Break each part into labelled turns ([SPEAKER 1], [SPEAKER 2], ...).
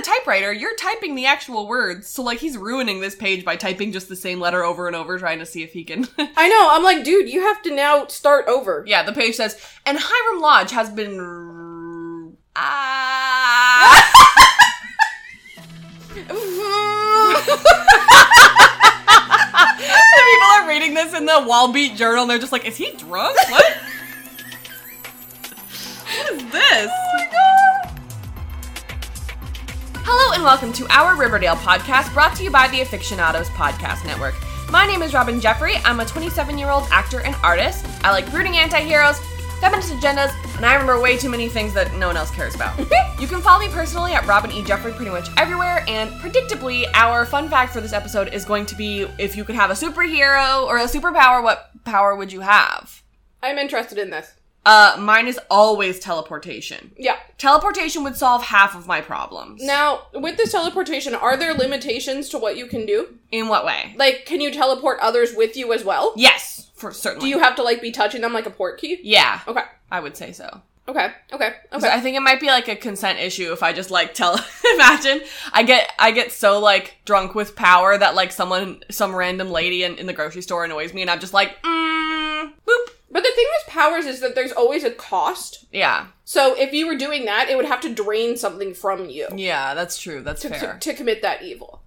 [SPEAKER 1] typewriter, you're typing the actual words. So like he's ruining this page by typing just the same letter over and over trying to see if he can
[SPEAKER 2] I know. I'm like, dude, you have to now start over.
[SPEAKER 1] Yeah, the page says, and Hiram Lodge has been. r- Ah. The people are reading this in the Wallbeat Journal and they're just like, is he drunk? What? what is this? Hello and welcome to our Riverdale podcast brought to you by the Aficionados Podcast Network. My name is Robin Jeffrey. I'm a 27 year old actor and artist. I like brooding anti heroes, feminist agendas, and I remember way too many things that no one else cares about. you can follow me personally at Robin E. Jeffrey pretty much everywhere, and predictably, our fun fact for this episode is going to be if you could have a superhero or a superpower, what power would you have?
[SPEAKER 2] I'm interested in this.
[SPEAKER 1] Uh, mine is always teleportation.
[SPEAKER 2] Yeah.
[SPEAKER 1] Teleportation would solve half of my problems.
[SPEAKER 2] Now, with this teleportation, are there limitations to what you can do?
[SPEAKER 1] In what way?
[SPEAKER 2] Like, can you teleport others with you as well?
[SPEAKER 1] Yes, for certainly.
[SPEAKER 2] Do you have to like be touching them like a port key?
[SPEAKER 1] Yeah,
[SPEAKER 2] Okay.
[SPEAKER 1] I would say so.
[SPEAKER 2] Okay. Okay.
[SPEAKER 1] 'Cause
[SPEAKER 2] Okay.
[SPEAKER 1] I think it might be like a consent issue if I just like tell. imagine I get I get so like drunk with power that like someone some random lady in, in the grocery store annoys me and I'm just like mm, boop
[SPEAKER 2] But the thing with powers is that there's always a cost.
[SPEAKER 1] yeah
[SPEAKER 2] So if you were doing that, it would have to drain something from you
[SPEAKER 1] yeah that's true that's
[SPEAKER 2] to, to,
[SPEAKER 1] fair
[SPEAKER 2] to commit that evil.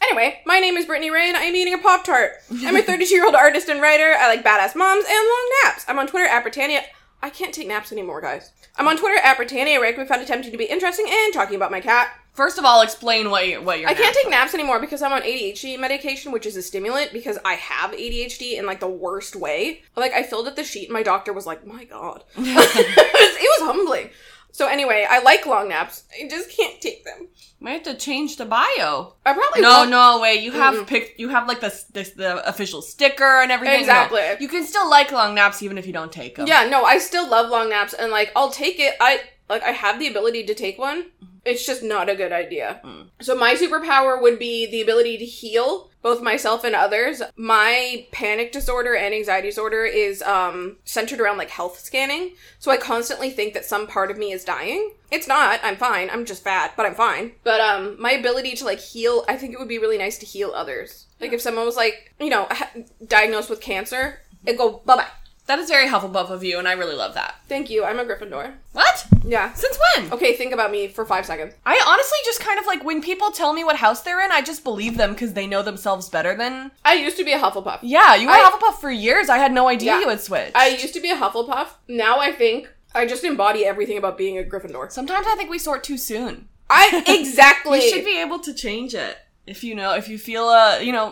[SPEAKER 2] Anyway, my name is Brittany Ray and I'm eating a Pop Tart. I'm a 32 year old artist and writer. I like badass moms and long naps. I'm on Twitter at Britannia. I can't take naps anymore, guys. I'm on Twitter at Britannia Rick. We found attempting to be interesting and talking about my cat.
[SPEAKER 1] first of all explain what you, what you're
[SPEAKER 2] I can't take naps anymore because I'm on ADHD medication, which is a stimulant because I have ADHD in like the worst way. Like I filled out the sheet and my doctor was like, "My god." it, was, it was humbling. So anyway, I like long naps. I just can't take them.
[SPEAKER 1] might have to change the bio
[SPEAKER 2] I probably
[SPEAKER 1] no
[SPEAKER 2] will.
[SPEAKER 1] no wait you have
[SPEAKER 2] Mm-mm.
[SPEAKER 1] picked you have like the the, the official sticker and everything No.
[SPEAKER 2] Exactly.
[SPEAKER 1] you can still like long naps even if you don't take them
[SPEAKER 2] Yeah, no, I still love long naps and like I'll take it. I like I have the ability to take one. It's just not a good idea.
[SPEAKER 1] Mm.
[SPEAKER 2] So my superpower would be the ability to heal both myself and others. My panic disorder and anxiety disorder is um centered around like health scanning. So I constantly think that some part of me is dying. It's not. I'm fine. I'm just fat, but I'm fine. But um my ability to like heal, I think it would be really nice to heal others. Like if someone was like, you know, ha- diagnosed with cancer, it go bye-bye.
[SPEAKER 1] that is very Hufflepuff of you and I really love that
[SPEAKER 2] Thank you. I'm a Gryffindor.
[SPEAKER 1] what
[SPEAKER 2] Yeah.
[SPEAKER 1] since when
[SPEAKER 2] Okay, think about me for five seconds.
[SPEAKER 1] I honestly just kind of like when people tell me what house they're in, I just believe them because they know themselves better than.
[SPEAKER 2] I used to be a Hufflepuff.
[SPEAKER 1] Yeah, you were
[SPEAKER 2] I-
[SPEAKER 1] Hufflepuff for years. I had no idea
[SPEAKER 2] Yeah.
[SPEAKER 1] you had switched.
[SPEAKER 2] I used to be a Hufflepuff. Now I think I just embody everything about being a Gryffindor.
[SPEAKER 1] Sometimes I think we sort too soon.
[SPEAKER 2] I exactly.
[SPEAKER 1] You should be able to change it if you know if you feel uh you know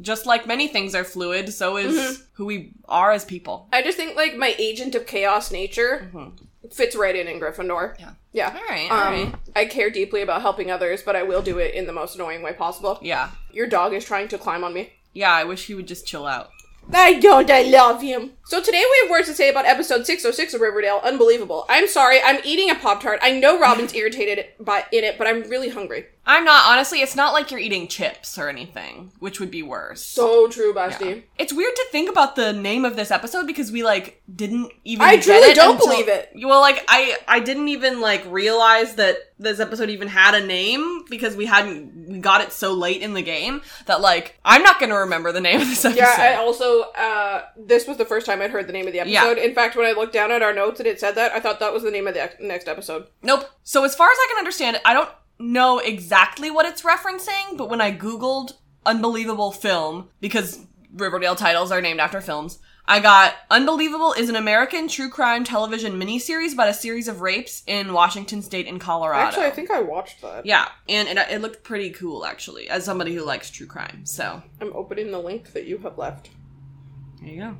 [SPEAKER 1] just like many things are fluid, so is who we are as people.
[SPEAKER 2] I just think like my agent of chaos nature
[SPEAKER 1] Mhm.
[SPEAKER 2] fits right in in Gryffindor.
[SPEAKER 1] Yeah. All
[SPEAKER 2] Yeah.
[SPEAKER 1] right, all right.
[SPEAKER 2] Um, I care deeply about helping others, but I will do it in the most annoying way possible.
[SPEAKER 1] Yeah,
[SPEAKER 2] Your dog is trying to climb on me.
[SPEAKER 1] yeah. I wish he would just chill out.
[SPEAKER 2] I don't. I love him. So today we have words to say about episode 606 of Riverdale. Unbelievable. I'm sorry. I'm eating a Pop Tart. I know Robin's irritated by in it, but I'm really hungry.
[SPEAKER 1] I'm not honestly. It's not like you're eating chips or anything, which would be worse.
[SPEAKER 2] So true, Basti.
[SPEAKER 1] Yeah. It's weird to think about the name of this episode because we like didn't even.
[SPEAKER 2] I
[SPEAKER 1] get
[SPEAKER 2] truly
[SPEAKER 1] it
[SPEAKER 2] don't
[SPEAKER 1] until-
[SPEAKER 2] believe it.
[SPEAKER 1] Well, like I, I didn't even like realize that this episode even had a name because we hadn't we got it so late in the game that like I'm not gonna remember the name of this episode.
[SPEAKER 2] Yeah, I also uh this was the first time I'd heard the name of the episode. In fact, when I looked down at our notes and it said that, I thought that was the name of the ex- next episode.
[SPEAKER 1] nope. So as far as I can understand, I don't know exactly what it's referencing, but when I googled unbelievable film because Riverdale titles are named after films. I got Unbelievable is an American true crime television miniseries about a series of rapes in Washington State and Colorado.
[SPEAKER 2] Actually, I think I watched that.
[SPEAKER 1] Yeah, and it, it looked pretty cool actually, as somebody who likes true crime. So
[SPEAKER 2] I'm opening the link that you have left.
[SPEAKER 1] there you go.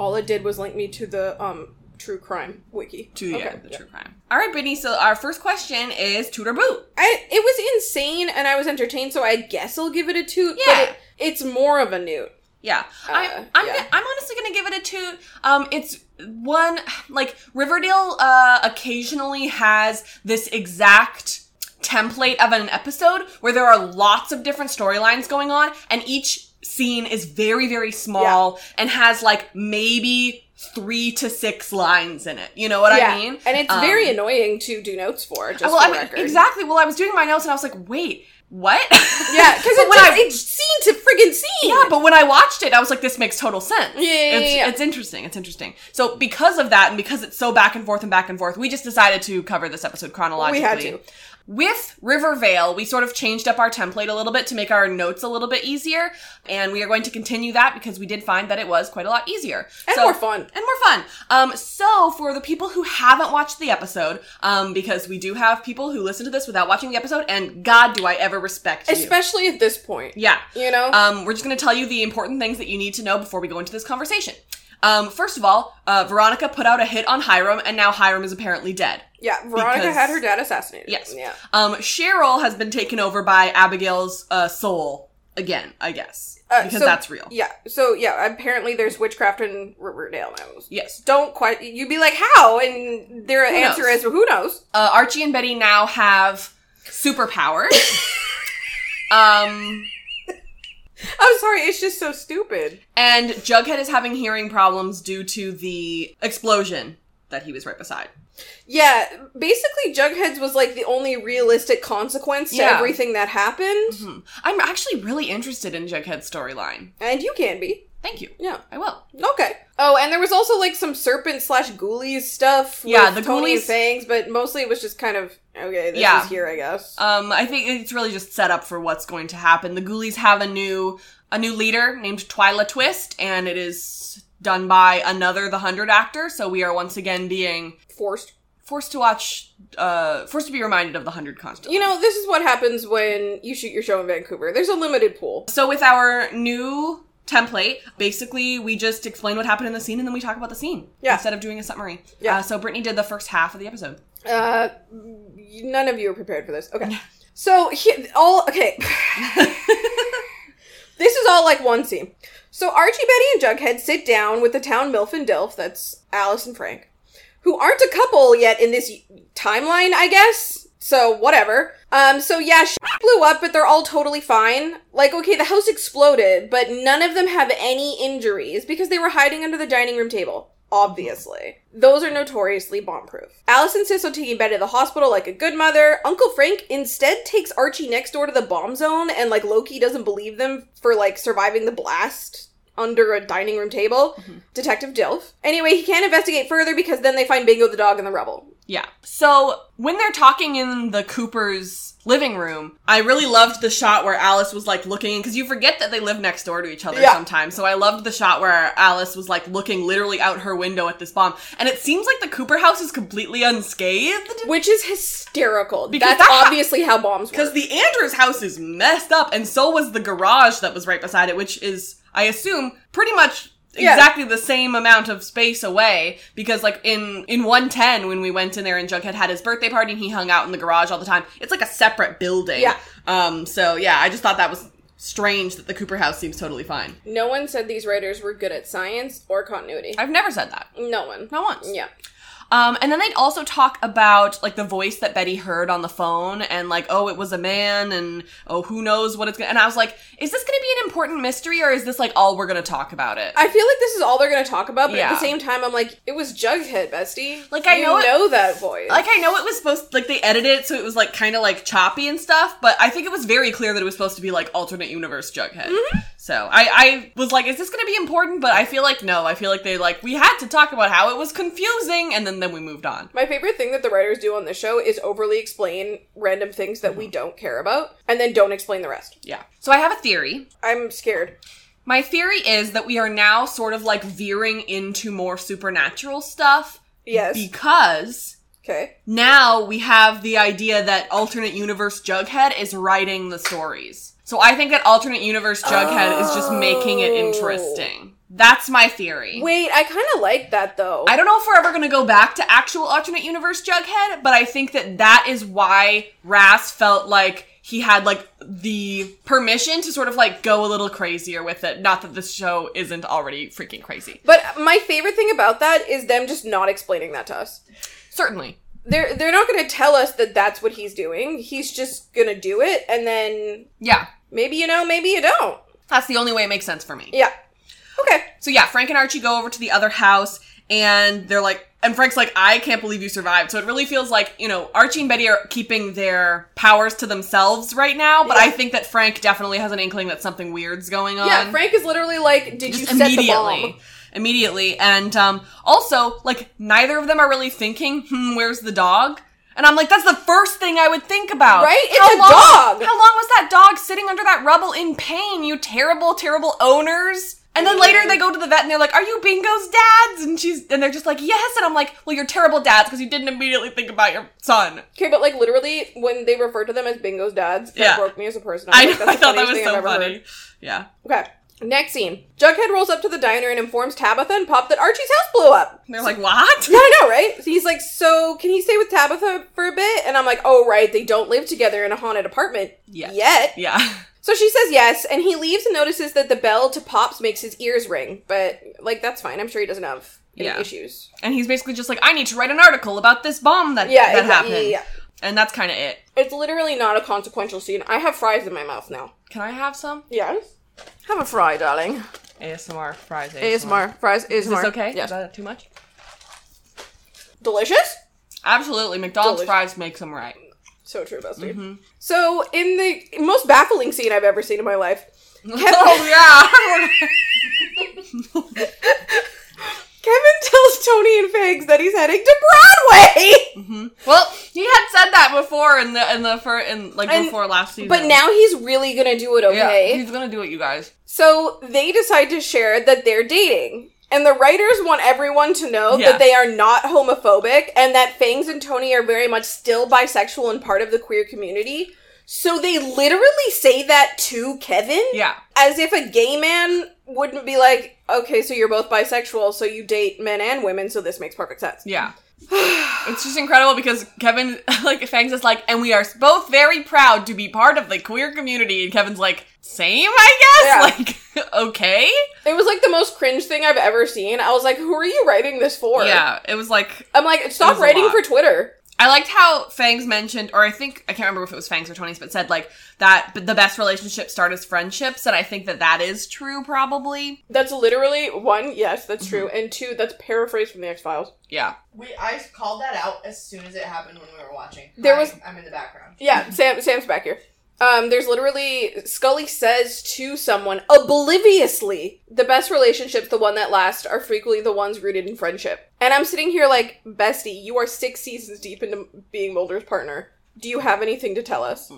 [SPEAKER 2] All it did was link me to the um true crime wiki.
[SPEAKER 1] To yeah,
[SPEAKER 2] Okay,
[SPEAKER 1] the
[SPEAKER 2] yeah.
[SPEAKER 1] true crime. All right, Brittany. So our first question is Tudor boot.
[SPEAKER 2] I, it was insane and I was entertained, so I guess I'll give it a toot.
[SPEAKER 1] Yeah.
[SPEAKER 2] But it, it's more of a newt.
[SPEAKER 1] Yeah,
[SPEAKER 2] Uh,
[SPEAKER 1] I'm. I'm,
[SPEAKER 2] yeah.
[SPEAKER 1] gonna- I'm honestly gonna give it a two. Um, it's one like Riverdale. Uh, occasionally has this exact template of an episode where there are lots of different storylines going on, and each scene is very very small and has like maybe three to six lines in it. You know what I mean?
[SPEAKER 2] And it's
[SPEAKER 1] Um,
[SPEAKER 2] very annoying to do notes for, just
[SPEAKER 1] well,
[SPEAKER 2] for
[SPEAKER 1] I mean,
[SPEAKER 2] record.
[SPEAKER 1] exactly. Well, I was doing my notes and I was like, wait, what?
[SPEAKER 2] Yeah, because
[SPEAKER 1] But
[SPEAKER 2] it,
[SPEAKER 1] when
[SPEAKER 2] just-
[SPEAKER 1] I-
[SPEAKER 2] it scene to friggin' scene.
[SPEAKER 1] Yeah, but when I watched it, I was like, this makes total sense.
[SPEAKER 2] Yeah, yeah,
[SPEAKER 1] it's,
[SPEAKER 2] yeah.
[SPEAKER 1] it's interesting. It's interesting. So because of that, and because it's so back and forth and back and forth, we just decided to cover this episode chronologically.
[SPEAKER 2] We had to.
[SPEAKER 1] With Rivervale, we sort of changed up our template a little bit to make our notes a little bit easier, and we are going to continue that because we did find that it was quite a lot easier
[SPEAKER 2] And
[SPEAKER 1] So-
[SPEAKER 2] more fun.
[SPEAKER 1] and more fun. Um, so for the people who haven't watched the episode, um, because we do have people who listen to this without watching the episode, and God, do I ever respect you?
[SPEAKER 2] Especially at this point.
[SPEAKER 1] yeah.
[SPEAKER 2] You know?
[SPEAKER 1] Um, we're just going to tell you the important things that you need to know before we go into this conversation. Um, first of all, uh, Veronica put out a hit on Hiram, and now Hiram is apparently dead.
[SPEAKER 2] yeah, Veronica
[SPEAKER 1] because-
[SPEAKER 2] had her dad assassinated.
[SPEAKER 1] Yes.
[SPEAKER 2] Yeah.
[SPEAKER 1] Um, Cheryl has been taken over by Abigail's uh, soul again, I guess,
[SPEAKER 2] Uh,
[SPEAKER 1] because
[SPEAKER 2] so-
[SPEAKER 1] that's real.
[SPEAKER 2] Yeah. So, yeah, apparently there's witchcraft in Riverdale now.
[SPEAKER 1] Yes.
[SPEAKER 2] Don't quite. You'd be like, how? And their
[SPEAKER 1] Who
[SPEAKER 2] answer
[SPEAKER 1] knows?
[SPEAKER 2] is, well, who knows?
[SPEAKER 1] Uh, Archie and Betty now have superpowers. um,
[SPEAKER 2] I'm sorry, it's just so stupid.
[SPEAKER 1] and Jughead is having hearing problems due to the explosion that he was right beside.
[SPEAKER 2] Yeah, basically, Jughead's was like the only realistic consequence to
[SPEAKER 1] Yeah.
[SPEAKER 2] everything that happened.
[SPEAKER 1] I'm actually really interested in Jughead's storyline.
[SPEAKER 2] And you can be.
[SPEAKER 1] Thank you.
[SPEAKER 2] Yeah.
[SPEAKER 1] I will.
[SPEAKER 2] Okay. Oh, and there was also like some serpent slash ghoulies stuff.
[SPEAKER 1] Yeah,
[SPEAKER 2] with
[SPEAKER 1] the
[SPEAKER 2] Tony and
[SPEAKER 1] ghoulies-
[SPEAKER 2] things, but mostly it was just kind of okay. This
[SPEAKER 1] Yeah.
[SPEAKER 2] is here, I guess.
[SPEAKER 1] Um, I think it's really just set up for what's going to happen. The Ghoulies have a new a new leader named Twyla Twist, and it is done by another the Hundred actor. So we are once again being
[SPEAKER 2] Forced.
[SPEAKER 1] forced to watch, uh, forced to be reminded of the Hundred constantly.
[SPEAKER 2] You know, this is what happens when you shoot your show in Vancouver. There's a limited pool.
[SPEAKER 1] so with our new template, basically we just explain what happened in the scene, and then we talk about the scene
[SPEAKER 2] Yeah.
[SPEAKER 1] instead of doing a summary.
[SPEAKER 2] Yeah.
[SPEAKER 1] Uh, so Brittany did the first half of the episode.
[SPEAKER 2] Uh, none of you are prepared for this. Okay. So he, all okay. this is all like one scene. So Archie, Betty, and Jughead sit down with the town milf and dilf. That's Alice and Frank, who aren't a couple yet in this timeline, I guess. So whatever. Um. So yeah, shit blew up, but they're all totally fine. Like okay, the house exploded, but none of them have any injuries because they were hiding under the dining room table. Obviously. Those are notoriously bomb-proof. Alice insists on taking Betty to the hospital like a good mother. Uncle Frank instead takes Archie next door to the bomb zone and like Loki doesn't believe them for like surviving the blast under a dining room table. Detective Dilf. Anyway, he can't investigate further because then they find Bingo the dog in the rubble.
[SPEAKER 1] Yeah. So when they're talking in the Cooper's living room, I really loved the shot where Alice was like looking because you forget that they live next door to each other
[SPEAKER 2] Yeah.
[SPEAKER 1] sometimes. So I loved the shot where Alice was like looking literally out her window at this bomb, and it seems like the Cooper house is completely unscathed
[SPEAKER 2] Which is hysterical.
[SPEAKER 1] Because
[SPEAKER 2] That's
[SPEAKER 1] that-
[SPEAKER 2] obviously how bombs work.
[SPEAKER 1] because the Andrews house is messed up, and so was the garage that was right beside it, which is I assume pretty much.
[SPEAKER 2] Yeah.
[SPEAKER 1] Exactly the same amount of space away because, like in in one ten, when we went in there and Jughead had his birthday party and he hung out in the garage all the time. It's like a separate building.
[SPEAKER 2] Yeah.
[SPEAKER 1] Um. So yeah, I just thought that was strange that the Cooper house seems totally fine.
[SPEAKER 2] no one said these writers were good at science or continuity.
[SPEAKER 1] I've never said that.
[SPEAKER 2] no one.
[SPEAKER 1] Not once.
[SPEAKER 2] Yeah.
[SPEAKER 1] Um, and then they'd also talk about like the voice that Betty heard on the phone and like, oh, it was a man and oh, who knows what it's gonna. And I was like, is this gonna be an important mystery or is this like all we're gonna talk about it?
[SPEAKER 2] I feel like this is all they're gonna talk about, but at
[SPEAKER 1] Yeah.
[SPEAKER 2] the same time, I'm like, it was Jughead, bestie.
[SPEAKER 1] Like, I
[SPEAKER 2] you
[SPEAKER 1] know it-
[SPEAKER 2] know that voice.
[SPEAKER 1] like I know it was supposed like they edited it so it was like kind of like choppy and stuff, but I think it was very clear that it was supposed to be like alternate universe Jughead. So I I was like, is this gonna be important? But I feel like no. I feel like they like we had to talk about how it was confusing and then then we moved on.
[SPEAKER 2] my favorite thing that the writers do on this show is overly explain random things that
[SPEAKER 1] Mm-hmm.
[SPEAKER 2] we don't care about, and then don't explain the rest.
[SPEAKER 1] Yeah. So I have a theory.
[SPEAKER 2] I'm scared.
[SPEAKER 1] My theory is that we are now sort of like veering into more supernatural stuff
[SPEAKER 2] Yes.
[SPEAKER 1] because
[SPEAKER 2] okay.
[SPEAKER 1] now we have the idea that alternate universe Jughead is writing the stories. So I think that alternate universe Jughead is just making it
[SPEAKER 2] Oh.
[SPEAKER 1] interesting. That's my theory.
[SPEAKER 2] Wait, I kind of like that though.
[SPEAKER 1] I don't know if we're ever going to go back to actual alternate universe Jughead, but I think that that is why Ras felt like he had like the permission to sort of like go a little crazier with it. Not that this show isn't already freaking crazy.
[SPEAKER 2] but my favorite thing about that is them just not explaining that to us.
[SPEAKER 1] Certainly.
[SPEAKER 2] They're they're not gonna tell us that that's what he's doing. He's just gonna do it, and then
[SPEAKER 1] Yeah.
[SPEAKER 2] maybe you know, maybe you don't.
[SPEAKER 1] That's the only way it makes sense for me.
[SPEAKER 2] Yeah. Okay.
[SPEAKER 1] So yeah, Frank and Archie go over to the other house and they're like, and Frank's like, I can't believe you survived. So it really feels like, you know, Archie and Betty are keeping their powers to themselves right now, but
[SPEAKER 2] Yeah.
[SPEAKER 1] I think that Frank definitely has an inkling that something weird's going on.
[SPEAKER 2] Yeah, Frank is literally like, "Did you
[SPEAKER 1] Um, just
[SPEAKER 2] set the
[SPEAKER 1] immediately.
[SPEAKER 2] bomb?"
[SPEAKER 1] Immediately. And um, also, like, neither of them are really thinking, hmm, where's the dog? And I'm like, that's the first thing I would think about.
[SPEAKER 2] Right? It's a
[SPEAKER 1] long-
[SPEAKER 2] dog!
[SPEAKER 1] How long was that dog sitting under that rubble in pain, you terrible, terrible owners? And then later they go to the vet and they're like, Are you Bingo's dads? And she's and they're just like, Yes, and I'm like, Well, you're terrible dads because you didn't immediately think about your son.
[SPEAKER 2] Okay, but like literally, when they refer to them as Bingo's dads, that
[SPEAKER 1] Yeah.
[SPEAKER 2] broke me as a person.
[SPEAKER 1] I
[SPEAKER 2] was
[SPEAKER 1] know
[SPEAKER 2] like,
[SPEAKER 1] I
[SPEAKER 2] "That's the
[SPEAKER 1] thought that
[SPEAKER 2] funniest
[SPEAKER 1] was
[SPEAKER 2] thing
[SPEAKER 1] so
[SPEAKER 2] I've ever
[SPEAKER 1] funny.
[SPEAKER 2] heard."
[SPEAKER 1] Yeah.
[SPEAKER 2] Okay. Next scene. Jughead rolls up to the diner and informs Tabitha and Pop that Archie's house blew up.
[SPEAKER 1] And they're like, What?
[SPEAKER 2] Yeah, I know, right? So he's like, so can he stay with Tabitha for a bit? And I'm like, oh, right, they don't live together in a haunted apartment
[SPEAKER 1] Yes.
[SPEAKER 2] yet.
[SPEAKER 1] Yeah.
[SPEAKER 2] So she says yes, and he leaves and notices that the bell to Pop's makes his ears ring. But, like, that's fine. I'm sure he doesn't have any
[SPEAKER 1] Yeah.
[SPEAKER 2] issues.
[SPEAKER 1] And he's basically just like, I need to write an article about this bomb that,
[SPEAKER 2] Yeah,
[SPEAKER 1] that
[SPEAKER 2] exactly.
[SPEAKER 1] happened.
[SPEAKER 2] Yeah.
[SPEAKER 1] And that's kind of it.
[SPEAKER 2] It's literally not a consequential scene. I have fries in my mouth now.
[SPEAKER 1] Can I have some?
[SPEAKER 2] Yes? Have a fry, darling.
[SPEAKER 1] ASMR fries.
[SPEAKER 2] ASMR. Fries, ASMR.
[SPEAKER 1] Is this okay?
[SPEAKER 2] Yes.
[SPEAKER 1] Is that too much?
[SPEAKER 2] Delicious?
[SPEAKER 1] Absolutely. McDonald's
[SPEAKER 2] Delicious.
[SPEAKER 1] fries makes them right.
[SPEAKER 2] So true, bestie. So, in the most baffling scene I've ever seen in my life, Kevin,
[SPEAKER 1] Oh, yeah.
[SPEAKER 2] Kevin tells Tony and Figs that he's heading to Broadway,
[SPEAKER 1] Mm-hmm. well, he had said that before in the in the fir- in like
[SPEAKER 2] And-
[SPEAKER 1] before last season.
[SPEAKER 2] but now he's really gonna do it
[SPEAKER 1] yeah,
[SPEAKER 2] okay.
[SPEAKER 1] he's gonna do it, you guys.
[SPEAKER 2] So they decide to share that they're dating. And the writers want everyone to know
[SPEAKER 1] Yeah.
[SPEAKER 2] that they are not homophobic and that Fangs and Tony are very much still bisexual and part of the queer community. So they literally say that to Kevin
[SPEAKER 1] Yeah.
[SPEAKER 2] as if a gay man wouldn't be like, okay, so you're both bisexual, so you date men and women, so this makes perfect sense.
[SPEAKER 1] Yeah. it's just incredible because Kevin, like, Fangs is like, and we are both very proud to be part of the queer community. And Kevin's like, same, I guess? Like, okay?
[SPEAKER 2] It was like the most cringe thing I've ever seen. I was like, who are you writing this for?
[SPEAKER 1] Yeah. It was like,
[SPEAKER 2] I'm like,
[SPEAKER 1] It was
[SPEAKER 2] stop
[SPEAKER 1] a
[SPEAKER 2] writing
[SPEAKER 1] lot.
[SPEAKER 2] for Twitter.
[SPEAKER 1] I liked how Fangs mentioned, or I think I can't remember if it was Fangs or Tony's, but said like that the best relationships start as friendships, and I think that that is true, probably.
[SPEAKER 2] That's literally one, yes, that's true. And two, that's paraphrased from the X Files.
[SPEAKER 1] Yeah,
[SPEAKER 3] We I called that out as soon as it happened when we were watching.
[SPEAKER 2] There
[SPEAKER 3] Hi,
[SPEAKER 2] was-
[SPEAKER 3] I'm in the background.
[SPEAKER 2] Yeah, Sam Sam's back here. Um, there's literally Scully says to someone obliviously, the best relationships, the one that last, are frequently the ones rooted in friendship. And I'm sitting here like, Bestie, you are six seasons deep into being Mulder's partner. Do you have anything to tell us?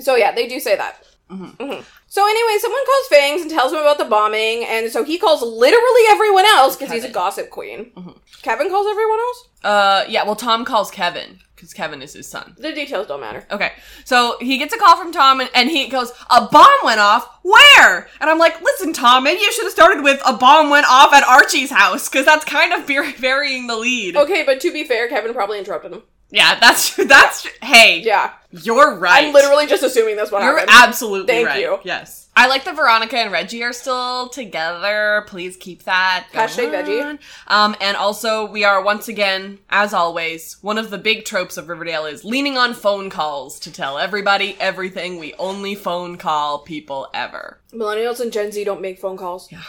[SPEAKER 2] So yeah, they do say that.
[SPEAKER 1] Mhm.
[SPEAKER 2] Mhm. So anyway, someone calls Fangs and tells him about the bombing, and so he calls literally everyone else because he's a
[SPEAKER 1] Kevin.
[SPEAKER 2] gossip queen.
[SPEAKER 1] Mhm.
[SPEAKER 2] Kevin calls everyone else.
[SPEAKER 1] uh, yeah. Well, Tom calls Kevin because Kevin is his son.
[SPEAKER 2] The details don't matter.
[SPEAKER 1] Okay, so he gets a call from Tom, and, and he goes, "A bomb went off. Where?" And I'm like, "Listen, Tom, maybe you should have started with a bomb went off at Archie's house because that's kind of bur- burying the lead."
[SPEAKER 2] Okay, but to be fair, Kevin probably interrupted him.
[SPEAKER 1] Yeah, that's that's. Hey,
[SPEAKER 2] Yeah.
[SPEAKER 1] you're right.
[SPEAKER 2] I'm literally just assuming that's what
[SPEAKER 1] You're
[SPEAKER 2] happened.
[SPEAKER 1] absolutely
[SPEAKER 2] Thank
[SPEAKER 1] right.
[SPEAKER 2] you.
[SPEAKER 1] Yes. I like that Veronica and Reggie are still together. Please keep that.
[SPEAKER 2] Hashtag
[SPEAKER 1] going
[SPEAKER 2] Veggie.
[SPEAKER 1] on. Um, and also, we are once again, as always, one of the big tropes of Riverdale is leaning on phone calls to tell everybody everything. We only phone call people ever.
[SPEAKER 2] Millennials and Gen Z don't make phone calls.
[SPEAKER 1] Yeah.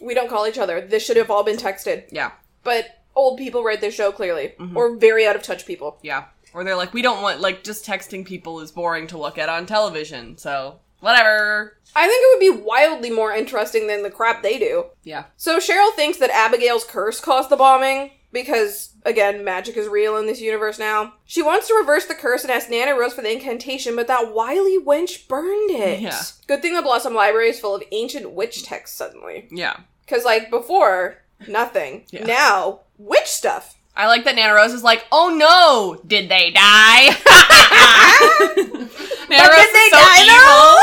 [SPEAKER 2] We don't call each other. This should have all been texted.
[SPEAKER 1] Yeah.
[SPEAKER 2] But old people write this show clearly,
[SPEAKER 1] Mm-hmm.
[SPEAKER 2] or very out of touch people.
[SPEAKER 1] Yeah. Or they're like, we don't want, like, just texting people is boring to look at on television. So, whatever.
[SPEAKER 2] I think it would be wildly more interesting than the crap they do.
[SPEAKER 1] Yeah.
[SPEAKER 2] So Cheryl thinks that Abigail's curse caused the bombing because again, magic is real in this universe now. She wants to reverse the curse and ask Nana Rose for the incantation, but that wily wench burned it.
[SPEAKER 1] Yeah.
[SPEAKER 2] Good thing the Blossom Library is full of ancient witch texts suddenly.
[SPEAKER 1] Yeah.
[SPEAKER 2] Because, like, before, nothing.
[SPEAKER 1] Yeah.
[SPEAKER 2] Now, witch stuff.
[SPEAKER 1] I like that Nana Rose is like, oh no, did they die? Nana
[SPEAKER 2] But
[SPEAKER 1] Rose
[SPEAKER 2] did they
[SPEAKER 1] is so
[SPEAKER 2] die,
[SPEAKER 1] evil.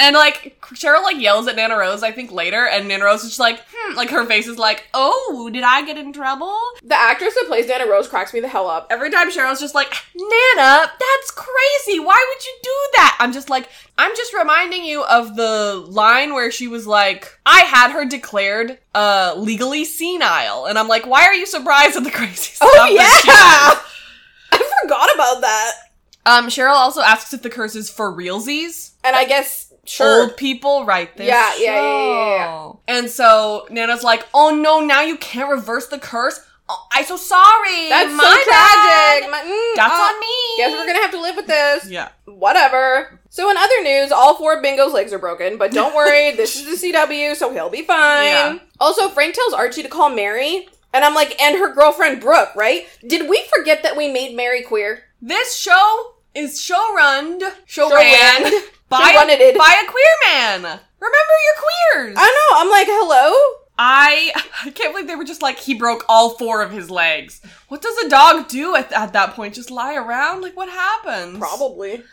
[SPEAKER 1] And like Cheryl like yells at Nana Rose, I think later, and Nana Rose is just like, hmm, like her face is like, oh, did I get in trouble?
[SPEAKER 2] The actress that plays Nana Rose cracks me the hell up.
[SPEAKER 1] Every time Cheryl's just like, Nana, that's crazy. Why would you do that? I'm just like, I'm just reminding you of the line where she was like, I had her declared uh legally senile. And I'm like, why are you surprised at the crazy stuff?
[SPEAKER 2] Oh,
[SPEAKER 1] that she did?"
[SPEAKER 2] yeah! I forgot about that.
[SPEAKER 1] Um, Cheryl also asks if the curse is for realsies.
[SPEAKER 2] And I guess Sure.
[SPEAKER 1] old people write this
[SPEAKER 2] Yeah,
[SPEAKER 1] show.
[SPEAKER 2] yeah, yeah, yeah, yeah.
[SPEAKER 1] And so Nana's like, oh no, now you can't reverse the curse. Oh, I'm so sorry.
[SPEAKER 2] That's
[SPEAKER 1] My
[SPEAKER 2] so
[SPEAKER 1] bad.
[SPEAKER 2] tragic. My- mm,
[SPEAKER 1] That's
[SPEAKER 2] uh,
[SPEAKER 1] on me.
[SPEAKER 2] Guess we're gonna have to live with this.
[SPEAKER 1] Yeah.
[SPEAKER 2] Whatever. So in other news, all four Bingo's legs are broken, but don't worry, this is the CW, so he'll be fine.
[SPEAKER 1] Yeah.
[SPEAKER 2] Also, Frank tells Archie to call Mary, and I'm like, and her girlfriend Brooke, right? Did we forget that we made Mary queer?
[SPEAKER 1] This show is showrun
[SPEAKER 2] She'll
[SPEAKER 1] Showran.
[SPEAKER 2] ran.
[SPEAKER 1] by,
[SPEAKER 2] Showrunneted.
[SPEAKER 1] by a queer man. Remember your queers.
[SPEAKER 2] I know. I'm like, hello.
[SPEAKER 1] I I can't believe they were just like he broke all four of his legs. What does a dog do at, at that point? Just lie around? Like what happens?
[SPEAKER 2] Probably.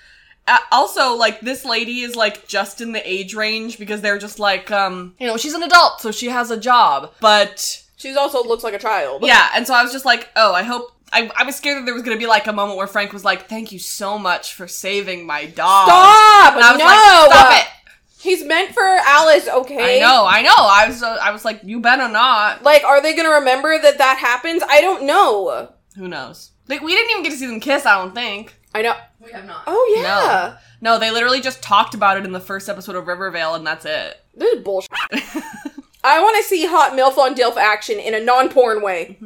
[SPEAKER 1] Uh, also, like this lady is like just in the age range because they're just like um you know she's an adult so she has a job, but
[SPEAKER 2] She also looks like a child.
[SPEAKER 1] yeah. And so I was just like, oh, I hope. I, I was scared that there was gonna be like a moment where Frank was like, "Thank you so much for saving my dog."
[SPEAKER 2] Stop.
[SPEAKER 1] And I was
[SPEAKER 2] no.
[SPEAKER 1] like, "Stop it!"
[SPEAKER 2] He's meant for Alice.
[SPEAKER 1] I
[SPEAKER 2] Okay.
[SPEAKER 1] know, I know. I was uh, I was like, "You better not."
[SPEAKER 2] Like, are they gonna remember that that happens? I don't know.
[SPEAKER 1] Who knows? Like, we didn't even get to see them kiss. I don't think.
[SPEAKER 2] I know.
[SPEAKER 3] We have not.
[SPEAKER 2] Oh yeah.
[SPEAKER 1] No, they literally just talked about it in the first episode of Rivervale, and that's it.
[SPEAKER 2] This is bullshit. I want to see hot milf on Dilf action in a non-porn way.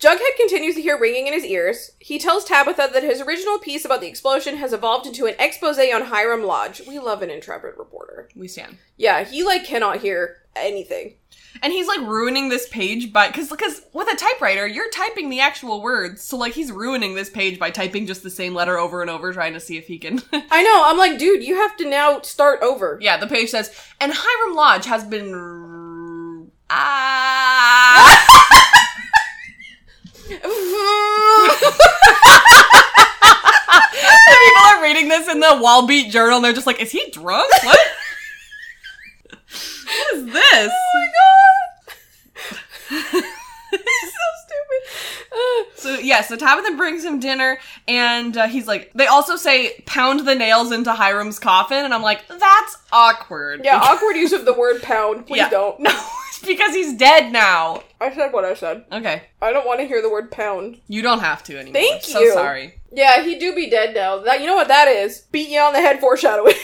[SPEAKER 2] Jughead continues to hear ringing in his ears. He tells Tabitha that his original piece about the explosion has evolved into an expose on Hiram Lodge. We love an intrepid reporter.
[SPEAKER 1] we stand.
[SPEAKER 2] Yeah, he like cannot hear anything.
[SPEAKER 1] And he's like ruining this page by because because with a typewriter you're typing the actual words, so like he's ruining this page by typing just the same letter over and over, trying to see if he can.
[SPEAKER 2] I know. I'm like, dude, you have to now start over.
[SPEAKER 1] yeah, the page says, and Hiram Lodge has been. Ah. People are reading this in the Wallbeat Journal, and they're just like, "Is he drunk? What? what is this?" So yeah, so Tabitha brings him dinner, and uh, he's like, they also say pound the nails into Hiram's coffin, and I'm like, that's awkward.
[SPEAKER 2] yeah, awkward use of the word pound. Please
[SPEAKER 1] Yeah.
[SPEAKER 2] don't.
[SPEAKER 1] no, it's because he's dead now.
[SPEAKER 2] I said what I said.
[SPEAKER 1] Okay,
[SPEAKER 2] I don't want to hear the word pound.
[SPEAKER 1] you don't have to anymore.
[SPEAKER 2] Thank
[SPEAKER 1] so
[SPEAKER 2] you.
[SPEAKER 1] sorry.
[SPEAKER 2] Yeah, he do be dead now. That you know what that is? Beat you on the head foreshadowing.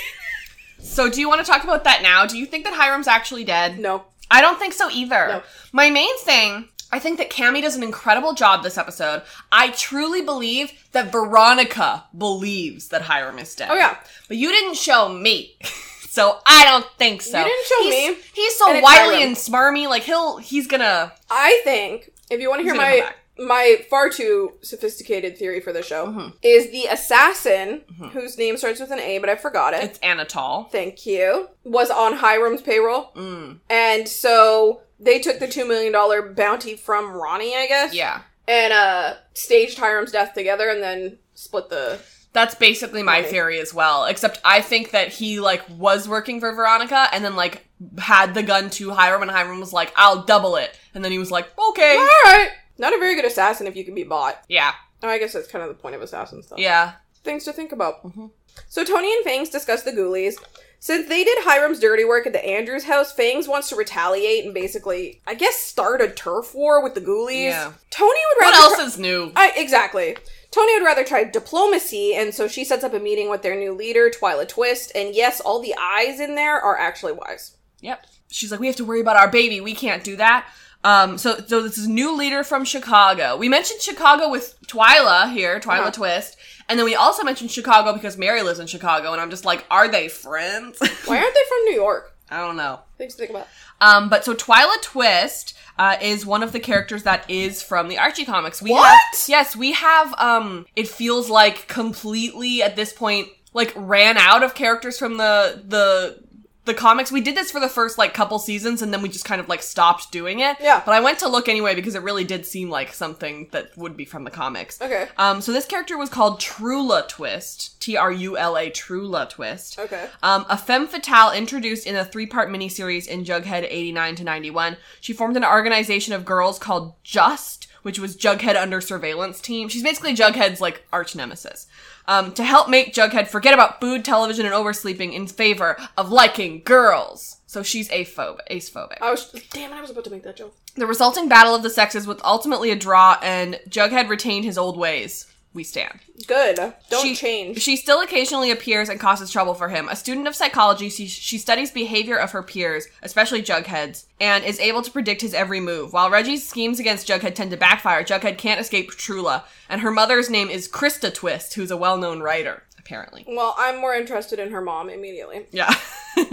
[SPEAKER 1] So do you want to talk about that now? Do you think that Hiram's actually dead?
[SPEAKER 2] no.
[SPEAKER 1] I don't think so either.
[SPEAKER 3] No.
[SPEAKER 1] My main thing, I think that Cammy does an incredible job this episode. I truly believe that Veronica believes that Hiram is dead.
[SPEAKER 2] Oh yeah.
[SPEAKER 1] But you didn't show me. So I don't think so.
[SPEAKER 2] You didn't show
[SPEAKER 1] He's-
[SPEAKER 2] me.
[SPEAKER 1] He's
[SPEAKER 2] And
[SPEAKER 1] so
[SPEAKER 2] it's
[SPEAKER 1] wily
[SPEAKER 2] Hiram.
[SPEAKER 1] and smarmy. Like he'll he's gonna
[SPEAKER 2] I think if you want to
[SPEAKER 1] He's
[SPEAKER 2] hear
[SPEAKER 1] gonna
[SPEAKER 2] my
[SPEAKER 1] come
[SPEAKER 2] my far too sophisticated theory for the show
[SPEAKER 1] Mm-hmm.
[SPEAKER 2] is the assassin whose name starts with an A, but I forgot it.
[SPEAKER 1] it's Anatol.
[SPEAKER 2] Thank you. Was on Hiram's payroll.
[SPEAKER 1] Mm,
[SPEAKER 2] And so they took the $2 million bounty from Ronnie, I guess.
[SPEAKER 1] yeah.
[SPEAKER 2] And uh, staged Hiram's death together and then split the.
[SPEAKER 1] That's basically my
[SPEAKER 2] Right.
[SPEAKER 1] theory as well. Except I think that he like was working for Veronica and then like had the gun to Hiram and Hiram was like, I'll double it. And then he was like, Okay.
[SPEAKER 2] All right. Not a very good assassin if you can be bought.
[SPEAKER 1] Yeah.
[SPEAKER 2] Oh, I guess that's kind of the point of assassins, though.
[SPEAKER 1] Yeah.
[SPEAKER 2] Things to think about.
[SPEAKER 1] Mhm.
[SPEAKER 2] So Tony and Fangs discuss the ghoulies. Since they did Hiram's dirty work at the Andrews house, Fangs wants to retaliate and basically, I guess, start a turf war with the ghoulies.
[SPEAKER 1] Yeah.
[SPEAKER 2] Tony would rather.
[SPEAKER 1] What else is new?
[SPEAKER 2] I, exactly. Tony would rather try diplomacy, and so she sets up a meeting with their new leader, Twyla Twist, and yes, all the eyes in there are actually wise.
[SPEAKER 1] Yep. She's like, we have to worry about our baby. We can't do that. Um, so, so this is new leader from Chicago. We mentioned Chicago with Twyla here, Twyla
[SPEAKER 2] Uh-huh.
[SPEAKER 1] Twist, and then we also mentioned Chicago because Mary lives in Chicago, and I'm just like, are they friends?
[SPEAKER 2] Why aren't they from New York?
[SPEAKER 1] I don't know.
[SPEAKER 2] Things to think about.
[SPEAKER 1] Um, but so Twyla Twist uh, is one of the characters that is from the Archie comics. We
[SPEAKER 2] What?
[SPEAKER 1] Have, yes, we have. Um, it feels like completely at this point, like ran out of characters from the the the comics. We did this for the first like couple seasons, and then we just kind of like stopped doing it.
[SPEAKER 2] Yeah.
[SPEAKER 1] But I went to look anyway because it really did seem like something that would be from the comics.
[SPEAKER 2] Okay.
[SPEAKER 1] Um, so this character was called Trula Twist, T R U L A Trula Twist.
[SPEAKER 2] Okay.
[SPEAKER 1] Um, a femme fatale introduced in a three-part miniseries in Jughead 89 to 91. She formed an organization of girls called Just, which was Jughead under surveillance team. She's basically Jughead's like arch nemesis. Um, to help make Jughead forget about food, television, and oversleeping in favor of liking girls. So she's aphob- acephobic.
[SPEAKER 2] I was. Damn it, I was about to make that joke.
[SPEAKER 1] The resulting battle of the sexes was ultimately a draw, and Jughead retained his old ways. we stand.
[SPEAKER 2] Good. Don't
[SPEAKER 1] She-
[SPEAKER 2] change.
[SPEAKER 1] She still occasionally appears and causes trouble for him. A student of psychology, she, she studies behavior of her peers, especially Jughead's, and is able to predict his every move. While Reggie's schemes against Jughead tend to backfire, Jughead can't escape Trula, and her mother's name is Krista Twist, who's a well-known writer, apparently.
[SPEAKER 2] Well, I'm more interested in her mom immediately
[SPEAKER 1] Yeah.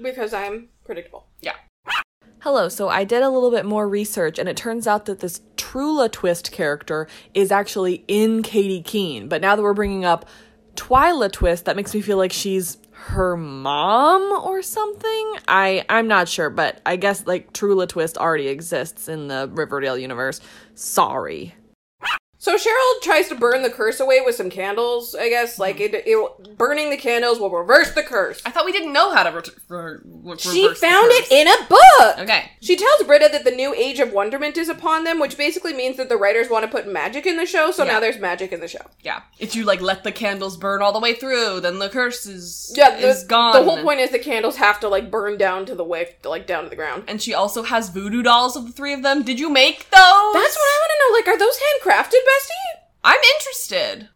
[SPEAKER 2] because I'm predictable.
[SPEAKER 4] Hello, so I did a little bit more research and it turns out that this Trula Twist character is actually in Katie Keene. But now that we're bringing up Twyla Twist, that makes me feel like she's her mom or something. I I'm not sure, but I guess like Trula Twist already exists in the Riverdale universe. Sorry.
[SPEAKER 2] So Cheryl tries to burn the curse away with some candles. I guess like it, it burning the candles will reverse the curse.
[SPEAKER 1] Mm-hmm. I thought we didn't know how to ret- re- re-
[SPEAKER 2] She
[SPEAKER 1] reverse the
[SPEAKER 2] found
[SPEAKER 1] curse.
[SPEAKER 2] it in a book.
[SPEAKER 1] Okay.
[SPEAKER 2] She tells Britta that the new age of wonderment is upon them, which basically means that the writers want to put magic in the show, so
[SPEAKER 1] Yeah.
[SPEAKER 2] now there's magic in the show.
[SPEAKER 1] Yeah. If you like let the candles burn all the way through, then the curse is
[SPEAKER 2] Yeah, the,
[SPEAKER 1] is gone.
[SPEAKER 2] the whole point is the candles have to like burn down to the wick, like down to the ground.
[SPEAKER 1] And she also has voodoo dolls of the three of them. Did you make those?
[SPEAKER 2] That's what I want to know. Like, are those handcrafted, Bestie?
[SPEAKER 1] I'm interested.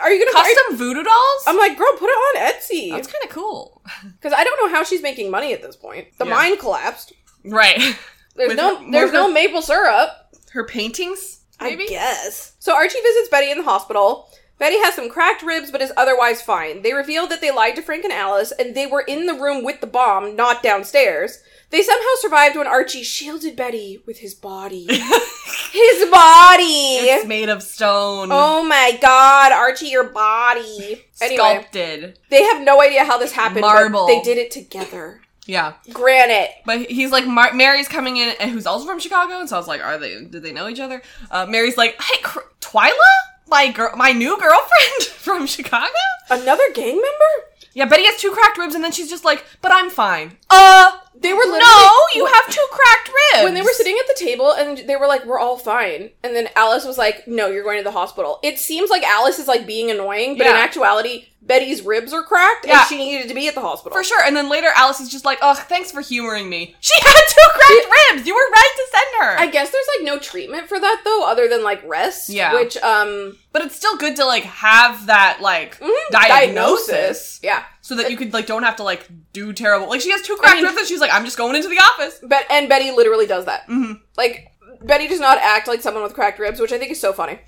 [SPEAKER 2] Are you gonna buy?
[SPEAKER 1] Custom voodoo dolls?
[SPEAKER 2] I'm like, girl, put it on Etsy
[SPEAKER 1] That's kind of cool.
[SPEAKER 2] because I don't know how she's making money at this point. The
[SPEAKER 1] Yeah.
[SPEAKER 2] mine collapsed.
[SPEAKER 1] Right.
[SPEAKER 2] There's
[SPEAKER 1] With
[SPEAKER 2] no,
[SPEAKER 1] her-
[SPEAKER 2] there's
[SPEAKER 1] more
[SPEAKER 2] no
[SPEAKER 1] her-
[SPEAKER 2] maple syrup.
[SPEAKER 1] Her paintings?
[SPEAKER 2] I
[SPEAKER 1] Maybe?
[SPEAKER 2] guess. So Archie visits Betty in the hospital. Betty has some cracked ribs but is otherwise fine. They reveal that they lied to Frank and Alice and they were in the room with the bomb, not downstairs. They somehow survived when Archie shielded Betty with his body. his
[SPEAKER 1] It's
[SPEAKER 2] body!
[SPEAKER 1] made of stone.
[SPEAKER 2] Oh my god, Archie, your body. Anyway,
[SPEAKER 1] Sculpted.
[SPEAKER 2] they have no idea how this happened. but
[SPEAKER 1] Marble.
[SPEAKER 2] They did it together.
[SPEAKER 1] Yeah.
[SPEAKER 2] Granite.
[SPEAKER 1] But he's like, Mar- Mary's coming in, and who's also from Chicago, and so I was like, are they, did they know each other? Uh, Mary's like, hey, Cr- Twyla? My girl, my new girlfriend from Chicago?
[SPEAKER 2] Another gang member?
[SPEAKER 1] Yeah, Betty has two cracked ribs, and then she's just like, but I'm fine. Uh,
[SPEAKER 2] They were literally
[SPEAKER 1] no, you have two cracked ribs.
[SPEAKER 2] when they were sitting at the table and they were like we're all fine and then alice was like no you're going to the hospital it seems like alice is like being annoying but in
[SPEAKER 1] Yeah.
[SPEAKER 2] actuality betty's ribs are cracked
[SPEAKER 1] Yeah.
[SPEAKER 2] and she needed to be at the hospital
[SPEAKER 1] For sure. And then later, Alice is just like, ugh, thanks for humoring me. She had two cracked ribs. You were right to send her.
[SPEAKER 2] i guess there's like no treatment for that though other than like rest
[SPEAKER 1] Yeah.
[SPEAKER 2] which um
[SPEAKER 1] but it's still good to, like, have that, like, diagnosis,
[SPEAKER 2] Mm-hmm. diagnosis, yeah
[SPEAKER 1] so that you could, like, don't have to, like, do terrible. Like, she has two cracked
[SPEAKER 2] mean-
[SPEAKER 1] ribs and she's like, I'm just going into the office.
[SPEAKER 2] but and betty literally does that
[SPEAKER 1] hmm
[SPEAKER 2] like betty does not act like someone with cracked ribs which i think is so funny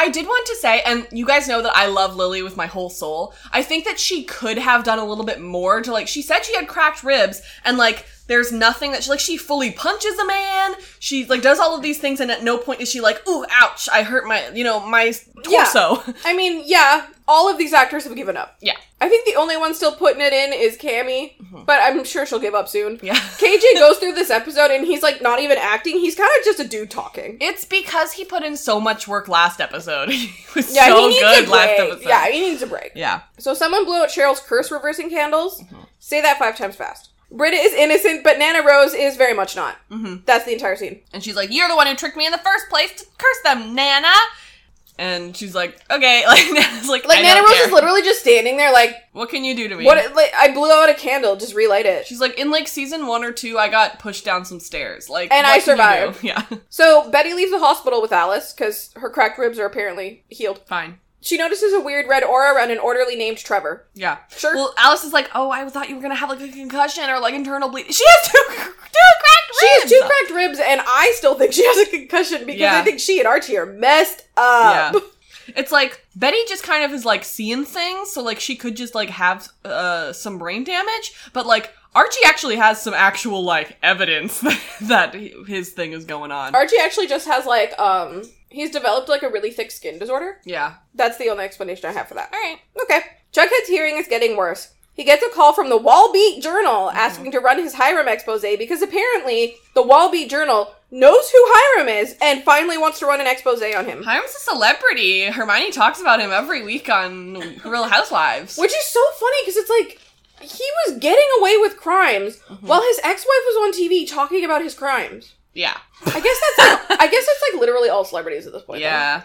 [SPEAKER 1] I did want to say, and you guys know that I love Lily with my whole soul. I think that she could have done a little bit more to like, she said she had cracked ribs, and like, there's nothing that she, like, she fully punches a man. She like does all of these things, and at no point is she like, ooh, ouch, I hurt my, you know, my
[SPEAKER 2] Yeah.
[SPEAKER 1] torso.
[SPEAKER 2] i mean yeah all of these actors have given up
[SPEAKER 1] Yeah.
[SPEAKER 2] i think the only one still putting it in is cammy but i'm sure she'll give up soon
[SPEAKER 1] Mm-hmm. Yeah.
[SPEAKER 2] KJ goes through this episode and he's like not even acting. He's kind of just a dude talking.
[SPEAKER 1] It's because he put in so much work last episode. he was
[SPEAKER 2] Yeah,
[SPEAKER 1] so
[SPEAKER 2] he needs
[SPEAKER 1] good
[SPEAKER 2] a break.
[SPEAKER 1] last episode.
[SPEAKER 2] Yeah, he needs a break.
[SPEAKER 1] Yeah. Mm-hmm.
[SPEAKER 2] So someone blew out Cheryl's curse reversing candles. Say that five times fast. Britta is innocent, but Nana Rose is very much not.
[SPEAKER 1] Mhm.
[SPEAKER 2] That's the entire scene.
[SPEAKER 1] And she's like, You're the one who tricked me in the first place to curse them, Nana. And she's like, Okay. Like, Nana's like,
[SPEAKER 2] Like
[SPEAKER 1] "I
[SPEAKER 2] Nana
[SPEAKER 1] don't
[SPEAKER 2] Rose
[SPEAKER 1] care.
[SPEAKER 2] is literally just standing there, like
[SPEAKER 1] What can you do to me?
[SPEAKER 2] what? Like I blew out a candle, just relight it.
[SPEAKER 1] She's like, in like season one or two, I got pushed down some stairs. Like,
[SPEAKER 2] And
[SPEAKER 1] what can
[SPEAKER 2] I
[SPEAKER 1] you
[SPEAKER 2] survived.
[SPEAKER 1] do? Yeah,
[SPEAKER 2] So Betty leaves the hospital with Alice because her cracked ribs are apparently healed.
[SPEAKER 1] fine.
[SPEAKER 2] She notices a weird red aura around an orderly named Trevor.
[SPEAKER 1] Yeah.
[SPEAKER 2] Sure.
[SPEAKER 1] Well, Alice is like, oh, I thought you were gonna have like a concussion or like internal bleed. She has two, two cracked ribs.
[SPEAKER 2] She has two cracked ribs, and I still think she has a concussion because
[SPEAKER 1] Yeah.
[SPEAKER 2] I think she and Archie are messed up.
[SPEAKER 1] Yeah. It's like Betty just kind of is like seeing things, so like she could just like have uh some brain damage, but like Archie actually has some actual like evidence that his thing is going on.
[SPEAKER 2] Archie actually just has like um he's developed like a really thick skin disorder.
[SPEAKER 1] yeah.
[SPEAKER 2] That's the only explanation I have for that.
[SPEAKER 1] All right.
[SPEAKER 2] Okay. Jughead's hearing is getting worse. He gets a call from the Wallbeat Journal
[SPEAKER 1] Mm-hmm.
[SPEAKER 2] asking to run his Hiram expose because apparently the Wallbeat Journal knows who Hiram is and finally wants to run an expose on him.
[SPEAKER 1] Hiram's a celebrity. Hermione talks about him every week on Real Housewives.
[SPEAKER 2] Which is so funny because it's like he was getting away with crimes
[SPEAKER 1] Mm-hmm.
[SPEAKER 2] while his ex-wife was on TV talking about his crimes.
[SPEAKER 1] yeah.
[SPEAKER 2] I guess that's like, I guess that's like literally all celebrities at this point.
[SPEAKER 1] Yeah.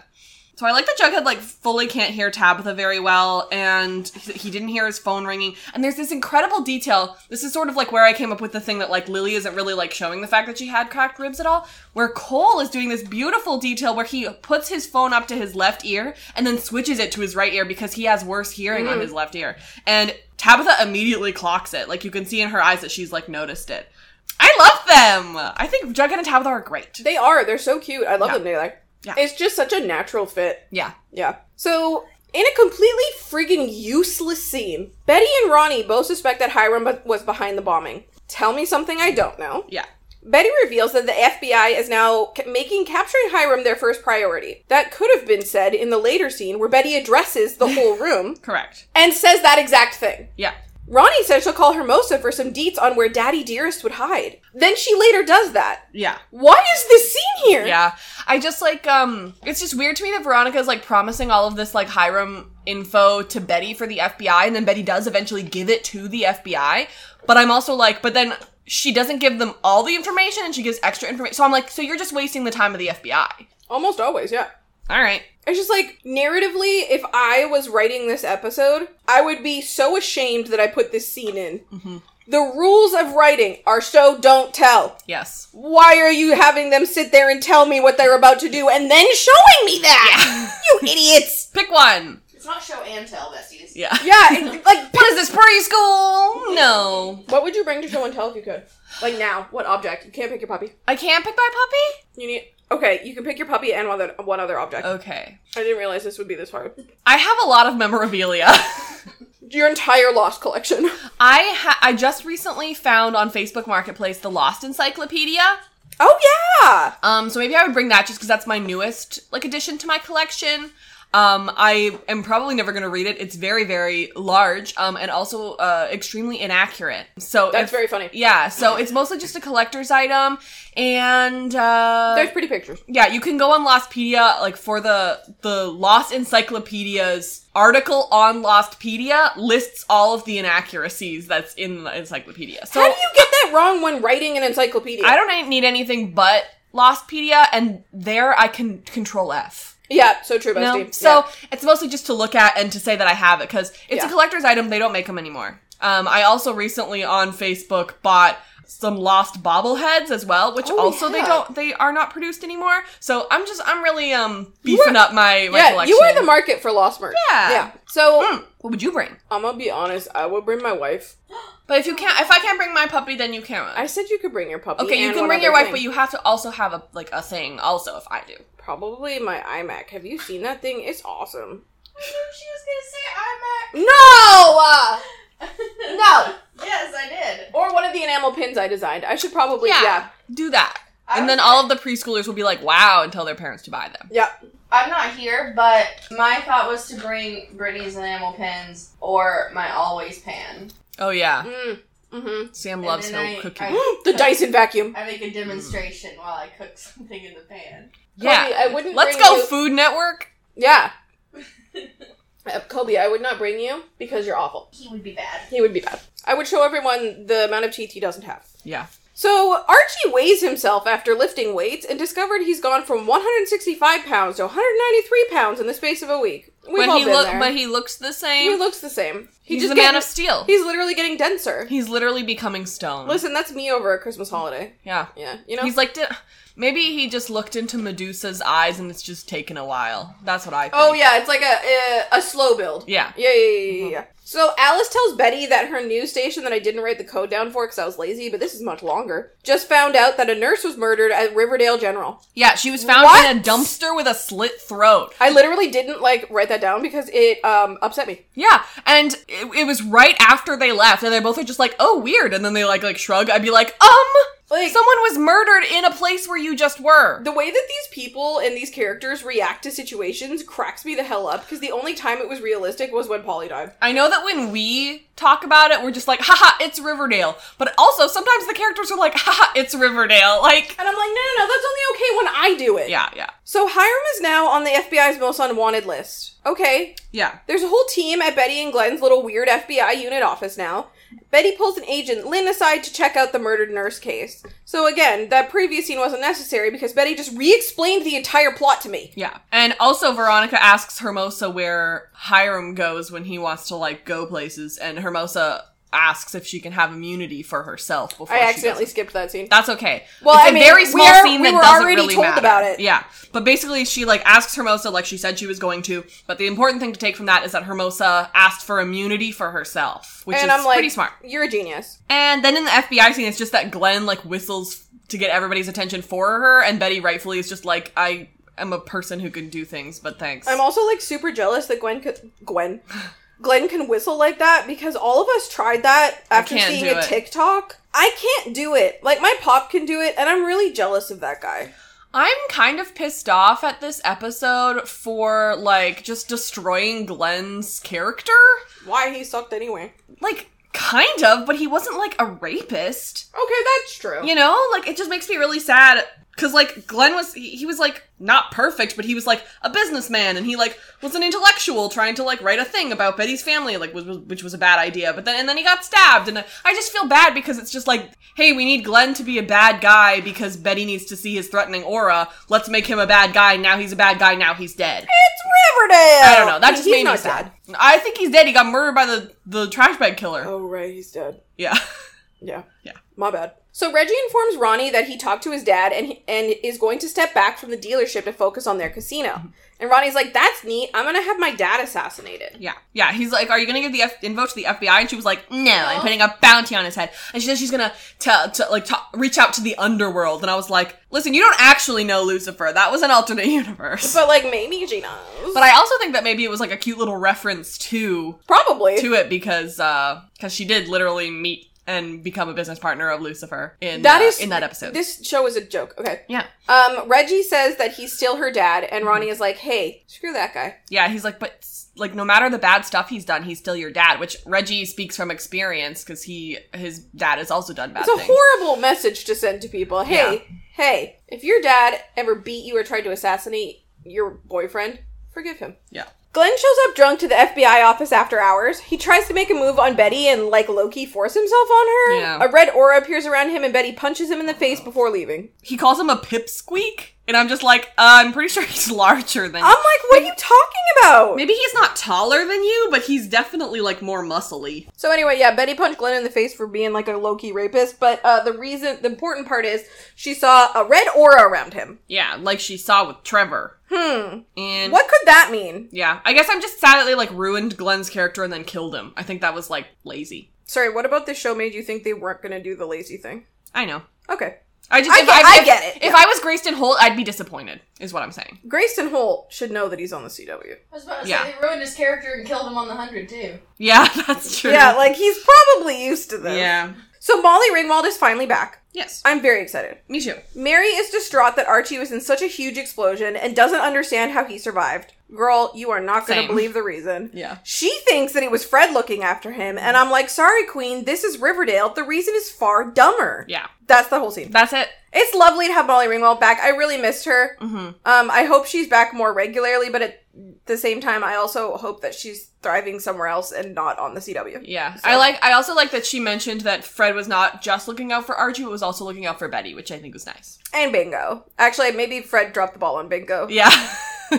[SPEAKER 1] So I like that Jughead like fully can't hear Tabitha very well, and he he didn't hear his phone ringing. And there's this incredible detail. This is sort of like where I came up with the thing that like Lily isn't really like showing the fact that she had cracked ribs at all. Where Cole is doing this beautiful detail where he puts his phone up to his left ear and then switches it to his right ear because he has worse hearing on his left ear. And Tabitha immediately clocks it. Like you can see in her eyes that she's like noticed it. I love them. I think Jughead and Tabitha are great.
[SPEAKER 2] They are. They're so cute. I love
[SPEAKER 1] Yeah.
[SPEAKER 2] them together.
[SPEAKER 1] Yeah.
[SPEAKER 2] It's just such a natural fit.
[SPEAKER 1] yeah.
[SPEAKER 2] Yeah. So, in a completely freaking useless scene, Betty and Ronnie both suspect that Hiram bu- was behind the bombing. Tell me something I don't know.
[SPEAKER 1] Yeah.
[SPEAKER 2] Betty reveals that the FBI is now ca- making capturing Hiram their first priority. That could have been said in the later scene where Betty addresses the whole room
[SPEAKER 1] Correct.
[SPEAKER 2] and says that exact thing.
[SPEAKER 1] Yeah.
[SPEAKER 2] Ronnie says she'll call Hermosa for some deets on where Daddy Dearest would hide. Then she later does that.
[SPEAKER 1] Yeah.
[SPEAKER 2] What is this scene here?
[SPEAKER 1] Yeah. I just like um it's just weird to me that Veronica's like promising all of this like Hiram info to Betty for the FBI and then Betty does eventually give it to the FBI. But I'm also like but then she doesn't give them all the information and she gives extra information. So I'm like so you're just wasting the time of the FBI.
[SPEAKER 2] Almost always, yeah.
[SPEAKER 1] All right.
[SPEAKER 2] It's just like narratively, if I was writing this episode, I would be so ashamed that I put this scene in. The rules of writing are so don't tell.
[SPEAKER 1] Yes.
[SPEAKER 2] Why are you having them sit there and tell me what they're about to do and then showing me that? You idiots!
[SPEAKER 1] Pick one.
[SPEAKER 3] It's not show and tell, besties.
[SPEAKER 1] Yeah.
[SPEAKER 2] Yeah, it- like
[SPEAKER 1] What is this preschool? No.
[SPEAKER 2] what would you bring to show and tell if you could? Like now, what object? You can't pick your puppy.
[SPEAKER 1] I can't pick my puppy?
[SPEAKER 2] You need okay. You can pick your puppy and one other one other object.
[SPEAKER 1] Okay.
[SPEAKER 2] I didn't realize this would be this hard.
[SPEAKER 1] I have a lot of memorabilia.
[SPEAKER 2] Your entire lost collection.
[SPEAKER 1] I ha- I just recently found on Facebook Marketplace the Lost Encyclopedia.
[SPEAKER 2] Oh yeah.
[SPEAKER 1] Um, so maybe I would bring that just because that's my newest like addition to my collection. Um, I am probably never going to read it. It's very, very large, um, and also uh, extremely inaccurate. So
[SPEAKER 2] That's
[SPEAKER 1] if-
[SPEAKER 2] very funny.
[SPEAKER 1] Yeah, so it's mostly just a collector's item, and uh,
[SPEAKER 2] There's pretty pictures.
[SPEAKER 1] yeah, you can go on Lostpedia like for the the Lost Encyclopedia's article on Lostpedia lists all of the inaccuracies that's in the encyclopedia. So
[SPEAKER 2] How do you get that wrong when writing an encyclopedia?
[SPEAKER 1] I don't need anything but Lostpedia, and there I can control F.
[SPEAKER 2] Yeah, so true,
[SPEAKER 1] you know?
[SPEAKER 2] bestie.
[SPEAKER 1] So
[SPEAKER 2] Yeah.
[SPEAKER 1] it's mostly just to look at and to say that I have it because it's
[SPEAKER 2] Yeah.
[SPEAKER 1] a collector's item. They don't make them anymore. Um, I also recently on Facebook bought some lost bobbleheads as well, which
[SPEAKER 2] Oh,
[SPEAKER 1] also they
[SPEAKER 2] yeah.
[SPEAKER 1] don't they are not produced anymore. So I'm just I'm really um beefing up my, my
[SPEAKER 2] yeah,
[SPEAKER 1] collection.
[SPEAKER 2] you are the market for lost merch.
[SPEAKER 1] Yeah.
[SPEAKER 2] yeah. So
[SPEAKER 1] Mm, what would you bring?
[SPEAKER 2] I'm gonna be honest. I would bring my wife.
[SPEAKER 1] But if you can't, if I can't bring my puppy, then you can't.
[SPEAKER 2] I said you could bring your puppy.
[SPEAKER 1] okay, you
[SPEAKER 2] and
[SPEAKER 1] can
[SPEAKER 2] one
[SPEAKER 1] bring
[SPEAKER 2] other
[SPEAKER 1] your wife,
[SPEAKER 2] thing.
[SPEAKER 1] but you have to also have a like a thing. Also, if I do,
[SPEAKER 2] probably my iMac. Have you seen that thing? It's awesome.
[SPEAKER 3] I knew she was gonna say I'm
[SPEAKER 2] No, uh,
[SPEAKER 3] at.
[SPEAKER 2] no.
[SPEAKER 3] yes, I did.
[SPEAKER 2] Or one of the enamel pins I designed. I should probably yeah. yeah.
[SPEAKER 1] do that.
[SPEAKER 3] I
[SPEAKER 1] and
[SPEAKER 3] was
[SPEAKER 1] then all of the preschoolers will be like, wow, and tell their parents to buy them.
[SPEAKER 3] I'm not here, but my thought was to bring Brittany's enamel pins or my always pan.
[SPEAKER 1] Oh, yeah.
[SPEAKER 2] Mm. hmm
[SPEAKER 1] Sam
[SPEAKER 3] And
[SPEAKER 1] loves
[SPEAKER 3] then
[SPEAKER 1] no
[SPEAKER 3] I-
[SPEAKER 1] cooking.
[SPEAKER 3] I-
[SPEAKER 2] the Dyson vacuum.
[SPEAKER 3] I make a demonstration while I cook something in the pan.
[SPEAKER 1] yeah.
[SPEAKER 2] Kobe, I wouldn't.
[SPEAKER 1] Let's
[SPEAKER 2] bring
[SPEAKER 1] go,
[SPEAKER 2] you-
[SPEAKER 1] Food Network.
[SPEAKER 2] yeah. Uh, Kobe, I would not bring you because you're awful.
[SPEAKER 3] He would be bad.
[SPEAKER 2] He would be bad. I would show everyone the amount of teeth he doesn't have.
[SPEAKER 1] Yeah.
[SPEAKER 2] So Archie weighs himself after lifting weights and discovered he's gone from 165 pounds to 193 pounds in the space of a week. We've
[SPEAKER 1] but
[SPEAKER 2] all
[SPEAKER 1] he
[SPEAKER 2] been
[SPEAKER 1] look,
[SPEAKER 2] there.
[SPEAKER 1] but he looks the same.
[SPEAKER 2] he looks the same. He
[SPEAKER 1] he's
[SPEAKER 2] just
[SPEAKER 1] the man of
[SPEAKER 2] gets-
[SPEAKER 1] steel. He's,
[SPEAKER 2] He's literally getting denser.
[SPEAKER 1] literally becoming stone.
[SPEAKER 2] Listen, that's me over a Christmas holiday.
[SPEAKER 1] yeah.
[SPEAKER 2] Yeah, you know.
[SPEAKER 1] He's like, "Di- maybe he just looked into Medusa's eyes and it's just taken a while. That's what I think.
[SPEAKER 2] oh yeah, it's like a a, a slow build.
[SPEAKER 1] Yeah. Mm-hmm.
[SPEAKER 2] Yeah, yeah, yeah, yeah, yeah. So Alice tells Betty that her news station that I didn't write the code down for because I was lazy, but this is much longer. Just found out that a nurse was murdered at Riverdale General.
[SPEAKER 1] Yeah, she was found
[SPEAKER 2] What?
[SPEAKER 1] in a dumpster with a slit throat.
[SPEAKER 2] I literally didn't like write that down because it um upset me.
[SPEAKER 1] Yeah, and it, it was right after they left, and they both are just like, "Oh, weird," and then they like like shrug. I'd be like, "Um,
[SPEAKER 2] Like
[SPEAKER 1] someone was murdered in a place where you just were."
[SPEAKER 2] the way that these people and these characters react to situations cracks me the hell up because the only time it was realistic was when Polly died.
[SPEAKER 1] I know that when we talk about it, we're just like, haha, it's Riverdale. But also, sometimes the characters are like, haha, it's Riverdale. Like,
[SPEAKER 2] And I'm like, no, no, no, that's only okay when I do it.
[SPEAKER 1] yeah, yeah,
[SPEAKER 2] So Hiram is now on the FBI's most unwanted list. Okay.
[SPEAKER 1] yeah.
[SPEAKER 2] There's a whole team at Betty and Glenn's little weird FBI unit office now. Betty pulls an agent, Lynn aside to check out the murdered nurse case. So again, that previous scene wasn't necessary because Betty just re-explained the entire plot to me.
[SPEAKER 1] Yeah. And also Veronica asks Hermosa where Hiram goes when he wants to like go places and Hermosa asks if she can have immunity for herself before
[SPEAKER 2] I
[SPEAKER 1] she
[SPEAKER 2] accidentally
[SPEAKER 1] does it.
[SPEAKER 2] skipped that scene.
[SPEAKER 1] That's okay.
[SPEAKER 2] Well,
[SPEAKER 1] it's a
[SPEAKER 2] I mean,
[SPEAKER 1] very
[SPEAKER 2] we
[SPEAKER 1] small
[SPEAKER 2] are-
[SPEAKER 1] scene
[SPEAKER 2] we
[SPEAKER 1] that
[SPEAKER 2] were
[SPEAKER 1] doesn't
[SPEAKER 2] already
[SPEAKER 1] really
[SPEAKER 2] told
[SPEAKER 1] matter.
[SPEAKER 2] about it.
[SPEAKER 1] Yeah, but basically she like asks Hermosa like she said she was going to. But the important thing to take from that is that Hermosa asked for immunity for herself, which
[SPEAKER 2] and
[SPEAKER 1] is
[SPEAKER 2] I'm like,
[SPEAKER 1] pretty smart.
[SPEAKER 2] You're a genius.
[SPEAKER 1] And then in the FBI scene, it's just that Glenn like whistles to get everybody's attention for her, and Betty rightfully is just like, I am a person who can do things, but thanks.
[SPEAKER 2] I'm also like super jealous that Gwen could Gwen. Glenn can whistle like that because all of us tried that after
[SPEAKER 1] can't
[SPEAKER 2] seeing
[SPEAKER 1] do
[SPEAKER 2] a
[SPEAKER 1] it.
[SPEAKER 2] TikTok. I can't do it. Like my pop can do it, and I'm really jealous of that guy.
[SPEAKER 1] I'm kind of pissed off at this episode for like just destroying Glenn's character.
[SPEAKER 2] Why he sucked anyway?
[SPEAKER 1] Like, kind of, but he wasn't like a rapist.
[SPEAKER 2] Okay, that's true.
[SPEAKER 1] You know, like it just makes me really sad because like Glenn was he, he was like not perfect, but he was like a businessman and he like was an intellectual trying to like write a thing about Betty's family, like was, was- which was a bad idea. But then and then he got stabbed, and I, I just feel bad because it's just like, hey, we need Glenn to be a bad guy because Betty needs to see his threatening aura. Let's make him a bad guy. Now he's a bad guy. Now he's dead.
[SPEAKER 2] It's Riverdale.
[SPEAKER 1] I don't know. That just
[SPEAKER 2] He's
[SPEAKER 1] made me
[SPEAKER 2] not
[SPEAKER 1] sad.
[SPEAKER 2] dead.
[SPEAKER 1] I think he's dead. He got murdered by the the trash bag killer.
[SPEAKER 2] Oh right, he's dead.
[SPEAKER 1] Yeah.
[SPEAKER 2] Yeah.
[SPEAKER 1] Yeah.
[SPEAKER 2] My bad. So Reggie informs Ronnie that he talked to his dad and and is going to step back from the dealership to focus on their casino. And Ronnie's like, "That's neat. I'm gonna have my dad assassinated."
[SPEAKER 1] Yeah, yeah. He's like, "Are you gonna give the F- info to the FBI?" And she was like, "No, I'm
[SPEAKER 3] No.
[SPEAKER 1] putting a bounty on his head." And she says she's gonna tell, to, like, ta reach out to the underworld. And I was like, "Listen, you don't actually know Lucifer. That was an alternate universe." But,
[SPEAKER 2] But like, maybe she knows.
[SPEAKER 1] I also think that maybe it was like a cute little reference to
[SPEAKER 2] Probably.
[SPEAKER 1] to it because because she did literally meet and become a business partner of Lucifer in
[SPEAKER 2] That
[SPEAKER 1] uh,
[SPEAKER 2] is-
[SPEAKER 1] in that episode.
[SPEAKER 2] This show is a joke. Okay.
[SPEAKER 1] yeah, Mm-hmm.
[SPEAKER 2] Um, Reggie says that he's still her dad, and Ronnie is like, "Hey, screw that guy."
[SPEAKER 1] yeah. He's like, but like, no matter the bad stuff he's done, he's still your dad. Which Reggie speaks from experience because he his dad has also done bad
[SPEAKER 2] It's a
[SPEAKER 1] things.
[SPEAKER 2] horrible message to send to people. Hey, hey, if your dad ever beat you or tried to assassinate your boyfriend, forgive him.
[SPEAKER 1] yeah.
[SPEAKER 2] Glenn shows up drunk to the FBI office after hours. He tries to make a move on Betty and, like, Loki force himself on her.
[SPEAKER 1] Yeah. Oh,
[SPEAKER 2] A red aura appears around him, and Betty punches him in the face before leaving.
[SPEAKER 1] he calls him a pipsqueak, and I'm just like, uh, I'm pretty sure he's larger than.
[SPEAKER 2] I'm like, what are you talking about?
[SPEAKER 1] Maybe he's not taller than you, but he's definitely like more muscly.
[SPEAKER 2] So anyway, yeah, Betty punched Glenn in the face for being like a low key rapist, but uh, the reason, the important part is she saw a red aura around him.
[SPEAKER 1] Yeah, like she saw with Trevor.
[SPEAKER 2] Hmm.
[SPEAKER 1] And
[SPEAKER 2] What could that mean?
[SPEAKER 1] Yeah, I guess I'm just sad that they like ruined Glenn's character and then killed him. I think that was like lazy.
[SPEAKER 2] Sorry, what about this show made you think they weren't gonna do the lazy thing?
[SPEAKER 1] I know.
[SPEAKER 2] Okay.
[SPEAKER 1] I just
[SPEAKER 2] I
[SPEAKER 1] if
[SPEAKER 2] get-
[SPEAKER 1] I,
[SPEAKER 2] I
[SPEAKER 1] if-
[SPEAKER 2] get it,
[SPEAKER 1] If
[SPEAKER 2] yeah.
[SPEAKER 1] I was Grayston Holt, I'd be disappointed. Is what I'm saying.
[SPEAKER 2] Grayson Holt should know that he's on the CW.
[SPEAKER 3] I was about to say
[SPEAKER 1] Yeah.
[SPEAKER 3] they ruined his character and killed him on the hundred too.
[SPEAKER 1] Yeah, that's true.
[SPEAKER 2] Yeah, like he's probably used to this.
[SPEAKER 1] yeah.
[SPEAKER 2] So Molly Ringwald is finally back.
[SPEAKER 1] Yes,
[SPEAKER 2] I'm very excited.
[SPEAKER 1] me too.
[SPEAKER 2] Mary is distraught that Archie was in such a huge explosion and doesn't understand how he survived. Girl, you are not gonna
[SPEAKER 1] Same.
[SPEAKER 2] believe the reason.
[SPEAKER 1] Yeah.
[SPEAKER 2] She thinks that it was Fred looking after him, and I'm like, sorry, Queen, this is Riverdale. The reason is far dumber.
[SPEAKER 1] Yeah.
[SPEAKER 2] That's the whole scene.
[SPEAKER 1] That's it.
[SPEAKER 2] It's lovely to have Molly Ringwald back. I really missed her.
[SPEAKER 1] Mm-hmm.
[SPEAKER 2] Um, I hope she's back more regularly, but at the same time, I also hope that she's thriving somewhere else and not on the CW.
[SPEAKER 1] Yeah,
[SPEAKER 2] So-
[SPEAKER 1] I like. I also like that she mentioned that Fred was not just looking out for Archie, but was also looking out for Betty, which I think was nice.
[SPEAKER 2] And Bingo. Actually, maybe Fred dropped the ball on Bingo.
[SPEAKER 1] Yeah,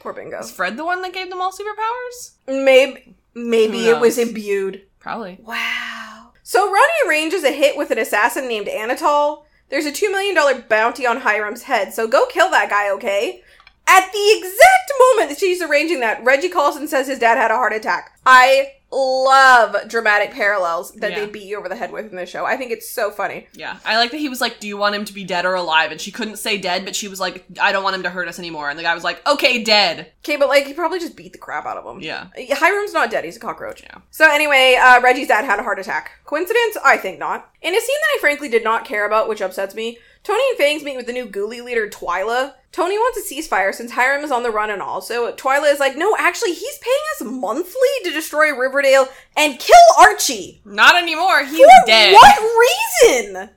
[SPEAKER 2] Poor Bingo.
[SPEAKER 1] was Fred the one that gave them all superpowers?
[SPEAKER 2] Maybe, maybe
[SPEAKER 1] Who
[SPEAKER 2] it was
[SPEAKER 1] knows?
[SPEAKER 2] imbued.
[SPEAKER 1] Probably.
[SPEAKER 2] Wow. So Ronnie arranges a hit with an assassin named Anatol. There's a $2 million bounty on Hiram's head, so go kill that guy, okay? At the exact moment that she's arranging that, Reggie calls and says his dad had a heart attack. I love dramatic parallels that
[SPEAKER 1] Yeah.
[SPEAKER 2] they beat you over the head with in this show. I think it's so funny.
[SPEAKER 1] Yeah, I like that he was like, "Do you want him to be dead or alive?" And she couldn't say dead, but she was like, "I don't want him to hurt us anymore." And the guy was like, "Okay, dead."
[SPEAKER 2] Okay, but like, he probably just beat the crap out of him.
[SPEAKER 1] Yeah,
[SPEAKER 2] Hiram's not dead, he's a cockroach.
[SPEAKER 1] Yeah.
[SPEAKER 2] So anyway, uh, Reggie's dad had a heart attack. Coincidence? I think not. In a scene that I frankly did not care about, which upsets me, Tony and Fangs meet with the new Ghoulie leader, Twyla. Tony wants a ceasefire since Hiram is on the run and also Twyla is like, no, actually, he's paying us monthly to destroy Riverdale and kill Archie.
[SPEAKER 1] Not anymore. He's
[SPEAKER 2] For
[SPEAKER 1] dead.
[SPEAKER 2] What reason?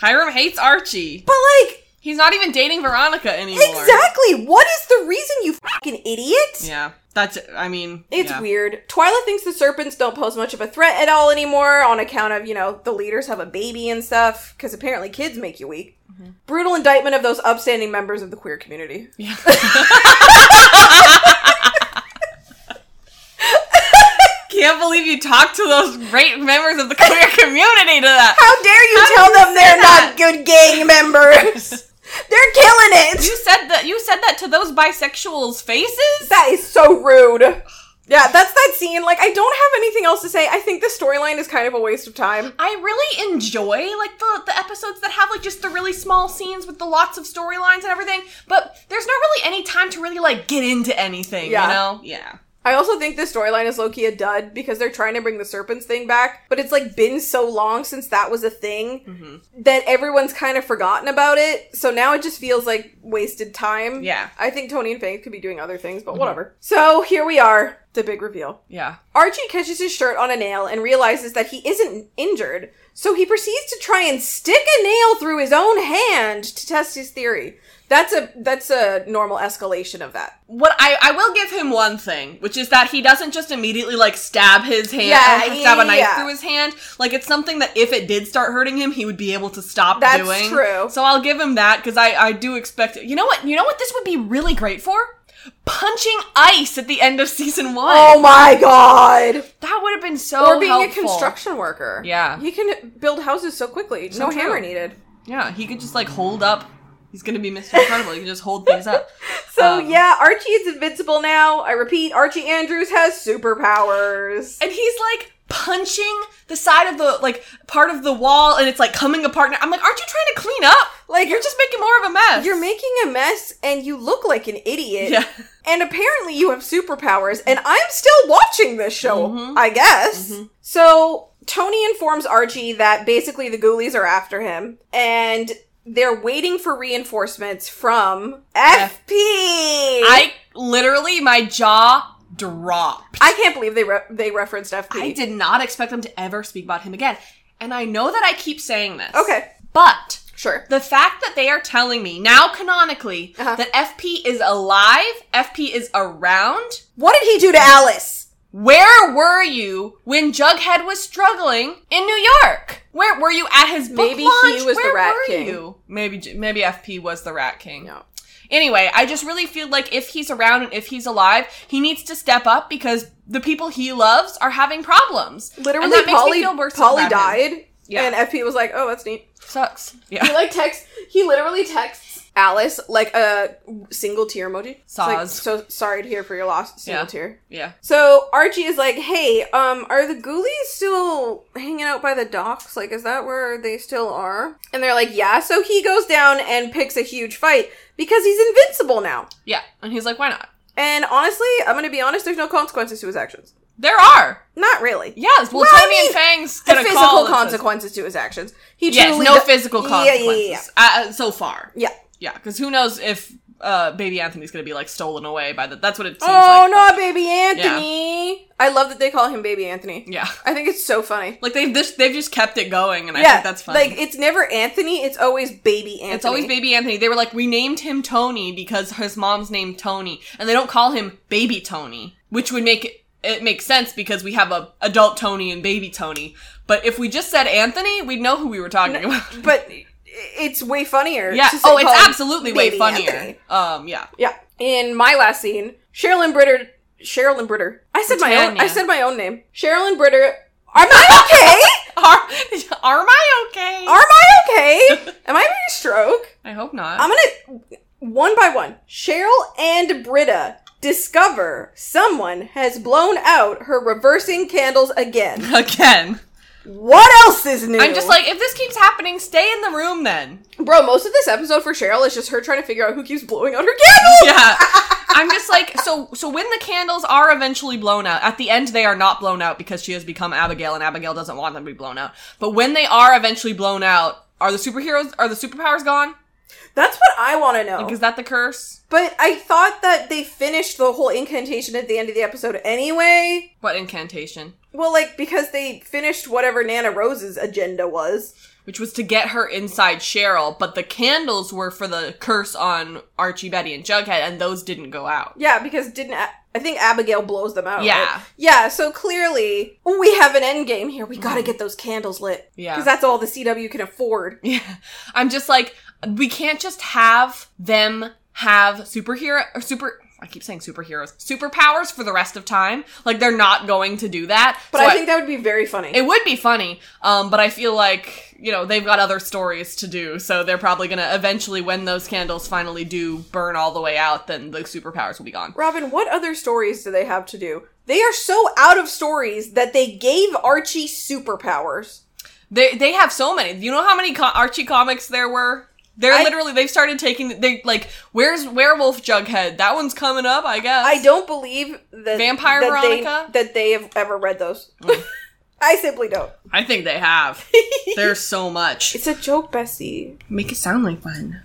[SPEAKER 1] Hiram hates Archie.
[SPEAKER 2] But like,
[SPEAKER 1] He's not even dating Veronica anymore.
[SPEAKER 2] exactly, what is the reason, you fucking idiot?
[SPEAKER 1] Yeah. That's. I mean.
[SPEAKER 2] It's
[SPEAKER 1] yeah.
[SPEAKER 2] weird. Twyla thinks the serpents don't pose much of a threat at all anymore on account of, you know, the leaders have a baby and stuff, because apparently kids make you weak. Brutal indictment of those upstanding members of the queer community.
[SPEAKER 1] Yeah. Can't believe you talked to those great members of the queer community to that.
[SPEAKER 2] How dare you tell them they're not good gang members? they're killing
[SPEAKER 1] You
[SPEAKER 2] it!
[SPEAKER 1] said that you said that to those bisexuals' faces?
[SPEAKER 2] That is so rude. Yeah, that's that scene. Like, I don't have anything else to say. I think the storyline is kind of a waste of time.
[SPEAKER 1] I really enjoy like the the episodes that have like just the really small scenes with the lots of storylines and everything, but there's not really any time to really like get into anything,
[SPEAKER 2] Yeah.
[SPEAKER 1] you know? Yeah.
[SPEAKER 2] I also think this storyline is Loki a dud because they're trying to bring the serpents thing back, but it's like been so long since that was a thing that everyone's kind of forgotten about it. So now it just feels like wasted time.
[SPEAKER 1] Yeah.
[SPEAKER 2] I think Tony and Fang could be doing other things, but whatever. So here we are, the big reveal.
[SPEAKER 1] Yeah.
[SPEAKER 2] Archie catches his shirt on a nail and realizes that he isn't injured, so he proceeds to try and stick a nail through his own hand to test his theory. That's a that's a normal escalation of that.
[SPEAKER 1] What I, I will give him one thing, which is that he doesn't just immediately like stab his hand,
[SPEAKER 2] Yeah,
[SPEAKER 1] or stab a knife
[SPEAKER 2] yeah.
[SPEAKER 1] through his hand. Like it's something that if it did start hurting him, he would be able to stop
[SPEAKER 2] That's
[SPEAKER 1] doing.
[SPEAKER 2] true.
[SPEAKER 1] So I'll give him that because I I do expect. You know what? You know what? This would be really great for punching ice at the end of season one.
[SPEAKER 2] Oh my god!
[SPEAKER 1] that would have been so.
[SPEAKER 2] or being a
[SPEAKER 1] helpful.
[SPEAKER 2] construction worker.
[SPEAKER 1] Yeah.
[SPEAKER 2] He can build houses so quickly.
[SPEAKER 1] So
[SPEAKER 2] no
[SPEAKER 1] true.
[SPEAKER 2] hammer needed.
[SPEAKER 1] Yeah, he could just like hold up. He's gonna be Mr. Incredible. He can just hold things up.
[SPEAKER 2] So
[SPEAKER 1] Um,
[SPEAKER 2] yeah, Archie is invincible now. I repeat, Archie Andrews has superpowers.
[SPEAKER 1] and he's like punching the side of the like part of the wall and it's like coming apart now. i'm like aren't you trying to clean up
[SPEAKER 2] Like-
[SPEAKER 1] like you're just making more of a mess
[SPEAKER 2] You're making a mess and you look like an idiot.
[SPEAKER 1] yeah
[SPEAKER 2] And apparently you have superpowers and I'm still watching this show,
[SPEAKER 1] Mhm.
[SPEAKER 2] I guess. So Tony informs Archie that basically the ghoulies are after him and they're waiting for reinforcements from FP.
[SPEAKER 1] i literally my jaw dropped
[SPEAKER 2] I can't believe they re- they referenced FP.
[SPEAKER 1] i did not expect them to ever speak about him again and i know that i keep saying this
[SPEAKER 2] Okay,
[SPEAKER 1] but
[SPEAKER 2] sure.
[SPEAKER 1] the fact that they are telling me now canonically
[SPEAKER 2] Uh-huh.
[SPEAKER 1] that fp is alive fp is around
[SPEAKER 2] What did he do to Alice?
[SPEAKER 1] Where were you when Jughead was struggling in New York? Where were you at his book
[SPEAKER 2] Maybe he
[SPEAKER 1] launch?
[SPEAKER 2] was the
[SPEAKER 1] Where
[SPEAKER 2] Rat
[SPEAKER 1] were
[SPEAKER 2] King.
[SPEAKER 1] you? Maybe J- maybe FP was the Rat King.
[SPEAKER 2] No.
[SPEAKER 1] Anyway, I just really feel like if he's around and if he's alive, he needs to step up because the people he loves are having problems.
[SPEAKER 2] Literally,
[SPEAKER 1] and that makes
[SPEAKER 2] Polly,
[SPEAKER 1] me feel worse
[SPEAKER 2] Polly
[SPEAKER 1] about him.
[SPEAKER 2] died,
[SPEAKER 1] Yeah.
[SPEAKER 2] and FP was like, "Oh, that's neat."
[SPEAKER 1] Sucks.
[SPEAKER 2] He
[SPEAKER 1] Yeah.
[SPEAKER 2] like texts. He literally texts Alice like a single tear emoji. It's like,
[SPEAKER 1] Saws.
[SPEAKER 2] so sorry to hear for your loss. Single
[SPEAKER 1] Yeah.
[SPEAKER 2] tear.
[SPEAKER 1] Yeah.
[SPEAKER 2] So Archie is like, "Hey, um, are the ghoulies still hanging out by the docks? Like, is that where they still are?" And they're like, "Yeah." So he goes down and picks a huge fight because he's invincible now.
[SPEAKER 1] Yeah. And he's like, "Why not?"
[SPEAKER 2] And honestly, I'm gonna be honest. There's no consequences to his actions.
[SPEAKER 1] There are.
[SPEAKER 2] Not really.
[SPEAKER 1] Yes. Well,
[SPEAKER 2] Well, I
[SPEAKER 1] Tony
[SPEAKER 2] mean,
[SPEAKER 1] and Fangs
[SPEAKER 2] the
[SPEAKER 1] get a
[SPEAKER 2] physical
[SPEAKER 1] call. that says-
[SPEAKER 2] consequences to his actions. He
[SPEAKER 1] Yes,
[SPEAKER 2] truly
[SPEAKER 1] no
[SPEAKER 2] does-
[SPEAKER 1] physical
[SPEAKER 2] Yeah,
[SPEAKER 1] consequences
[SPEAKER 2] yeah, yeah,
[SPEAKER 1] Uh, uh, so far.
[SPEAKER 2] yeah. yeah.
[SPEAKER 1] Yeah, because who knows if uh, baby Anthony's gonna be like stolen away by the. That's what it seems
[SPEAKER 2] Oh
[SPEAKER 1] like.
[SPEAKER 2] no, baby Anthony! I love that they call him baby Anthony.
[SPEAKER 1] Yeah,
[SPEAKER 2] I think it's so funny.
[SPEAKER 1] like they've this they've just kept it going, and I
[SPEAKER 2] yeah,
[SPEAKER 1] think that's fun.
[SPEAKER 2] like it's never Anthony; it's always baby Anthony.
[SPEAKER 1] it's always baby Anthony. They were like, we named him Tony because his mom's named Tony, and they don't call him baby Tony, which would make it. It makes sense because we have a adult Tony and baby Tony. But if we just said Anthony, we'd know who we were talking about.
[SPEAKER 2] but it's way funnier.
[SPEAKER 1] yeah.
[SPEAKER 2] to say-
[SPEAKER 1] Oh, it's
[SPEAKER 2] call him
[SPEAKER 1] absolutely way
[SPEAKER 2] baby
[SPEAKER 1] funnier.
[SPEAKER 2] Anthony.
[SPEAKER 1] Um. Yeah.
[SPEAKER 2] Yeah. In my last scene, Cheryl and Britter. Cheryl and Britter. I said my own.
[SPEAKER 1] Britannia.
[SPEAKER 2] I said my own name. Cheryl and Britter. Am I okay?
[SPEAKER 1] Are Are I okay?
[SPEAKER 2] Am I okay? Am I having a stroke?
[SPEAKER 1] I hope not.
[SPEAKER 2] I'm gonna one by one. Cheryl and Britta discover someone has blown out her reversing candles again.
[SPEAKER 1] Again.
[SPEAKER 2] What else is new?
[SPEAKER 1] I'm just like, if this keeps happening, stay in the room then.
[SPEAKER 2] bro. Most of this episode for Cheryl is just her trying to figure out who keeps blowing out her candles.
[SPEAKER 1] Yeah. I'm just like, so so when the candles are eventually blown out, at the end they are not blown out because she has become Abigail and Abigail doesn't want them to be blown out. But when they are eventually blown out, Are the superheroes? Are the superpowers gone?
[SPEAKER 2] That's what I want to know.
[SPEAKER 1] Like, is that the curse?
[SPEAKER 2] But I thought that they finished the whole incantation at the end of the episode anyway.
[SPEAKER 1] What incantation?
[SPEAKER 2] Well, like, because they finished whatever Nana Rose's agenda was.
[SPEAKER 1] Which was to get her inside Cheryl, but the candles were for the curse on Archie, Betty, and Jughead, and those didn't go out.
[SPEAKER 2] Yeah, because didn't. A- I think Abigail blows them out.
[SPEAKER 1] Yeah.
[SPEAKER 2] right? Yeah, so clearly we have an end game here. We gotta get those candles lit.
[SPEAKER 1] Mm. Yeah.
[SPEAKER 2] Because that's all the CW can afford.
[SPEAKER 1] Yeah. I'm just like, we can't just have them have superhero or super I keep saying superheroes. Superpowers for the rest of time. Like they're not going to do that.
[SPEAKER 2] But
[SPEAKER 1] So
[SPEAKER 2] I think that would be very funny.
[SPEAKER 1] it would be funny, um, but I feel like, you know, they've got other stories to do, so they're probably gonna eventually when those candles finally do burn all the way out, then the superpowers will be gone.
[SPEAKER 2] Robin, what other stories do they have to do? They are so out of stories that they gave Archie superpowers.
[SPEAKER 1] They they have so many. You know how many co- Archie comics there were? They're
[SPEAKER 2] I-
[SPEAKER 1] literally they've started taking they like where's Werewolf Jughead? That one's coming up, I guess.
[SPEAKER 2] I don't believe that
[SPEAKER 1] Vampire
[SPEAKER 2] that
[SPEAKER 1] Veronica? Mm.
[SPEAKER 2] they, that they have ever read those. I simply don't.
[SPEAKER 1] I think they have. There's so much.
[SPEAKER 2] It's a joke, Bessie.
[SPEAKER 1] Make it sound like fun.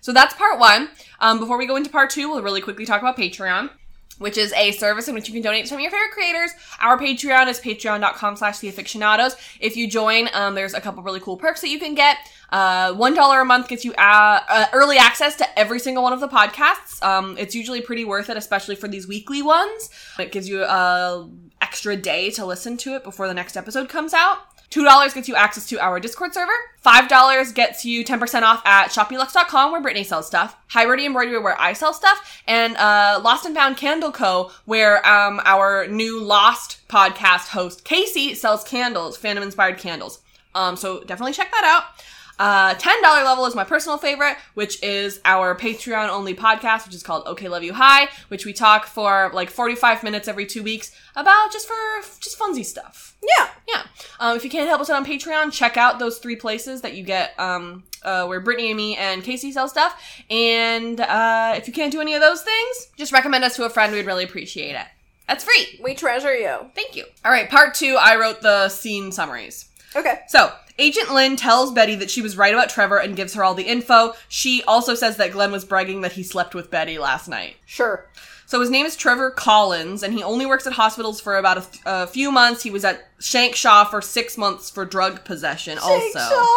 [SPEAKER 1] So that's part one. Um, before we go into part two, we'll really quickly talk about Patreon, which is a service in which you can donate to some of your favorite creators. Our Patreon is patreon.com slash theaficionados. If you join, um, there's a couple really cool perks that you can get. Uh, $1 a month gets you uh, uh, early access to every single one of the podcasts. Um, it's usually pretty worth it, especially for these weekly ones. It gives you a extra day to listen to it before the next episode comes out. $2 gets you access to our Discord server. $5 gets you 10% off at shopulux.com where Brittany sells stuff, Hybrid Embroidery where I sell stuff, and uh, Lost and Found Candle Co. where um, our new Lost podcast host Casey sells candles, Phantom inspired candles. Um, so definitely check that out. Uh, $10 level is my personal favorite, which is our Patreon only podcast, which is called Okay Love You High, which we talk for like 45 minutes every two weeks about just for just funsy stuff.
[SPEAKER 2] Yeah.
[SPEAKER 1] Yeah. Um, if you can't help us out on Patreon, check out those three places that you get um, uh, where Brittany and me and Casey sell stuff. And uh, if you can't do any of those things, just recommend us to a friend. We'd really appreciate it. That's free.
[SPEAKER 2] We treasure you.
[SPEAKER 1] Thank you. All right, part two I wrote the scene summaries.
[SPEAKER 2] Okay.
[SPEAKER 1] So, Agent Lynn tells Betty that she was right about Trevor and gives her all the info. She also says that Glenn was bragging that he slept with Betty last night.
[SPEAKER 2] Sure.
[SPEAKER 1] So his name is Trevor Collins, and he only works at hospitals for about a, th- a few months. He was at Shankshaw for six months for drug possession. also,
[SPEAKER 2] Shaw.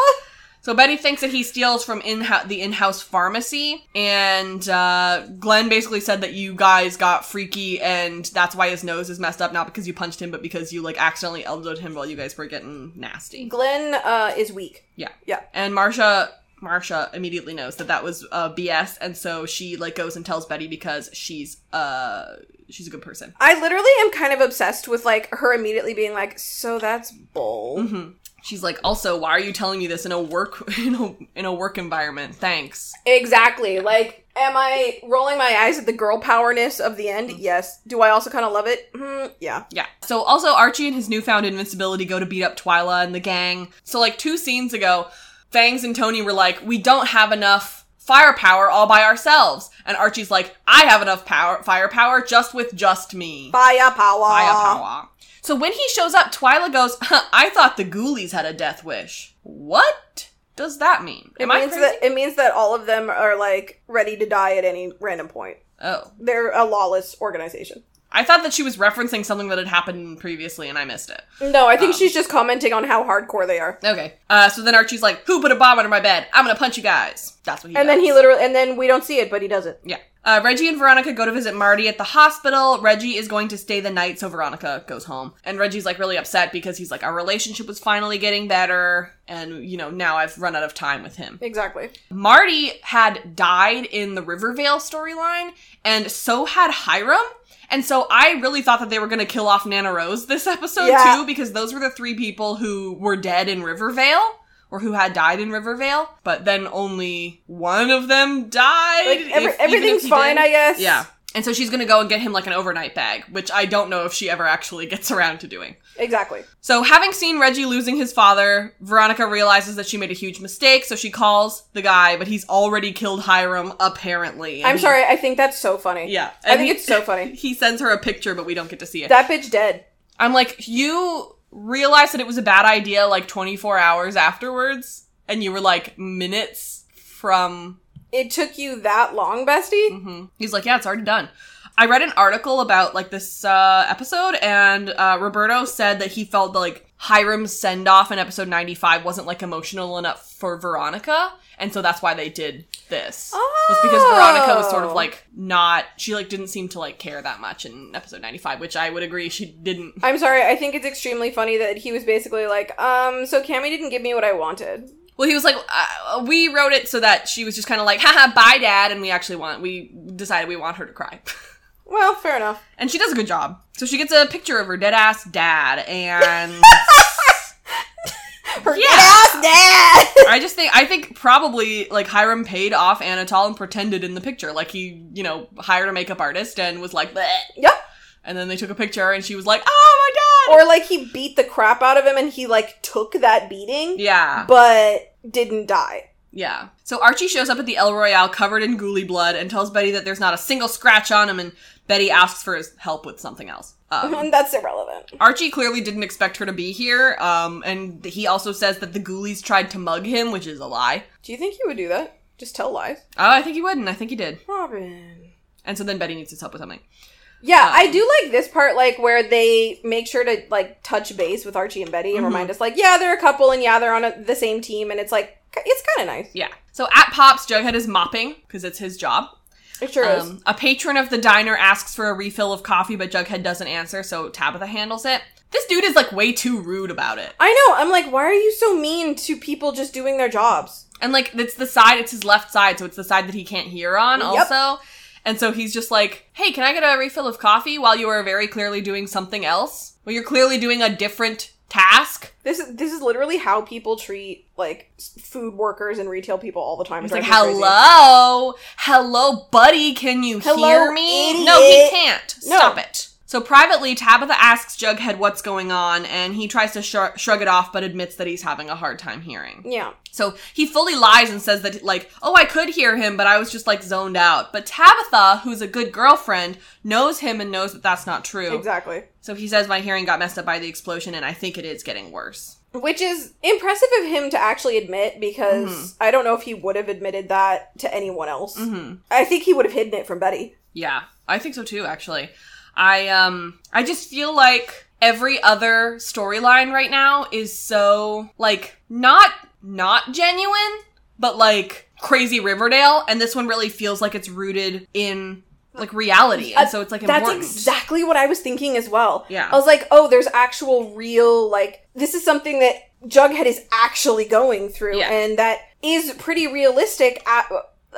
[SPEAKER 1] so Betty thinks that he steals from in the in-house pharmacy, and uh, Glenn basically said that you guys got freaky, and that's why his nose is messed up, not because you punched him, but because you like accidentally elbowed him while you guys were getting nasty.
[SPEAKER 2] Glenn uh, is weak.
[SPEAKER 1] Yeah.
[SPEAKER 2] Yeah.
[SPEAKER 1] And Marsha Marsha immediately knows that that was uh, BS, and so she like goes and tells Betty because she's uh she's a good person.
[SPEAKER 2] I literally am kind of obsessed with like her immediately being like, "So that's bull."
[SPEAKER 1] hmm She's like, also, why are you telling me this in a work in a in a work environment? Thanks.
[SPEAKER 2] Exactly. Like, am I rolling my eyes at the girl powerness of the end?
[SPEAKER 1] Mm-hmm.
[SPEAKER 2] Yes. Do I also kind of love it? Hmm. yeah.
[SPEAKER 1] Yeah. So also Archie and his newfound invincibility go to beat up Twyla and the gang. So like two scenes ago, Fangs and Tony were like, "We don't have enough firepower all by ourselves," and Archie's like, "I have enough power firepower just with just me."
[SPEAKER 2] Firepower.
[SPEAKER 1] Mm-hmm. Firepower. So when he shows up, Twyla goes, huh, I thought the ghoulies had a death wish. What does that mean?
[SPEAKER 2] It
[SPEAKER 1] Am I
[SPEAKER 2] means
[SPEAKER 1] crazy?
[SPEAKER 2] that it means that all of them are like ready to die at any random point.
[SPEAKER 1] oh.
[SPEAKER 2] They're a lawless organization.
[SPEAKER 1] I thought that she was referencing something that had happened previously and I missed it.
[SPEAKER 2] No, I think
[SPEAKER 1] Um.
[SPEAKER 2] she's just commenting on how hardcore they are.
[SPEAKER 1] Okay. Uh, so then Archie's like, who put a bomb under my bed? I'm gonna punch you guys. That's what he
[SPEAKER 2] And then
[SPEAKER 1] does.
[SPEAKER 2] he literally, and then we don't see it, but he does it.
[SPEAKER 1] Yeah. Uh, Reggie and Veronica go to visit Marty at the hospital. Reggie is going to stay the night, so Veronica goes home. And Reggie's like really upset because he's like, our relationship was finally getting better, and you know, now I've run out of time with him.
[SPEAKER 2] Exactly.
[SPEAKER 1] Marty had died in the Rivervale storyline, and so had Hiram. And so I really thought that they were going to kill off Nana Rose this episode
[SPEAKER 2] Yeah.
[SPEAKER 1] too, because those were the three people who were dead in Rivervale or who had died in Rivervale. But then only one of them died.
[SPEAKER 2] Like
[SPEAKER 1] if-
[SPEAKER 2] every,
[SPEAKER 1] even if
[SPEAKER 2] everything's
[SPEAKER 1] he
[SPEAKER 2] fine,
[SPEAKER 1] didn't.
[SPEAKER 2] I guess.
[SPEAKER 1] Yeah. And so she's going to go and get him like an overnight bag, which I don't know if she ever actually gets around to doing.
[SPEAKER 2] Exactly.
[SPEAKER 1] So, having seen Reggie losing his father, Veronica realizes that she made a huge mistake, so she calls the guy, but he's already killed Hiram, apparently. and
[SPEAKER 2] I'm
[SPEAKER 1] he-
[SPEAKER 2] sorry. I think that's so funny.
[SPEAKER 1] Yeah.
[SPEAKER 2] I
[SPEAKER 1] and
[SPEAKER 2] think
[SPEAKER 1] he-
[SPEAKER 2] it's so funny.
[SPEAKER 1] He sends her a picture, but we don't get to see it.
[SPEAKER 2] That bitch dead.
[SPEAKER 1] I'm like, you realized that it was a bad idea like 24 hours afterwards? and you were like minutes from
[SPEAKER 2] It took you that long, bestie?
[SPEAKER 1] hmm He's like, yeah, it's already done. I read an article about like this uh, episode, and uh, Roberto said that he felt that, like Hiram's send off in episode ninety five wasn't like emotional enough for Veronica, and so that's why they did this. Was because Veronica was sort of
[SPEAKER 2] Oh.
[SPEAKER 1] like not she like didn't seem to like care that much in episode ninety five, which I would agree she didn't.
[SPEAKER 2] I'm sorry, I think it's extremely funny that he was basically like, um, so Cammy didn't give me what I wanted.
[SPEAKER 1] Well, he was like, uh, we wrote it so that she was just kind of like, haha, bye, dad, and we actually want we decided we want her to cry.
[SPEAKER 2] Well, fair enough.
[SPEAKER 1] And she does a good job. So she gets a picture of her dead ass dad, and
[SPEAKER 2] Her
[SPEAKER 1] Yeah.
[SPEAKER 2] Get out, Dad!
[SPEAKER 1] I just think I think probably like Hiram paid off Anatol and pretended in the picture, like he you know hired a makeup artist and was like, Bleh.
[SPEAKER 2] Yep.
[SPEAKER 1] and then they took a picture, and she was like, oh my god,
[SPEAKER 2] Or like he beat the crap out of him and he like took that beating,
[SPEAKER 1] yeah,
[SPEAKER 2] but didn't die.
[SPEAKER 1] yeah. So Archie shows up at the El Royale covered in ghoulie blood and tells Betty that there's not a single scratch on him, and Betty asks for his help with something else. Um,
[SPEAKER 2] And that's irrelevant.
[SPEAKER 1] Archie clearly didn't expect her to be here, um, and he also says that the ghoulies tried to mug him, which is a lie.
[SPEAKER 2] Do you think he would do that? Just tell lies?
[SPEAKER 1] Oh, I think he would, and I think he did.
[SPEAKER 2] Robin.
[SPEAKER 1] And so then Betty needs his help with something.
[SPEAKER 2] Yeah,
[SPEAKER 1] Um,
[SPEAKER 2] I do like this part, like where they make sure to like touch base with Archie and Betty and
[SPEAKER 1] Mhm.
[SPEAKER 2] remind us, like, yeah, they're a couple and yeah, they're on a, the same team, and it's like k- it's kind of nice.
[SPEAKER 1] Yeah. So at Pops, Jughead is mopping because it's his job.
[SPEAKER 2] It sure is.
[SPEAKER 1] Um, a patron of the diner asks for a refill of coffee, but Jughead doesn't answer, so Tabitha handles it. This dude is like way too rude about it.
[SPEAKER 2] I know. I'm like, why are you so mean to people just doing their jobs?
[SPEAKER 1] And like, it's the side, it's his left side, so it's the side that he can't hear on
[SPEAKER 2] Yep.
[SPEAKER 1] also. And so he's just like, hey, can I get a refill of coffee while you are very clearly doing something else? Well, you're clearly doing a different task.
[SPEAKER 2] This is this is literally how people treat like s- food workers and retail people all the time.
[SPEAKER 1] He's like,
[SPEAKER 2] drives me crazy.
[SPEAKER 1] hello, hello, buddy, can you
[SPEAKER 2] Hello,
[SPEAKER 1] hear me? No, he
[SPEAKER 2] idiot.
[SPEAKER 1] can't.
[SPEAKER 2] No.
[SPEAKER 1] Stop it. So privately, Tabitha asks Jughead what's going on, and he tries to shrug shrug it off, but admits that he's having a hard time hearing.
[SPEAKER 2] Yeah,
[SPEAKER 1] So he fully lies and says that, like, oh, I could hear him, but I was just like zoned out. But Tabitha, who's a good girlfriend, knows him and knows that that's not true.
[SPEAKER 2] exactly.
[SPEAKER 1] So he says, my hearing got messed up by the explosion, and I think it is getting worse.
[SPEAKER 2] Which is impressive of him to actually admit because I don't know if he would have admitted that to anyone else.
[SPEAKER 1] Mm-hmm.
[SPEAKER 2] I think he would have hidden it from Betty.
[SPEAKER 1] Yeah, I think so too. Actually, I um, I just feel like every other storyline right now is so like not not genuine, but like crazy Riverdale, and this one really feels like it's rooted in like reality, and
[SPEAKER 2] Uh,
[SPEAKER 1] so it's like
[SPEAKER 2] That's
[SPEAKER 1] important.
[SPEAKER 2] exactly what I was thinking as well.
[SPEAKER 1] Yeah.
[SPEAKER 2] I was like, oh, there's actual real, like, this is something that Jughead is actually going through,
[SPEAKER 1] Yeah.
[SPEAKER 2] and that is pretty realistic. At,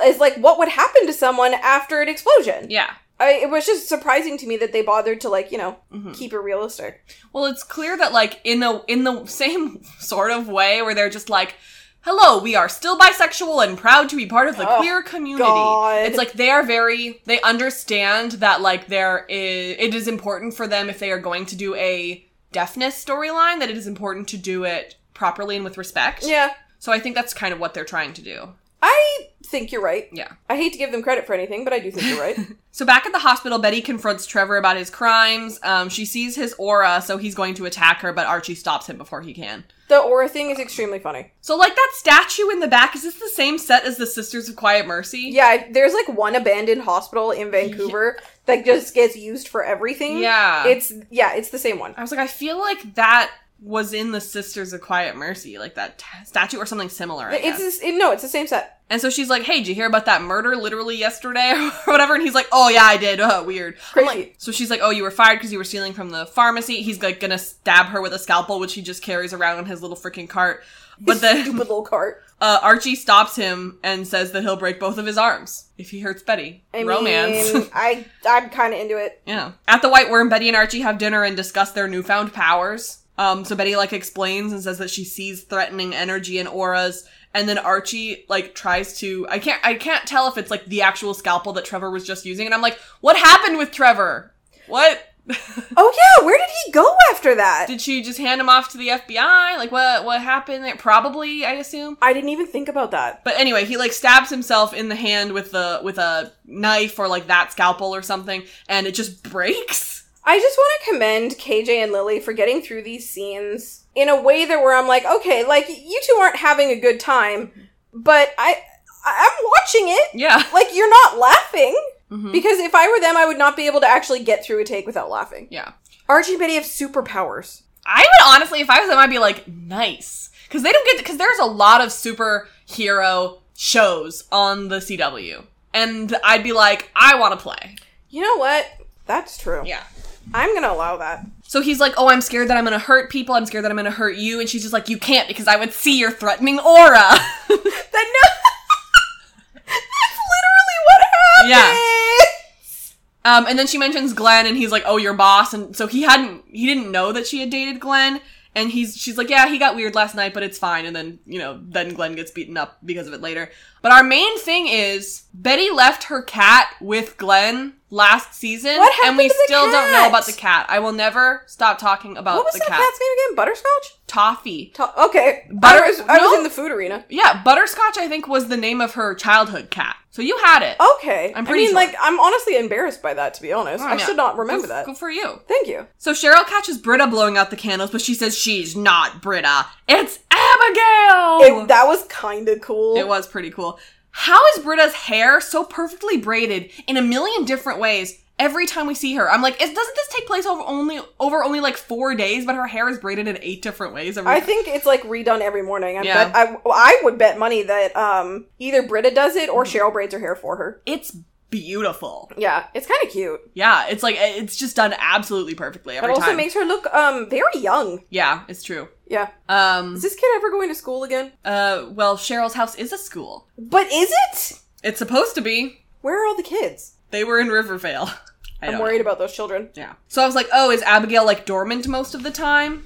[SPEAKER 2] is like what would happen to someone after an explosion.
[SPEAKER 1] yeah.
[SPEAKER 2] I, it was just surprising to me that they bothered to like you know
[SPEAKER 1] Mhm.
[SPEAKER 2] keep it realistic.
[SPEAKER 1] Well, it's clear that like in the in the same sort of way where they're just like, "Hello, we are still bisexual and proud to be part of the
[SPEAKER 2] Oh,
[SPEAKER 1] queer community."
[SPEAKER 2] God.
[SPEAKER 1] It's like they are very they understand that like there is it is important for them if they are going to do a deafness storyline that it is important to do it properly and with respect.
[SPEAKER 2] Yeah,
[SPEAKER 1] So I think that's kind of what they're trying to do.
[SPEAKER 2] I think you're right.
[SPEAKER 1] Yeah.
[SPEAKER 2] I hate to give them credit for anything, but I do think you're right.
[SPEAKER 1] So back at the hospital, Betty confronts Trevor about his crimes. Um, she sees his aura, so he's going to attack her, but Archie stops him before he can.
[SPEAKER 2] the aura thing is extremely funny.
[SPEAKER 1] So, like that statue in the back, is this the same set as the Sisters of Quiet Mercy?
[SPEAKER 2] Yeah, I- there's like one abandoned hospital in Vancouver that just gets used for everything.
[SPEAKER 1] Yeah.
[SPEAKER 2] It's yeah, it's the same one.
[SPEAKER 1] I was like, I feel like that was in the Sisters of Quiet Mercy, like that t- statue or something similar. I
[SPEAKER 2] It's
[SPEAKER 1] guess.
[SPEAKER 2] this, it, no, it's the same set.
[SPEAKER 1] and so she's like, Hey, did you hear about that murder literally yesterday or whatever? And he's like, Oh, yeah, I did. Oh, weird. I'm
[SPEAKER 2] Crazy.
[SPEAKER 1] like- so she's like, Oh, you were fired because you were stealing from the pharmacy. He's like, gonna stab her with a scalpel, which he just carries around in his little freaking cart. But
[SPEAKER 2] His
[SPEAKER 1] then
[SPEAKER 2] stupid little cart.
[SPEAKER 1] uh, Archie stops him and says that he'll break both of his arms if he hurts Betty.
[SPEAKER 2] I
[SPEAKER 1] Romance.
[SPEAKER 2] mean, I I'm kind of into it.
[SPEAKER 1] Yeah. At the White Worm, Betty and Archie have dinner and discuss their newfound powers. Um, so Betty like explains and says that she sees threatening energy and auras, and then Archie like tries to I can't I can't tell if it's like the actual scalpel that Trevor was just using, and I'm like, what happened with Trevor? What
[SPEAKER 2] Oh yeah, where did he go after that?
[SPEAKER 1] did she just hand him off to the FBI? Like what what happened there? Probably, I assume.
[SPEAKER 2] I didn't even think about that.
[SPEAKER 1] But anyway, he like stabs himself in the hand with the with a knife or like that scalpel or something, and it just breaks.
[SPEAKER 2] I just want to commend KJ and Lily for getting through these scenes in a way that where I'm like, okay, like you two aren't having a good time, but I I- I'm watching it.
[SPEAKER 1] Yeah.
[SPEAKER 2] Like you're not laughing
[SPEAKER 1] Mhm.
[SPEAKER 2] because if I were them, I would not be able to actually get through a take without laughing.
[SPEAKER 1] Yeah.
[SPEAKER 2] Archie and Betty have superpowers.
[SPEAKER 1] I would honestly, if I was them, I'd be like, nice. Because they don't get, because there's a lot of superhero shows on the CW. And I'd be like, I want to play.
[SPEAKER 2] You know what? That's true.
[SPEAKER 1] Yeah.
[SPEAKER 2] I'm gonna allow that.
[SPEAKER 1] So he's like, oh, I'm scared that I'm going to hurt people. I'm scared that I'm going to hurt you. And she's just like, you can't because I would see your threatening aura.
[SPEAKER 2] That no. That's literally what happened.
[SPEAKER 1] Yeah. Um, and then she mentions Glenn, and he's like, "Oh, your boss." And so he hadn't, he didn't know that she had dated Glenn. And he's, she's like, "Yeah, he got weird last night, but it's fine." And then, you know, then Glenn gets beaten up because of it later. But our main thing is Betty left her cat with Glenn last season,
[SPEAKER 2] What happened
[SPEAKER 1] and we
[SPEAKER 2] to the
[SPEAKER 1] still don't know
[SPEAKER 2] cat?
[SPEAKER 1] about the cat. I will never stop talking about
[SPEAKER 2] What was
[SPEAKER 1] Uh, the cat.
[SPEAKER 2] that cat's name again? Butterscotch.
[SPEAKER 1] Toffee.
[SPEAKER 2] Ta- okay.
[SPEAKER 1] Butter-
[SPEAKER 2] I was, I was
[SPEAKER 1] no?
[SPEAKER 2] in the food arena.
[SPEAKER 1] Yeah, Butterscotch. I think was the name of her childhood cat. So you had it.
[SPEAKER 2] Okay.
[SPEAKER 1] I'm pretty
[SPEAKER 2] I mean,
[SPEAKER 1] sure. Oh,
[SPEAKER 2] like, I'm honestly embarrassed by that, to be honest. I
[SPEAKER 1] yeah.
[SPEAKER 2] should not remember
[SPEAKER 1] Good-
[SPEAKER 2] that.
[SPEAKER 1] Good for you.
[SPEAKER 2] Thank you.
[SPEAKER 1] So Cheryl catches Britta blowing out the candles, but she says she's not Britta. It's Abigail!
[SPEAKER 2] It, that was kind of cool.
[SPEAKER 1] Oh. It was pretty cool. How is Britta's hair so perfectly braided in a million different ways every time we see her? I'm like, is, doesn't this take place over only over only like four days, but her hair is braided in eight different ways every
[SPEAKER 2] I think it's like redone every morning. I
[SPEAKER 1] Yeah.
[SPEAKER 2] bet I, I would bet money that um either Britta does it or Cheryl braids her hair for her.
[SPEAKER 1] it's beautiful.
[SPEAKER 2] Yeah, it's kind of cute.
[SPEAKER 1] Yeah, it's like it's just done absolutely perfectly
[SPEAKER 2] It
[SPEAKER 1] every
[SPEAKER 2] also
[SPEAKER 1] time.
[SPEAKER 2] makes her look um very young.
[SPEAKER 1] yeah, it's true.
[SPEAKER 2] Yeah.
[SPEAKER 1] Um
[SPEAKER 2] Is this kid ever going to school again?
[SPEAKER 1] uh well, Cheryl's house is a school.
[SPEAKER 2] But is it?
[SPEAKER 1] It's supposed to be.
[SPEAKER 2] Where are all the kids?
[SPEAKER 1] They were in Rivervale. I
[SPEAKER 2] I'm
[SPEAKER 1] don't know.
[SPEAKER 2] worried about those children.
[SPEAKER 1] Yeah. So I was like, oh, is Abigail like dormant most of the time?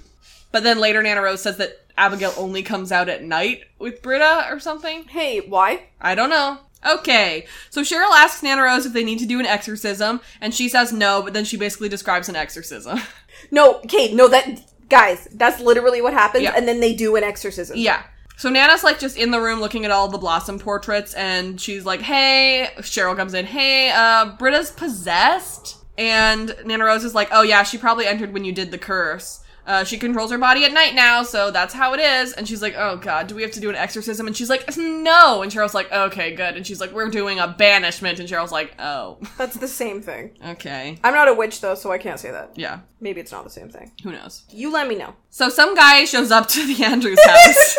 [SPEAKER 1] But then later Nana Rose says that Abigail only comes out at night with Britta or something.
[SPEAKER 2] Hey, why?
[SPEAKER 1] I don't know. Okay. So Cheryl asks Nana Rose if they need to do an exorcism, and she says no, but then she basically describes an exorcism.
[SPEAKER 2] No, okay, no, that guys, that's literally what happens,
[SPEAKER 1] Yeah.
[SPEAKER 2] and then they do an exorcism.
[SPEAKER 1] yeah. So Nana's like just in the room looking at all the blossom portraits, and she's like, hey, Cheryl comes in, hey, uh, Britta's possessed? And Nana Rose is like, oh yeah, she probably entered when you did the curse. Uh, she controls her body at night now, so that's how it is. And she's like, oh god, do we have to do an exorcism? And she's like, no. And Cheryl's like, okay, good. And she's like, we're doing a banishment. And Cheryl's like, oh,
[SPEAKER 2] That's the same thing.
[SPEAKER 1] okay.
[SPEAKER 2] I'm not a witch though, so I can't say that.
[SPEAKER 1] Yeah,
[SPEAKER 2] Maybe it's not the same thing.
[SPEAKER 1] who knows?
[SPEAKER 2] You let me know.
[SPEAKER 1] So some guy shows up to the Andrews house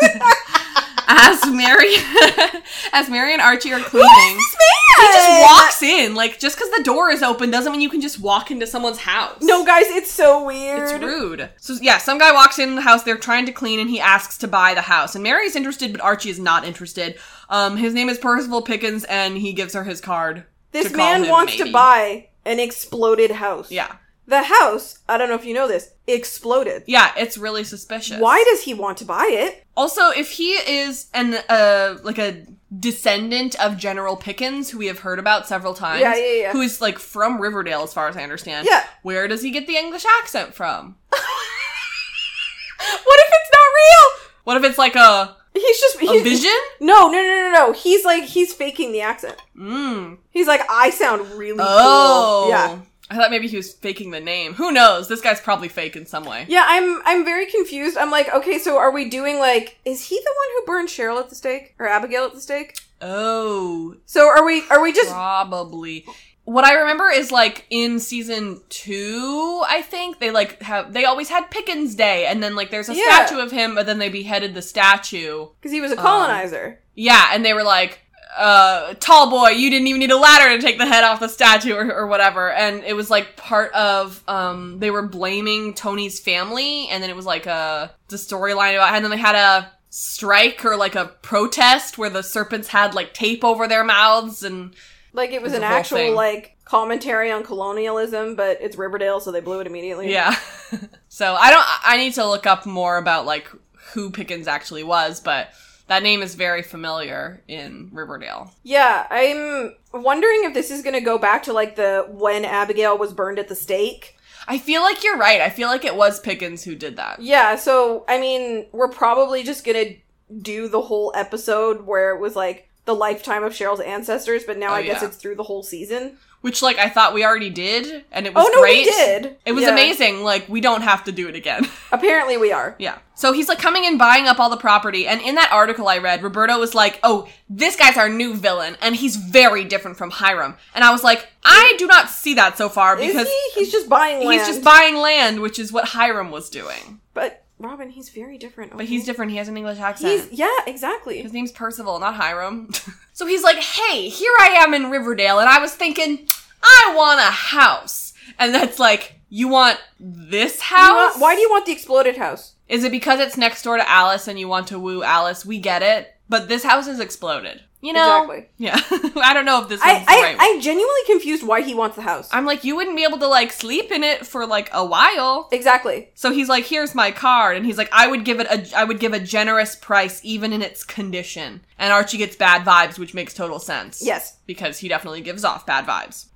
[SPEAKER 1] as Mary as Mary and Archie are cleaning.
[SPEAKER 2] Man!
[SPEAKER 1] He just walks in. Like just because the door is open doesn't mean you can just walk into someone's house.
[SPEAKER 2] No, guys, it's so weird.
[SPEAKER 1] It's rude. So yeah, some guy walks in the house. They're trying to clean, and he asks to buy the house. And Mary's interested, but Archie is not interested. Um, his name is Percival Pickens, and he gives her his card.
[SPEAKER 2] This
[SPEAKER 1] to call
[SPEAKER 2] man
[SPEAKER 1] him,
[SPEAKER 2] wants
[SPEAKER 1] maybe.
[SPEAKER 2] to buy an exploded house.
[SPEAKER 1] Yeah,
[SPEAKER 2] The house, I don't know if you know this, exploded.
[SPEAKER 1] yeah, it's really suspicious.
[SPEAKER 2] Why does he want to buy it?
[SPEAKER 1] Also, if he is an uh like a descendant of General Pickens, who we have heard about several times,
[SPEAKER 2] Yeah, yeah, yeah.
[SPEAKER 1] who is like from Riverdale, as far as I understand.
[SPEAKER 2] Yeah.
[SPEAKER 1] Where does he get the English accent from?
[SPEAKER 2] What if it's not
[SPEAKER 1] What if it's like a
[SPEAKER 2] real? He's just
[SPEAKER 1] a
[SPEAKER 2] he's,
[SPEAKER 1] vision?
[SPEAKER 2] No, no, no, no, no. He's like he's faking the accent.
[SPEAKER 1] Mm.
[SPEAKER 2] He's like I sound really
[SPEAKER 1] Oh.
[SPEAKER 2] cool. Yeah.
[SPEAKER 1] I thought maybe he was faking the name. Who knows? This guy's probably fake in some way.
[SPEAKER 2] Yeah, I'm I'm very confused. I'm like, okay, so are we doing like is he the one who burned Cheryl at the stake or Abigail at the stake?
[SPEAKER 1] Oh,
[SPEAKER 2] So are we are we just
[SPEAKER 1] probably. What I remember is like in season two, I think they like have they always had Pickens Day, and then like there's a
[SPEAKER 2] Yeah.
[SPEAKER 1] statue of him, but then they beheaded the statue.
[SPEAKER 2] cuz he was a
[SPEAKER 1] Um,
[SPEAKER 2] colonizer.
[SPEAKER 1] Yeah, and they were like, uh, tall boy, you didn't even need a ladder to take the head off the statue or, or whatever. And it was like part of, um, they were blaming Tony's family. And then it was like a, the storyline about, and then they had a strike or like a protest where the serpents had like tape over their mouths. And
[SPEAKER 2] like it was
[SPEAKER 1] the
[SPEAKER 2] an
[SPEAKER 1] whole
[SPEAKER 2] actual
[SPEAKER 1] thing.
[SPEAKER 2] like commentary on colonialism, but it's Riverdale so they blew it immediately.
[SPEAKER 1] yeah. so I don't, I need to look up more about like who Pickens actually was, but that name is very familiar in Riverdale.
[SPEAKER 2] Yeah, I'm wondering if this is going to go back to like the when Abigail was burned at the stake.
[SPEAKER 1] I feel like you're right. I feel like it was Pickens who did that.
[SPEAKER 2] Yeah, so I mean, we're probably just going to do the whole episode where it was like the lifetime of Cheryl's ancestors, but now
[SPEAKER 1] Oh,
[SPEAKER 2] I guess
[SPEAKER 1] yeah.
[SPEAKER 2] it's through the whole season.
[SPEAKER 1] which like I thought we already did, and it was
[SPEAKER 2] Oh no,
[SPEAKER 1] great.
[SPEAKER 2] we did.
[SPEAKER 1] It was
[SPEAKER 2] Yeah.
[SPEAKER 1] amazing. Like we don't have to do it again.
[SPEAKER 2] Apparently, we are.
[SPEAKER 1] yeah. So he's like coming and buying up all the property, and in that article I read, Roberto was like, "Oh, this guy's our new villain, and he's very different from Hiram." And I was like, "I do not see that so far because
[SPEAKER 2] Is he? He's just buying land.
[SPEAKER 1] he's just buying land, which is what Hiram was doing.
[SPEAKER 2] But Robin, he's very different.
[SPEAKER 1] But he's different. He has an English accent."
[SPEAKER 2] Mm-hmm. He's yeah, exactly.
[SPEAKER 1] His name's Percival, not Hiram. so he's like, hey, here I am in Riverdale, and I was thinking, I want a house. And that's like, you want this
[SPEAKER 2] You
[SPEAKER 1] house?
[SPEAKER 2] want- why do you want the exploded house?
[SPEAKER 1] Is it because it's next door to Alice and you want to woo Alice? We get it. But this house is exploded. You know?
[SPEAKER 2] Exactly.
[SPEAKER 1] Yeah. I don't know if this is
[SPEAKER 2] I,
[SPEAKER 1] right.
[SPEAKER 2] I I'm genuinely confused why he wants the house.
[SPEAKER 1] I'm like, you wouldn't be able to like sleep in it for like a while.
[SPEAKER 2] exactly.
[SPEAKER 1] So he's like, "Here's my card," and he's like, "I would give it a, I would give a generous price, even in its condition." And Archie gets bad vibes, which makes total sense.
[SPEAKER 2] Yes.
[SPEAKER 1] because he definitely gives off bad vibes.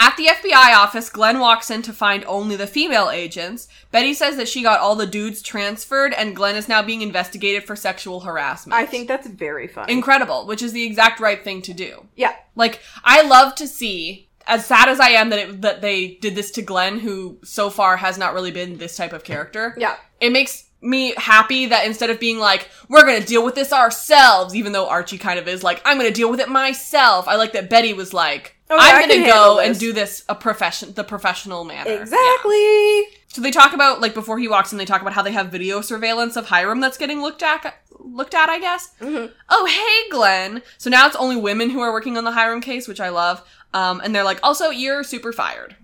[SPEAKER 1] At the FBI office, Glenn walks in to find only the female agents. Betty says that she got all the dudes transferred, and Glenn is now being investigated for sexual harassment.
[SPEAKER 2] I think that's very funny.
[SPEAKER 1] incredible, which is the exact right thing to do.
[SPEAKER 2] yeah.
[SPEAKER 1] Like I love to see as sad as I am that it, that they did this to Glenn who so far has not really been this type of character.
[SPEAKER 2] Yeah.
[SPEAKER 1] It makes me happy that instead of being like we're going to deal with this ourselves even though Archie kind of is like I'm going to deal with it myself. I like that Betty was like
[SPEAKER 2] Oh, yeah, I
[SPEAKER 1] I'm
[SPEAKER 2] can
[SPEAKER 1] going to
[SPEAKER 2] handle
[SPEAKER 1] go and
[SPEAKER 2] this."
[SPEAKER 1] do this a profession the professional manner. Yeah.
[SPEAKER 2] Exactly.
[SPEAKER 1] So they talk about like before he walks in, they talk about how they have video surveillance of Hiram that's getting looked at, looked at, I guess.
[SPEAKER 2] Mhm.
[SPEAKER 1] Oh, hey, Glenn. So now it's only women who are working on the Hiram case, which I love. Um, and they're like, also, you're super fired.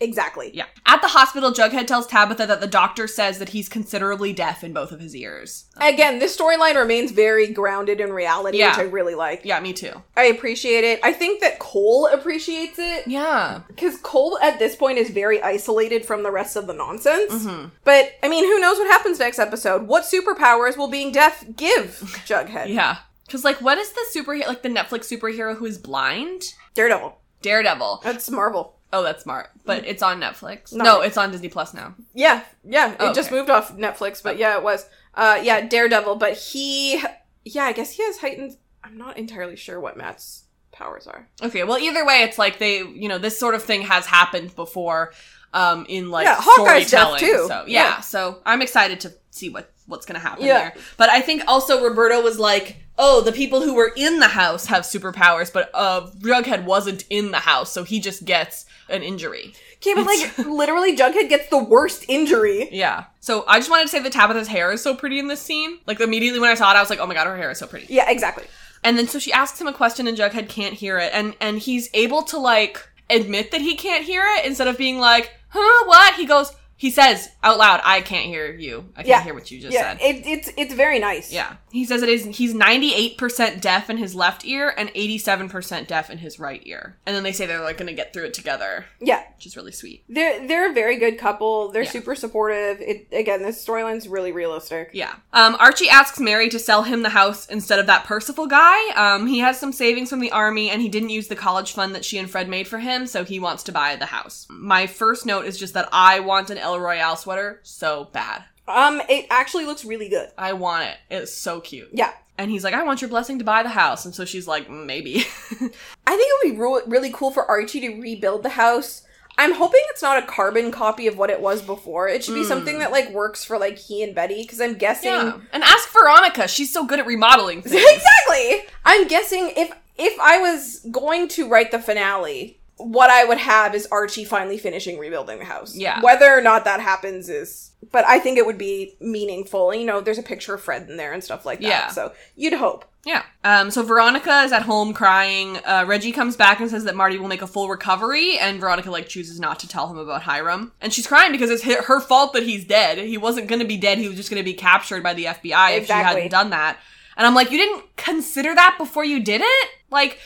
[SPEAKER 2] Exactly.
[SPEAKER 1] Yeah. At the hospital, Jughead tells Tabitha that the doctor says that he's considerably deaf in both of his ears.
[SPEAKER 2] Again, this storyline remains very grounded in reality,
[SPEAKER 1] Yeah.
[SPEAKER 2] which I really like.
[SPEAKER 1] Yeah, me too.
[SPEAKER 2] I appreciate it. I think that Cole appreciates it.
[SPEAKER 1] Yeah.
[SPEAKER 2] Because Cole at this point is very isolated from the rest of the nonsense.
[SPEAKER 1] Mhm.
[SPEAKER 2] But I mean, who knows what happens next episode? What superpowers will being deaf give Jughead?
[SPEAKER 1] Yeah. Cause like, what is the superhero, like the Netflix superhero who is blind?
[SPEAKER 2] Daredevil.
[SPEAKER 1] Daredevil.
[SPEAKER 2] That's Marvel.
[SPEAKER 1] Oh, that's smart. But it's on Netflix.
[SPEAKER 2] No.
[SPEAKER 1] No, it's on Disney Plus now.
[SPEAKER 2] Yeah, yeah. It
[SPEAKER 1] Oh,
[SPEAKER 2] just
[SPEAKER 1] okay. Oh.
[SPEAKER 2] moved off Netflix, but yeah, it was. Uh, yeah, Daredevil. But he, yeah, I guess he has heightened. I'm not entirely sure what Matt's powers are.
[SPEAKER 1] Okay, well, either way, it's like they, you know, this sort of thing has happened before, um, in like
[SPEAKER 2] Yeah, Hawkeye's deaf
[SPEAKER 1] storytelling.
[SPEAKER 2] too.
[SPEAKER 1] So yeah,
[SPEAKER 2] Yeah.
[SPEAKER 1] so I'm excited to see what what's gonna happen
[SPEAKER 2] Yeah.
[SPEAKER 1] there. But I think also Roberto was like, oh, the people who were in the house have superpowers, but uh, Jughead wasn't in the house, so he just gets an injury.
[SPEAKER 2] Okay, but like literally, Jughead gets the worst injury.
[SPEAKER 1] Yeah. So I just wanted to say that Tabitha's hair is so pretty in this scene. Like immediately when I saw it, I was like, oh my god, her hair is so pretty.
[SPEAKER 2] Yeah, exactly.
[SPEAKER 1] And then so she asks him a question and Jughead can't hear it and and he's able to like admit that he can't hear it instead of being like, "Huh, what?" He goes he says out loud, "I can't hear you. I can't
[SPEAKER 2] Yeah.
[SPEAKER 1] hear what you just
[SPEAKER 2] Yeah,
[SPEAKER 1] said."
[SPEAKER 2] it, it's it's very nice.
[SPEAKER 1] yeah. He says it is he's 98% deaf in his left ear and 87% deaf in his right ear. And then they say they're like going to get through it together,
[SPEAKER 2] yeah.
[SPEAKER 1] which is really sweet.
[SPEAKER 2] They're they're a very good couple. They're
[SPEAKER 1] Yeah.
[SPEAKER 2] super supportive. It again, this storyline's really realistic.
[SPEAKER 1] Yeah. Um, Archie asks Mary to sell him the house instead of that Percival guy. Um, he has some savings from the army and he didn't use the college fund that she and Fred made for him, so he wants to buy the house. My first note is just that I want an El Royale sweater so bad.
[SPEAKER 2] Um, it actually looks really good.
[SPEAKER 1] I want it. It's so cute.
[SPEAKER 2] Yeah.
[SPEAKER 1] And he's like, I want your blessing to buy the house. And so she's like, maybe.
[SPEAKER 2] I think it would be ru- really cool for Archie to rebuild the house. I'm hoping it's not a carbon copy of what it was before. It should be
[SPEAKER 1] Mm.
[SPEAKER 2] something that like works for like he and Betty because I'm guessing
[SPEAKER 1] yeah. And ask Veronica. She's so good at remodeling things.
[SPEAKER 2] exactly. I'm guessing if if I was going to write the finale, what I would have is Archie finally finishing rebuilding the house.
[SPEAKER 1] Yeah.
[SPEAKER 2] Whether or not that happens is but I think it would be meaningful. You know, there's a picture of Fred in there and stuff like that.
[SPEAKER 1] Yeah.
[SPEAKER 2] So you'd hope.
[SPEAKER 1] Yeah. Um, so Veronica is at home crying. Uh, Reggie comes back and says that Marty will make a full recovery, and Veronica like chooses not to tell him about Hiram, and she's crying because it's hi- her fault that he's dead. He wasn't going to be dead. He was just going to be captured by the FBI if she
[SPEAKER 2] Exactly.
[SPEAKER 1] hadn't done that. And I'm like, you didn't consider that before you did it. Like,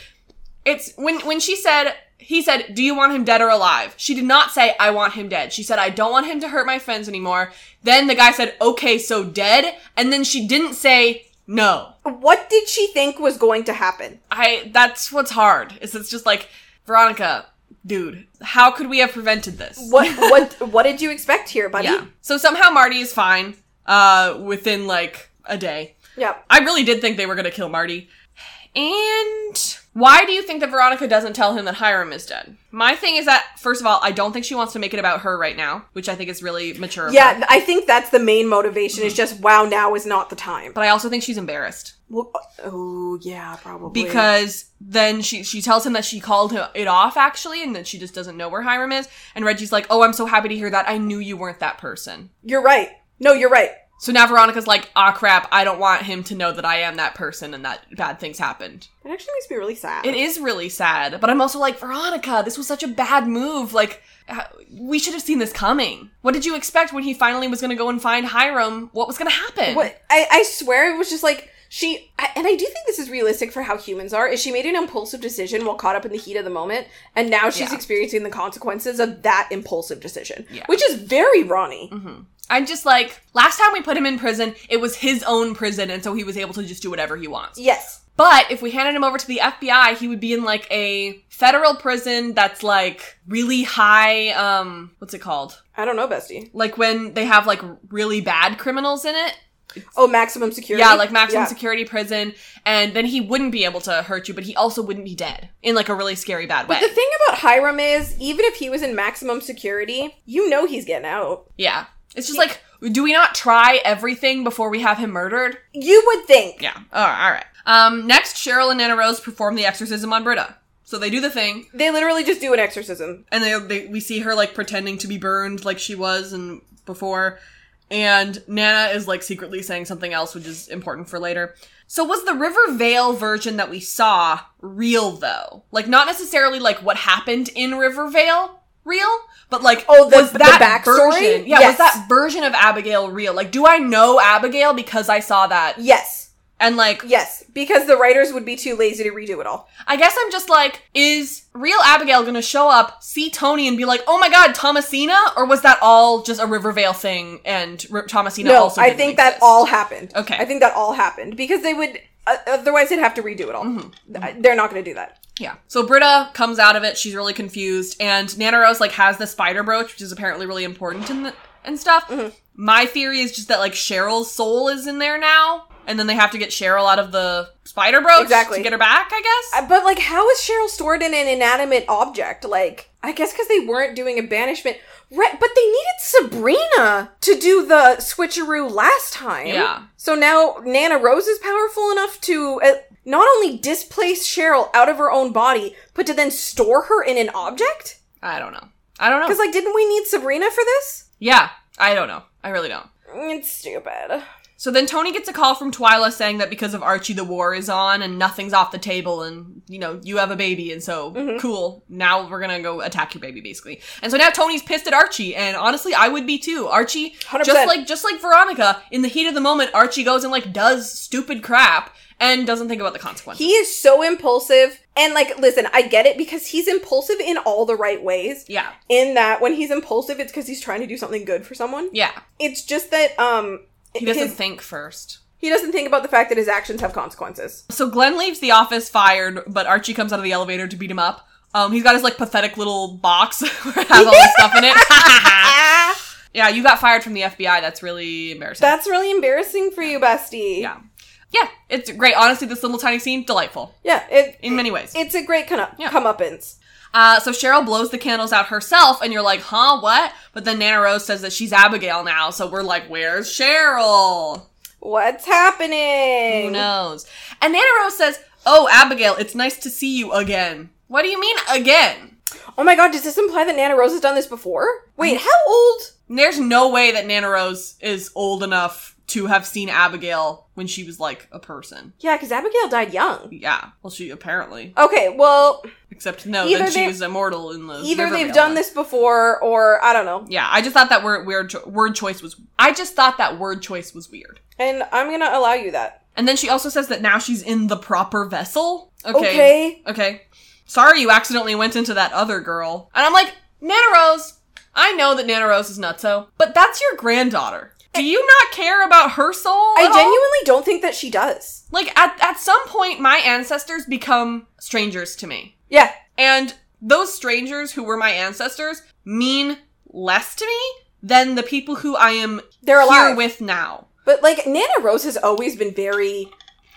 [SPEAKER 1] it's when when she said he said, "Do you want him dead or alive?" She did not say, "I want him dead." She said, "I don't want him to hurt my friends anymore." Then the guy said, "Okay, so dead," and then she didn't say no.
[SPEAKER 2] What did she think was going to happen?
[SPEAKER 1] I that's what's hard. Is it's just like Veronica, dude, how could we have prevented this?
[SPEAKER 2] What what what did you expect here, buddy?
[SPEAKER 1] Yeah. So somehow Marty is fine uh within like a day.
[SPEAKER 2] yeah.
[SPEAKER 1] I really did think they were going to kill Marty. And Why do you think that Veronica doesn't tell him that Hiram is dead? My thing is that, first of all, I don't think she wants to make it about her right now, which I think is really mature. of
[SPEAKER 2] Yeah,
[SPEAKER 1] her.
[SPEAKER 2] th- I think that's the main motivation.
[SPEAKER 1] Mm-hmm.
[SPEAKER 2] Is just wow, now is not the time.
[SPEAKER 1] But I also think she's embarrassed.
[SPEAKER 2] Well, oh yeah, probably
[SPEAKER 1] because then she she tells him that she called him- it off actually and that she just doesn't know where Hiram is and Reggie's like, "Oh, I'm so happy to hear that. I knew you weren't that person."
[SPEAKER 2] you're right. No, you're right.
[SPEAKER 1] So now Veronica's like, "Ah crap, I don't want him to know that I am that person and that bad things happened."
[SPEAKER 2] It actually makes me really sad.
[SPEAKER 1] It is really sad, but I'm also like, "Veronica, this was such a bad move. Like uh, we should have seen this coming. What did you expect when he finally was going to go and find Hiram? What was going to happen?"
[SPEAKER 2] What I, I swear it was just like she I, and I do think this is realistic for how humans are. Is she made an impulsive decision while caught up in the heat of the moment, and now she's
[SPEAKER 1] Yeah.
[SPEAKER 2] experiencing the consequences of that impulsive decision,
[SPEAKER 1] Yeah. Mm-hmm.
[SPEAKER 2] which is very Ronnie.
[SPEAKER 1] I'm just like, last time we put him in prison, it was his own prison and so he was able to just do whatever he wants.
[SPEAKER 2] Yes,
[SPEAKER 1] But if we handed him over to the FBI, he would be in like a federal prison that's like really high um what's it called?
[SPEAKER 2] I don't know, bestie.
[SPEAKER 1] Like when they have like really bad criminals in it.
[SPEAKER 2] Oh, maximum security.
[SPEAKER 1] Yeah, like maximum
[SPEAKER 2] Yeah.
[SPEAKER 1] security prison and then he wouldn't be able to hurt you, but he also wouldn't be dead in like a really scary bad way.
[SPEAKER 2] The thing about Hiram is, even if he was in maximum security, you know he's getting out.
[SPEAKER 1] yeah. It's just like do we not try everything before we have him murdered?
[SPEAKER 2] You would think.
[SPEAKER 1] Yeah. Oh, all right. Um next Cheryl and Nana Rose perform the exorcism on Britta. So they do the thing.
[SPEAKER 2] They literally just do an exorcism.
[SPEAKER 1] and they, they we see her like pretending to be burned like she was and before and nana is like secretly saying something else which is important for later so was the rivervale version that we saw real though like not necessarily like what happened in rivervale real but like
[SPEAKER 2] Oh, the-
[SPEAKER 1] was
[SPEAKER 2] the
[SPEAKER 1] that
[SPEAKER 2] backstory?
[SPEAKER 1] version yeah was
[SPEAKER 2] Yes.
[SPEAKER 1] that version of abigail real like do i know abigail because i saw that
[SPEAKER 2] Yes.
[SPEAKER 1] and like
[SPEAKER 2] Yes. Because the writers would be too lazy to redo it all.
[SPEAKER 1] I guess I'm just like, is real Abigail gonna show up, see Tony, and be like, "Oh my God, Thomasina," or was that all just a Rivervale thing? And R- Thomasina
[SPEAKER 2] No,
[SPEAKER 1] also.
[SPEAKER 2] I
[SPEAKER 1] didn't
[SPEAKER 2] think that
[SPEAKER 1] exist?
[SPEAKER 2] all happened.
[SPEAKER 1] Okay.
[SPEAKER 2] I think that all happened because they would, uh, otherwise, they'd have to redo it all.
[SPEAKER 1] Mm-hmm.
[SPEAKER 2] Uh, They're not going to do that.
[SPEAKER 1] Yeah. So Britta comes out of it. She's really confused, and Nana Rose like has the spider brooch, which is apparently really important and and stuff.
[SPEAKER 2] Mm-hmm.
[SPEAKER 1] My theory is just that like Cheryl's soul is in there now, and then they have to get Cheryl out of the spider brooch
[SPEAKER 2] Exactly.
[SPEAKER 1] to get her back. I guess.
[SPEAKER 2] Uh, But, like, how is Cheryl stored in an inanimate object? Like, I guess because they weren't doing a banishment. Right, but they needed Sabrina to do the switcheroo last time.
[SPEAKER 1] Yeah.
[SPEAKER 2] So now Nana Rose is powerful enough to uh, not only displace Cheryl out of her own body, but to then store her in an object?
[SPEAKER 1] I don't know. I don't know.
[SPEAKER 2] Because, like, didn't we need Sabrina for this? Mm,
[SPEAKER 1] yeah, I don't know. I really don't.
[SPEAKER 2] It's stupid.
[SPEAKER 1] So then Tony gets a call from Twyla saying that because of Archie, the war is on and nothing's off the table, and you know you have a baby, and so cool. Now we're gonna go attack your baby, basically. And so now Tony's pissed at Archie, and honestly, I would be too. Archie,
[SPEAKER 2] 100%.
[SPEAKER 1] just like just like Veronica, in the heat of the moment, Archie goes and like does stupid crap and doesn't think about the consequences.
[SPEAKER 2] He is so impulsive. And, like, listen, I get it because he's impulsive in all the right ways.
[SPEAKER 1] yeah,
[SPEAKER 2] In that, when he's impulsive, it's because he's trying to do something good for someone.
[SPEAKER 1] yeah.
[SPEAKER 2] It's just that, um,
[SPEAKER 1] He doesn't
[SPEAKER 2] his-
[SPEAKER 1] think first.
[SPEAKER 2] he doesn't think about the fact that his actions have consequences.
[SPEAKER 1] So Glenn leaves the office fired, but Archie comes out of the elevator to beat him up. Um, he's got his like pathetic little box where it has all this stuff in it.
[SPEAKER 2] Ah!
[SPEAKER 1] Yeah, you got fired from the FBI. That's really embarrassing.
[SPEAKER 2] That's really embarrassing for you, bestie.
[SPEAKER 1] yeah. Yeah, it's great. Honestly, this little tiny scene, delightful
[SPEAKER 2] Yeah. It,
[SPEAKER 1] in many ways.
[SPEAKER 2] it's a great kind of
[SPEAKER 1] Yeah.
[SPEAKER 2] comeuppance.
[SPEAKER 1] Uh, so Cheryl blows the candles out herself, and you're like, huh, what? But then Nana Rose says that she's Abigail now, so we're like, where's Cheryl?
[SPEAKER 2] What's happening?
[SPEAKER 1] Who knows? And Nana Rose says, oh, Abigail, it's nice to see you again. What do you mean, again?
[SPEAKER 2] Oh my god, does this imply that Nana Rose has done this before? Wait,
[SPEAKER 1] Mm-hmm.
[SPEAKER 2] how old?
[SPEAKER 1] There's no way that Nana Rose is old enough to have seen Abigail when she was like a person.
[SPEAKER 2] Yeah, because Abigail died young.
[SPEAKER 1] Yeah, well, she apparently.
[SPEAKER 2] Okay, well,
[SPEAKER 1] Except no,
[SPEAKER 2] Either
[SPEAKER 1] then she
[SPEAKER 2] they-
[SPEAKER 1] was immortal in the.
[SPEAKER 2] either
[SPEAKER 1] Riverdale
[SPEAKER 2] they've done
[SPEAKER 1] one.
[SPEAKER 2] this before or I don't know.
[SPEAKER 1] Yeah, I just thought that word weird cho- word choice was. I just thought that word choice was weird.
[SPEAKER 2] And I'm gonna allow you that.
[SPEAKER 1] And then she also says that now she's in the proper vessel. Okay.
[SPEAKER 2] Okay.
[SPEAKER 1] Okay. Sorry, you accidentally went into that other girl. And I'm like, Nana Rose. I know that Nana Rose is nutso, but that's your granddaughter. Do you not care about her soul?
[SPEAKER 2] I
[SPEAKER 1] at all?
[SPEAKER 2] genuinely don't think that she does.
[SPEAKER 1] like at at some point my ancestors become strangers to me.
[SPEAKER 2] Yeah.
[SPEAKER 1] And those strangers who were my ancestors mean less to me than the people who I am
[SPEAKER 2] They're
[SPEAKER 1] here
[SPEAKER 2] alive.
[SPEAKER 1] with now.
[SPEAKER 2] But like Nana Rose has always been very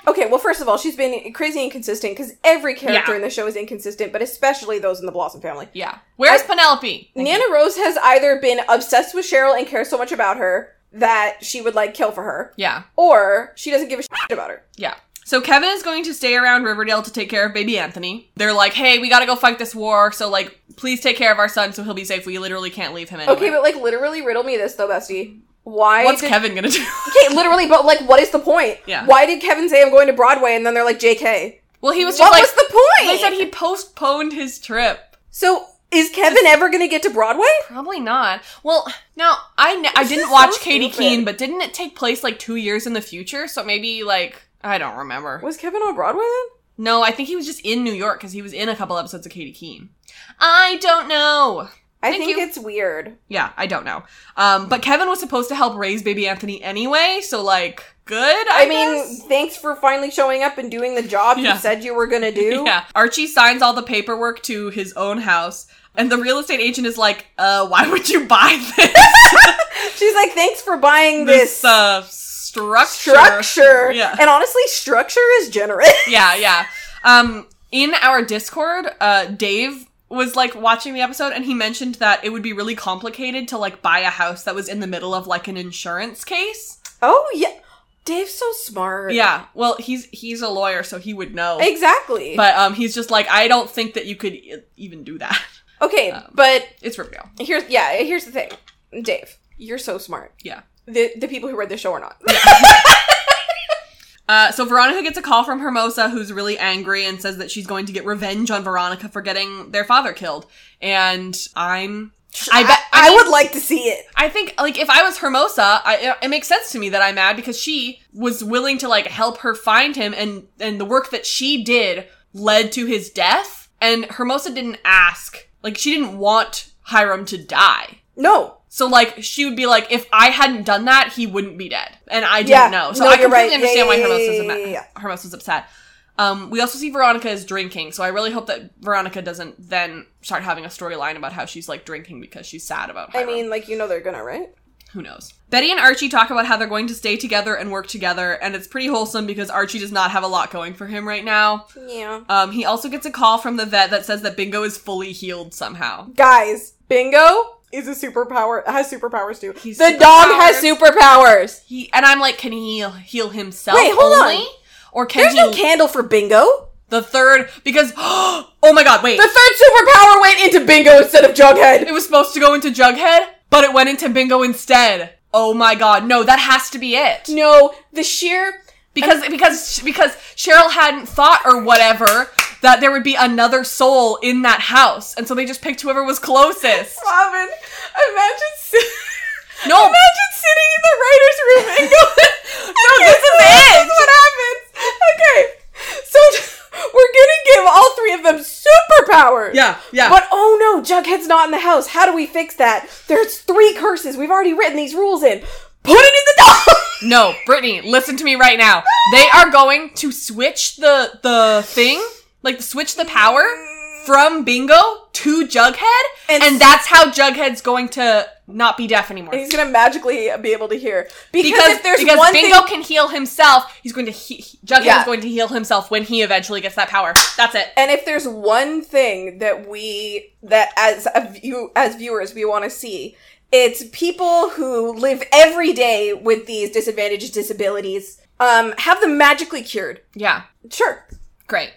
[SPEAKER 2] Okay, well, first of all, she's been crazy inconsistent because every character
[SPEAKER 1] Yeah.
[SPEAKER 2] in the show is inconsistent, but especially those in the Blossom family.
[SPEAKER 1] Yeah. Where's
[SPEAKER 2] I-
[SPEAKER 1] Penelope?
[SPEAKER 2] Nana Rose has either been obsessed with Cheryl and cares so much about her that she would like kill for her,
[SPEAKER 1] Yeah.
[SPEAKER 2] or she doesn't give a shit about her.
[SPEAKER 1] Yeah. So Kevin is going to stay around Riverdale to take care of baby Anthony. They're like, "Hey, we got to go fight this war, so like please take care of our son so he'll be safe. We literally can't leave him anywhere."
[SPEAKER 2] Okay, but like literally riddle me this though, Bestie. Why
[SPEAKER 1] what's
[SPEAKER 2] did
[SPEAKER 1] Kevin going to do?
[SPEAKER 2] Okay, literally, but like what is the point?
[SPEAKER 1] Yeah.
[SPEAKER 2] Why did Kevin say I'm going to Broadway and then they're like JK?
[SPEAKER 1] well, he was just
[SPEAKER 2] what
[SPEAKER 1] like
[SPEAKER 2] was the point?
[SPEAKER 1] they said he postponed his trip.
[SPEAKER 2] So is Kevin ever gonna get to Broadway?
[SPEAKER 1] Probably not. Well, now I ne- I
[SPEAKER 2] This
[SPEAKER 1] didn't
[SPEAKER 2] is
[SPEAKER 1] watch
[SPEAKER 2] so
[SPEAKER 1] Katie
[SPEAKER 2] stupid.
[SPEAKER 1] Keene, but didn't it take place like two years in the future? So maybe like I don't remember.
[SPEAKER 2] Was Kevin on Broadway then?
[SPEAKER 1] No, I think he was just in New York because he was in a couple episodes of Katie Keene. I don't know.
[SPEAKER 2] I
[SPEAKER 1] Thank
[SPEAKER 2] think
[SPEAKER 1] you.
[SPEAKER 2] it's weird.
[SPEAKER 1] Yeah, I don't know. Um, but Kevin was supposed to help raise baby Anthony anyway, so like good. I,
[SPEAKER 2] I, mean,
[SPEAKER 1] guess?
[SPEAKER 2] thanks for finally showing up and doing the job
[SPEAKER 1] Yeah.
[SPEAKER 2] you said you were gonna do.
[SPEAKER 1] yeah. Archie signs all the paperwork to his own house, and the real estate agent is like, "Uh, why would you buy this?"
[SPEAKER 2] She's like, thanks for buying
[SPEAKER 1] this
[SPEAKER 2] this,
[SPEAKER 1] uh structure.
[SPEAKER 2] structure.
[SPEAKER 1] Yeah.
[SPEAKER 2] And honestly, structure is generous.
[SPEAKER 1] yeah, yeah. Um in our Discord, uh Dave was like watching the episode and he mentioned that it would be really complicated to like buy a house that was in the middle of like an insurance case.
[SPEAKER 2] oh yeah. Dave's so smart.
[SPEAKER 1] Yeah. Well, he's he's a lawyer so he would know.
[SPEAKER 2] Exactly.
[SPEAKER 1] But um he's just like I don't think that you could e- even do that.
[SPEAKER 2] okay,
[SPEAKER 1] um,
[SPEAKER 2] but
[SPEAKER 1] It's Riverdale.
[SPEAKER 2] here's yeah, here's the thing. Dave, you're so smart.
[SPEAKER 1] Yeah.
[SPEAKER 2] The the people who read the show are not.
[SPEAKER 1] Uh, so Veronica gets a call from Hermosa, who's really angry and says that she's going to get revenge on Veronica for getting their father killed. And I'm, I bet,
[SPEAKER 2] I,
[SPEAKER 1] mean-
[SPEAKER 2] would like to see it.
[SPEAKER 1] I think like if I was Hermosa, I, it, it makes sense to me that I'm mad because she was willing to like help her find him, and and the work that she did led to his death. And Hermosa didn't ask, like she didn't want Hiram to die.
[SPEAKER 2] No.
[SPEAKER 1] So like she would be like, if I hadn't done that, he wouldn't be dead, and I didn't
[SPEAKER 2] Yeah.
[SPEAKER 1] know. So
[SPEAKER 2] No,
[SPEAKER 1] I
[SPEAKER 2] you're
[SPEAKER 1] completely
[SPEAKER 2] right. Yeah,
[SPEAKER 1] understand why
[SPEAKER 2] yeah,
[SPEAKER 1] Hermosa was
[SPEAKER 2] yeah,
[SPEAKER 1] ama-
[SPEAKER 2] yeah, yeah.
[SPEAKER 1] Hermosa was upset. Um, we also see Veronica is drinking, so I really hope that Veronica doesn't then start having a storyline about how she's like drinking because she's sad about.
[SPEAKER 2] I
[SPEAKER 1] Hiram.
[SPEAKER 2] mean, like you know they're gonna, right?
[SPEAKER 1] Who knows? Betty and Archie talk about how they're going to stay together and work together, and it's pretty wholesome because Archie does not have a lot going for him right now.
[SPEAKER 2] Yeah.
[SPEAKER 1] Um, he also gets a call from the vet that says that Bingo is fully healed somehow.
[SPEAKER 2] Guys, Bingo is a superpower. Has superpowers too.
[SPEAKER 1] He's
[SPEAKER 2] the dog has
[SPEAKER 1] superpowers.
[SPEAKER 2] superpowers.
[SPEAKER 1] He and I'm like, can he heal himself?
[SPEAKER 2] Wait, hold on.
[SPEAKER 1] only? Or can
[SPEAKER 2] There's
[SPEAKER 1] he
[SPEAKER 2] no candle for Bingo.
[SPEAKER 1] the third? Because oh my god, wait,
[SPEAKER 2] The third superpower went into Bingo instead of Jughead.
[SPEAKER 1] it was supposed to go into Jughead, but it went into Bingo instead. Oh my god, no, that has to be it.
[SPEAKER 2] No, the sheer
[SPEAKER 1] because because because Cheryl hadn't thought or whatever that there would be another soul in that house, and so they just picked whoever was closest.
[SPEAKER 2] Robin. Imagine sitting,
[SPEAKER 1] No.
[SPEAKER 2] imagine sitting in the writers' room and going, "No, this is it. This is what happens." Okay, so we're gonna give all three of them superpowers.
[SPEAKER 1] yeah.
[SPEAKER 2] But oh no, Jughead's not in the house. How do we fix that? There's three curses. We've already written these rules in. Put it in the dog.
[SPEAKER 1] no, Brittany, listen to me right now. They are going to switch the the thing, like switch the power from Bingo to Jughead,
[SPEAKER 2] And-
[SPEAKER 1] and, that's how Jughead's going to not be deaf anymore.
[SPEAKER 2] And he's gonna magically be able to hear because,
[SPEAKER 1] because
[SPEAKER 2] if there's
[SPEAKER 1] because
[SPEAKER 2] one
[SPEAKER 1] Bingo
[SPEAKER 2] thing,
[SPEAKER 1] can heal himself, he's going to he- Jughead
[SPEAKER 2] Yeah.
[SPEAKER 1] is going to heal himself when he eventually gets that power. That's it.
[SPEAKER 2] and if there's one thing that we that as a view as viewers we want to see, it's people who live every day with these disadvantages, disabilities, um, have them magically cured.
[SPEAKER 1] Yeah.
[SPEAKER 2] Sure,
[SPEAKER 1] Great.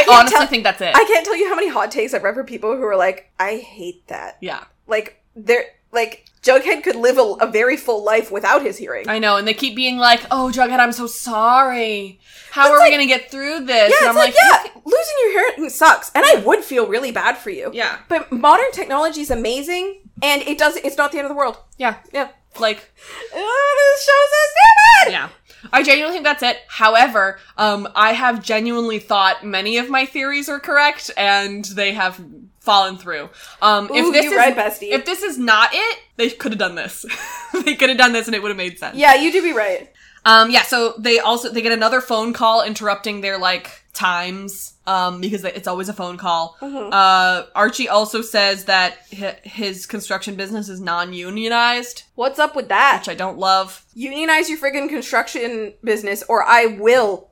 [SPEAKER 1] I
[SPEAKER 2] can't
[SPEAKER 1] honestly
[SPEAKER 2] tell-
[SPEAKER 1] think that's it.
[SPEAKER 2] I can't tell you how many hot takes I've read from people who are like, I hate that.
[SPEAKER 1] yeah.
[SPEAKER 2] Like they're like Jughead could live a, a very full life without his hearing.
[SPEAKER 1] I know, and they keep being like, "Oh, Jughead, I'm so sorry. How
[SPEAKER 2] It's
[SPEAKER 1] are
[SPEAKER 2] like-
[SPEAKER 1] we gonna get through this?"
[SPEAKER 2] yeah,
[SPEAKER 1] and
[SPEAKER 2] it's
[SPEAKER 1] I'm
[SPEAKER 2] like,
[SPEAKER 1] like,
[SPEAKER 2] yeah, losing your hearing sucks, and I would feel really bad for you.
[SPEAKER 1] yeah,
[SPEAKER 2] But modern technology is amazing, and it does. It's not the end of the world.
[SPEAKER 1] yeah,
[SPEAKER 2] Yeah.
[SPEAKER 1] like,
[SPEAKER 2] Oh, this show's so stupid.
[SPEAKER 1] yeah." I genuinely think that's it. However, um, I have genuinely thought many of my theories are correct, and they have fallen through. Um,
[SPEAKER 2] Ooh,
[SPEAKER 1] if this
[SPEAKER 2] you
[SPEAKER 1] is
[SPEAKER 2] right, bestie.
[SPEAKER 1] if this is not it, they could have done this. they could have done this, and it would have made sense.
[SPEAKER 2] yeah, you do be right.
[SPEAKER 1] Um, yeah, so they also, they get another phone call interrupting their, like, times, um, because they- it's always a phone call.
[SPEAKER 2] Mm-hmm.
[SPEAKER 1] Uh, Archie also says that hi- his construction business is non-unionized,
[SPEAKER 2] What's up with that?
[SPEAKER 1] which I don't love.
[SPEAKER 2] Unionize your friggin' construction business, or I will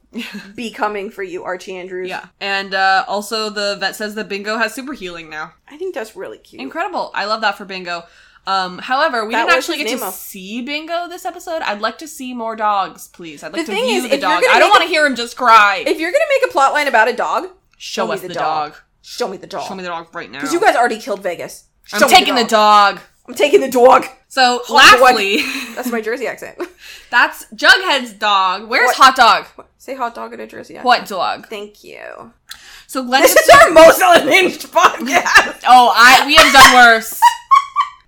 [SPEAKER 2] be coming for you, Archie Andrews.
[SPEAKER 1] Yeah. And uh, also, the vet says that Bingo has super healing now.
[SPEAKER 2] I think that's really cute.
[SPEAKER 1] Incredible. I love that for Bingo. Um, however, we
[SPEAKER 2] That
[SPEAKER 1] didn't
[SPEAKER 2] was
[SPEAKER 1] actually
[SPEAKER 2] his
[SPEAKER 1] get to
[SPEAKER 2] name off.
[SPEAKER 1] see Bingo this episode. I'd like to see more dogs, please. I'd like
[SPEAKER 2] The
[SPEAKER 1] to
[SPEAKER 2] thing
[SPEAKER 1] view
[SPEAKER 2] is,
[SPEAKER 1] the
[SPEAKER 2] if you're
[SPEAKER 1] dog.
[SPEAKER 2] gonna
[SPEAKER 1] I don't
[SPEAKER 2] make
[SPEAKER 1] want to hear him just cry.
[SPEAKER 2] if you're gonna make a plot line about a dog,
[SPEAKER 1] Show
[SPEAKER 2] me
[SPEAKER 1] us
[SPEAKER 2] the
[SPEAKER 1] the,
[SPEAKER 2] dog.
[SPEAKER 1] dog.
[SPEAKER 2] show me the dog.
[SPEAKER 1] Show me the dog right now.
[SPEAKER 2] Because you guys already killed Vegas. Show
[SPEAKER 1] I'm
[SPEAKER 2] me
[SPEAKER 1] taking the dog.
[SPEAKER 2] I'm taking the dog.
[SPEAKER 1] So,
[SPEAKER 2] Hot dog.
[SPEAKER 1] lastly,
[SPEAKER 2] That's my Jersey accent.
[SPEAKER 1] that's Jughead's dog. Where's
[SPEAKER 2] What?
[SPEAKER 1] Hot Dog?
[SPEAKER 2] Say hot dog in a Jersey accent.
[SPEAKER 1] What dog?
[SPEAKER 2] Thank you.
[SPEAKER 1] So Glenn
[SPEAKER 2] This is our most unhinged podcast.
[SPEAKER 1] Oh, I we have done worse.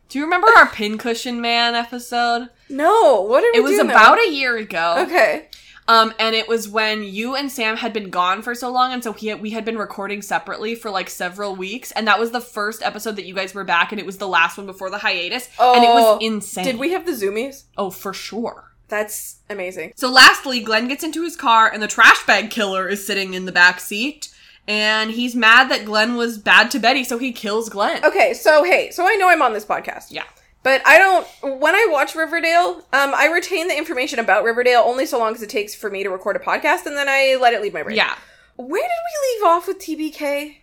[SPEAKER 1] Do you remember our Pincushion Man episode?
[SPEAKER 2] No, what are we
[SPEAKER 1] It was
[SPEAKER 2] doing now?
[SPEAKER 1] about a year ago.
[SPEAKER 2] Okay.
[SPEAKER 1] Um, and it was when you and Sam had been gone for so long, and so he we had been recording separately for like several weeks, and that was the first episode that you guys were back, and it was the last one before the hiatus, and it
[SPEAKER 2] Oh.
[SPEAKER 1] was insane.
[SPEAKER 2] Did we have the zoomies?
[SPEAKER 1] Oh, for sure.
[SPEAKER 2] That's amazing.
[SPEAKER 1] So lastly, Glenn gets into his car and the trash bag killer is sitting in the back seat and he's mad that Glenn was bad to Betty, so he kills Glenn.
[SPEAKER 2] Okay, so hey, so I know I'm on this podcast.
[SPEAKER 1] Yeah.
[SPEAKER 2] But I don't. When I watch Riverdale, um, I retain the information about Riverdale only so long as it takes for me to record a podcast, and then I let it leave my brain.
[SPEAKER 1] Yeah.
[SPEAKER 2] Where did we leave off with TBK?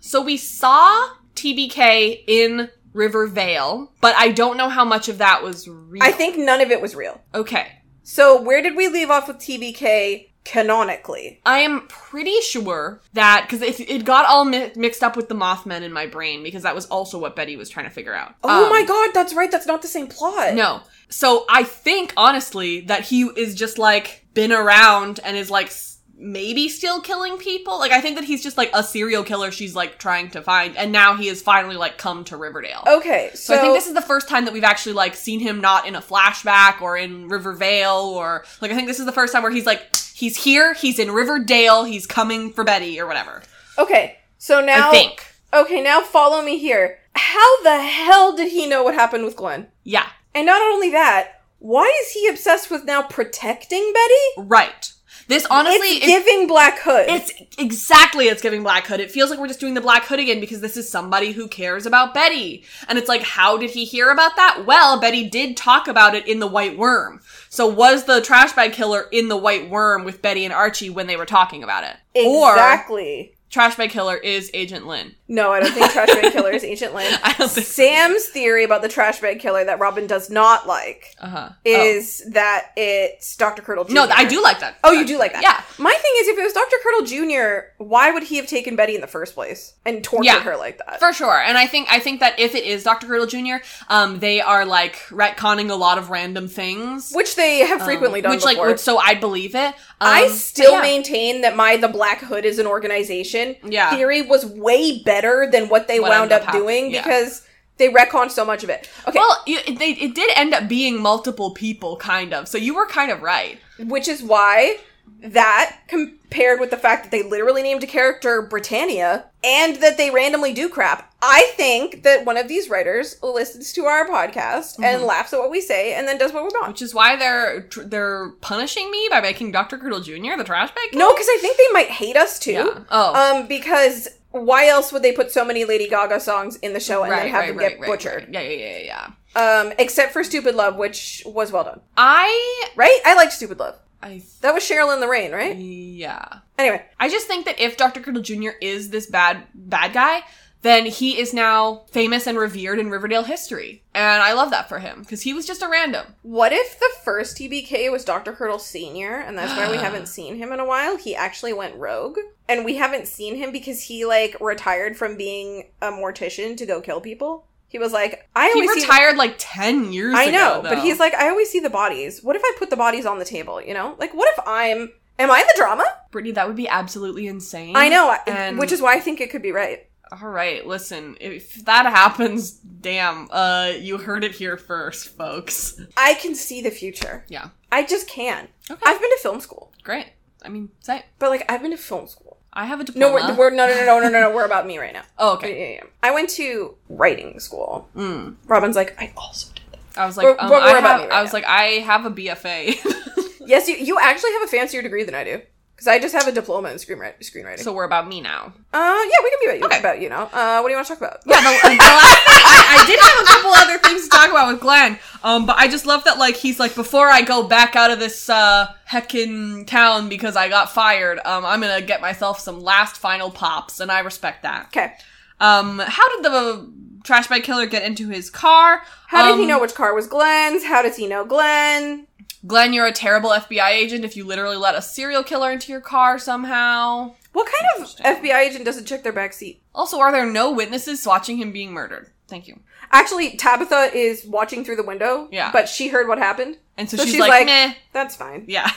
[SPEAKER 1] So we saw TBK in Rivervale, but I don't know how much of that was real.
[SPEAKER 2] I think none of it was real.
[SPEAKER 1] Okay.
[SPEAKER 2] So where did we leave off with TBK canonically?
[SPEAKER 1] I am pretty sure that because it, it got all mi- mixed up with the Mothman in my brain because that was also what Betty was trying to figure out.
[SPEAKER 2] Oh
[SPEAKER 1] Um,
[SPEAKER 2] my god, that's right. That's not the same plot.
[SPEAKER 1] No. So I think honestly that he is just like been around and is like s- maybe still killing people. Like I think that he's just like a serial killer she's like trying to find and now he has finally like come to Riverdale.
[SPEAKER 2] Okay, so,
[SPEAKER 1] So, I think this is the first time that we've actually like seen him not in a flashback or in Rivervale or like I think this is the first time where he's like he's here, he's in Riverdale, he's coming for Betty or whatever.
[SPEAKER 2] okay. So now,
[SPEAKER 1] I think.
[SPEAKER 2] okay, now follow me here. How the hell did he know what happened with Glenn?
[SPEAKER 1] Yeah.
[SPEAKER 2] And not only that, why is he obsessed with now protecting Betty?
[SPEAKER 1] Right. This honestly
[SPEAKER 2] it's
[SPEAKER 1] if-
[SPEAKER 2] giving Black Hood.
[SPEAKER 1] It's exactly it's giving Black Hood. It feels like we're just doing the Black Hood again because this is somebody who cares about Betty. And it's like, how did he hear about that? Well, Betty did talk about it in The White Worm. So was the trash bag killer in The White Worm with Betty and Archie when they were talking about it? Or
[SPEAKER 2] exactly.
[SPEAKER 1] trash bag killer is Agent Lynn.
[SPEAKER 2] no, I don't think Trash Bag Killer is Ancient Land.
[SPEAKER 1] I don't think
[SPEAKER 2] Sam's theory about the Trash Bag Killer that Robin does not like
[SPEAKER 1] uh-huh.
[SPEAKER 2] is that it's Dr. Curdle Jr.
[SPEAKER 1] Oh. No, I do like that.
[SPEAKER 2] Oh, you do like that.
[SPEAKER 1] Yeah.
[SPEAKER 2] My thing is, if it was Dr. Curdle Jr., why would he have taken Betty in the first place and tortured
[SPEAKER 1] Yeah.
[SPEAKER 2] her like that?
[SPEAKER 1] For sure. And I think I think that if it is Dr. Girdle Jr., um, they are like retconning a lot of random things.
[SPEAKER 2] which they have
[SPEAKER 1] um,
[SPEAKER 2] frequently done
[SPEAKER 1] which
[SPEAKER 2] before.
[SPEAKER 1] like which, so I believe it. Um,
[SPEAKER 2] I
[SPEAKER 1] but
[SPEAKER 2] still
[SPEAKER 1] yeah.
[SPEAKER 2] maintain that my The Black Hood is an organization
[SPEAKER 1] Yeah.
[SPEAKER 2] theory was way better than what they
[SPEAKER 1] What
[SPEAKER 2] wound
[SPEAKER 1] ended
[SPEAKER 2] up
[SPEAKER 1] up happening,
[SPEAKER 2] doing
[SPEAKER 1] yeah.
[SPEAKER 2] because they retconned so much of it. Okay,
[SPEAKER 1] Well, you, it- they, it did end up being multiple people, kind of. So you were kind of right.
[SPEAKER 2] which is why that compared with the fact that they literally named a character Britannia and that they randomly do crap, I think that one of these writers listens to our podcast and laughs at what we say and then does what we want.
[SPEAKER 1] Which is why they're tr- they're punishing me by making Dr. Curdle Jr. the trash bag.
[SPEAKER 2] No, because I think they might hate us too.
[SPEAKER 1] Yeah. Oh.
[SPEAKER 2] Um, because why else would they put so many Lady Gaga songs in the show Oh, and then have them get butchered?
[SPEAKER 1] Yeah, yeah, yeah, yeah, yeah.
[SPEAKER 2] Um, except for Stupid Love, which was well done.
[SPEAKER 1] I,
[SPEAKER 2] Right? I liked Stupid Love.
[SPEAKER 1] I,
[SPEAKER 2] That was Cheryl in the Rain,
[SPEAKER 1] Mm-hmm.
[SPEAKER 2] right?
[SPEAKER 1] yeah.
[SPEAKER 2] Anyway,
[SPEAKER 1] I just think that if Dr. Curdle Jr. is this bad bad guy, then he is now famous and revered in Riverdale history, and I love that for him because he was just a random.
[SPEAKER 2] what if the first TBK was Dr. Hurdle Sr., and that's why we haven't seen him in a while? He actually went rogue, and we haven't seen him because he, like, retired from being a mortician to go kill people. He was like, I
[SPEAKER 1] He
[SPEAKER 2] always see-
[SPEAKER 1] retired like ten years.
[SPEAKER 2] I know,
[SPEAKER 1] ago,
[SPEAKER 2] but
[SPEAKER 1] though.
[SPEAKER 2] he's like, I always see the bodies. What if I put the bodies on the table? You know, like, what if I'm? Am I the drama?
[SPEAKER 1] Brittany, that would be absolutely insane.
[SPEAKER 2] I know, I-
[SPEAKER 1] And-
[SPEAKER 2] which is why I think it could be right.
[SPEAKER 1] All right, listen, if that happens, damn, uh, you heard it here first, folks.
[SPEAKER 2] I can see the future.
[SPEAKER 1] Yeah.
[SPEAKER 2] I just can.
[SPEAKER 1] Okay.
[SPEAKER 2] I've been to film school,
[SPEAKER 1] Great. I mean, say,
[SPEAKER 2] but like, I've been to film school.
[SPEAKER 1] I have a
[SPEAKER 2] No,
[SPEAKER 1] diploma.
[SPEAKER 2] we're, we're no, no, no, no, no, no, no. We're about me right now.
[SPEAKER 1] oh, okay.
[SPEAKER 2] Yeah, yeah, yeah. I went to writing school.
[SPEAKER 1] Mm.
[SPEAKER 2] Robin's like, I also did.
[SPEAKER 1] I was like,
[SPEAKER 2] We're-
[SPEAKER 1] um,
[SPEAKER 2] we're- we're
[SPEAKER 1] I,
[SPEAKER 2] about
[SPEAKER 1] have,
[SPEAKER 2] me right
[SPEAKER 1] I was
[SPEAKER 2] now.
[SPEAKER 1] like, I have a BFA.
[SPEAKER 2] Yes, you, you actually have a fancier degree than I do because Because I just have a diploma in screenwri- screenwriting.
[SPEAKER 1] So we're about me now.
[SPEAKER 2] uh, yeah, we can be about,
[SPEAKER 1] Okay.
[SPEAKER 2] about you know. Uh, what do you want to talk about?
[SPEAKER 1] Yeah, the, the last thing, I, I did have a couple other things to talk about with Glenn, um, but I just love that like he's like before I go back out of this uh, heckin' town because I got fired, um, I'm gonna get myself some last final pops, and I respect that.
[SPEAKER 2] Okay.
[SPEAKER 1] Um, how did the trash bag killer get into his car?
[SPEAKER 2] How did he
[SPEAKER 1] Um,
[SPEAKER 2] know which car was Glenn's? How does he know Glenn?
[SPEAKER 1] Glenn, you're a terrible FBI agent if you literally let a serial killer into your car somehow.
[SPEAKER 2] What kind of FBI agent doesn't check their back seat?
[SPEAKER 1] Also, are there no witnesses watching him being murdered? Thank you.
[SPEAKER 2] Actually, Tabitha is watching through the window.
[SPEAKER 1] Yeah.
[SPEAKER 2] But she heard what happened.
[SPEAKER 1] And so,
[SPEAKER 2] So
[SPEAKER 1] she's,
[SPEAKER 2] she's
[SPEAKER 1] like,
[SPEAKER 2] like-
[SPEAKER 1] meh.
[SPEAKER 2] That's fine.
[SPEAKER 1] Yeah.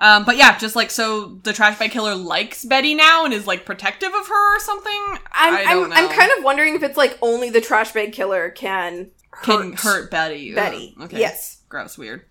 [SPEAKER 1] Um, but yeah, just like so the trash bag killer likes Betty now and is like protective of her or something.
[SPEAKER 2] I'm
[SPEAKER 1] I do
[SPEAKER 2] I'm, I'm kind of wondering if it's like only the trash bag killer can hurt,
[SPEAKER 1] can hurt Betty. Ugh.
[SPEAKER 2] Betty.
[SPEAKER 1] Okay.
[SPEAKER 2] Yes.
[SPEAKER 1] Gross, weird.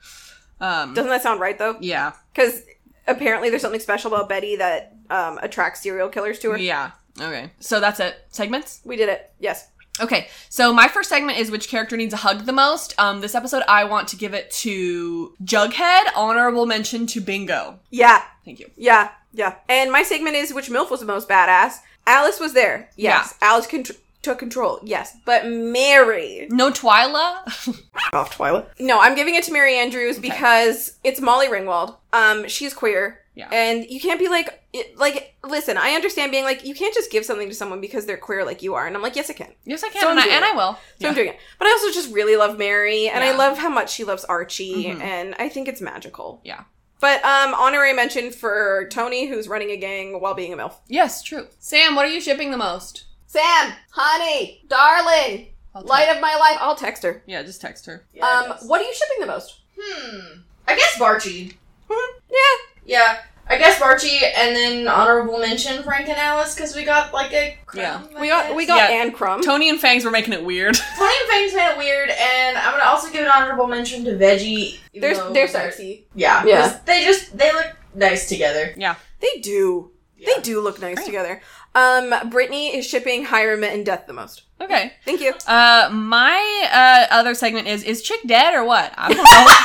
[SPEAKER 1] Um
[SPEAKER 2] Doesn't that sound right though?
[SPEAKER 1] Yeah.
[SPEAKER 2] Because apparently there's something special about Betty that um, attracts serial killers to her.
[SPEAKER 1] Yeah. Okay. So that's it. Segments?
[SPEAKER 2] We did it. Yes.
[SPEAKER 1] Okay. So my first segment is which character needs a hug the most. Um this episode I want to give it to Jughead, honorable mention to Bingo.
[SPEAKER 2] Yeah.
[SPEAKER 1] Thank you.
[SPEAKER 2] Yeah. Yeah. And my segment is which milf was the most badass. Alice was there. Yes. Alice contr took control. Yes. But Mary.
[SPEAKER 1] No Twyla?
[SPEAKER 2] Off Twilight. No, I'm giving it to Mary Andrews
[SPEAKER 1] Okay.
[SPEAKER 2] because it's Molly Ringwald. Um, she's queer.
[SPEAKER 1] Yeah.
[SPEAKER 2] And you can't be like, it, like, listen, I understand being like, you can't just give something to someone because they're queer like you are. And I'm like, yes, I can.
[SPEAKER 1] yes I can
[SPEAKER 2] So
[SPEAKER 1] and,
[SPEAKER 2] I'm
[SPEAKER 1] I,
[SPEAKER 2] doing
[SPEAKER 1] and
[SPEAKER 2] it.
[SPEAKER 1] I will.
[SPEAKER 2] So I'm doing it. But I also just really love Mary, and I
[SPEAKER 1] Yeah.
[SPEAKER 2] love how much she loves Archie,
[SPEAKER 1] Mhm.
[SPEAKER 2] and I think it's magical.
[SPEAKER 1] Yeah.
[SPEAKER 2] But um, honorary mention for Tony, who's running a gang while being a MILF.
[SPEAKER 1] Yes, true. Sam, what are you shipping the most?
[SPEAKER 3] Sam, honey, darling,
[SPEAKER 1] I'll
[SPEAKER 3] light of my life.
[SPEAKER 2] I'll text her.
[SPEAKER 1] Yeah, just text her.
[SPEAKER 2] Um, what are you shipping the most?
[SPEAKER 3] hmm. I guess Barchi.
[SPEAKER 2] Mm-hmm. Yeah.
[SPEAKER 3] Yeah. I guess Barchi, and then honorable mention Frank and Alice because we got like a
[SPEAKER 1] Yeah.
[SPEAKER 2] We got we got
[SPEAKER 1] Yeah.
[SPEAKER 2] Anne Crumb.
[SPEAKER 1] Tony and Fangs were making it weird.
[SPEAKER 3] Tony and Fang's made it weird, and I'm gonna also give an honorable mention to Veggie. even
[SPEAKER 2] They're
[SPEAKER 3] though
[SPEAKER 2] they're sexy.
[SPEAKER 3] Yeah,
[SPEAKER 2] Yeah.
[SPEAKER 3] 'cause They just they look nice together.
[SPEAKER 2] They do.
[SPEAKER 3] Yeah.
[SPEAKER 2] They do look nice
[SPEAKER 1] Great.
[SPEAKER 2] together. Um, Brittany is shipping Hiram and Death the most.
[SPEAKER 1] okay.
[SPEAKER 2] Thank you.
[SPEAKER 1] Uh, my uh other segment is is Chick dead or what? I don't know.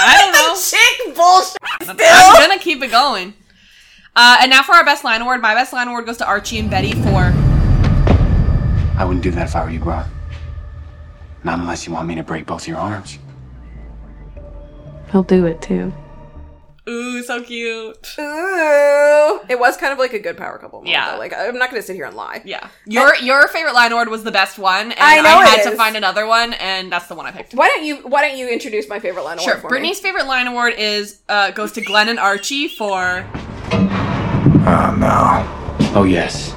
[SPEAKER 1] I don't know.
[SPEAKER 2] Chick bullshit.
[SPEAKER 1] I'm gonna keep it going. Uh, and now for our best line award. My best line award goes to Archie and Betty for
[SPEAKER 5] I wouldn't do that if I were you, bro. Not unless you want me to break both your arms.
[SPEAKER 6] He'll do it too.
[SPEAKER 1] ooh, so cute.
[SPEAKER 2] Ooh. It was kind of like a good power couple. moment,
[SPEAKER 1] Yeah.
[SPEAKER 2] though. Like I'm not gonna sit here and lie.
[SPEAKER 1] Yeah, your your favorite line award was the best one, and
[SPEAKER 2] I
[SPEAKER 1] I,
[SPEAKER 2] know it
[SPEAKER 1] had to
[SPEAKER 2] is.
[SPEAKER 1] find another one, and that's the one I picked.
[SPEAKER 2] Why don't you Why don't you introduce my favorite line?
[SPEAKER 1] Sure.
[SPEAKER 2] award for me?
[SPEAKER 1] Brittany's favorite line award is uh goes to Glenn and Archie for
[SPEAKER 5] Oh, no. Oh, yes.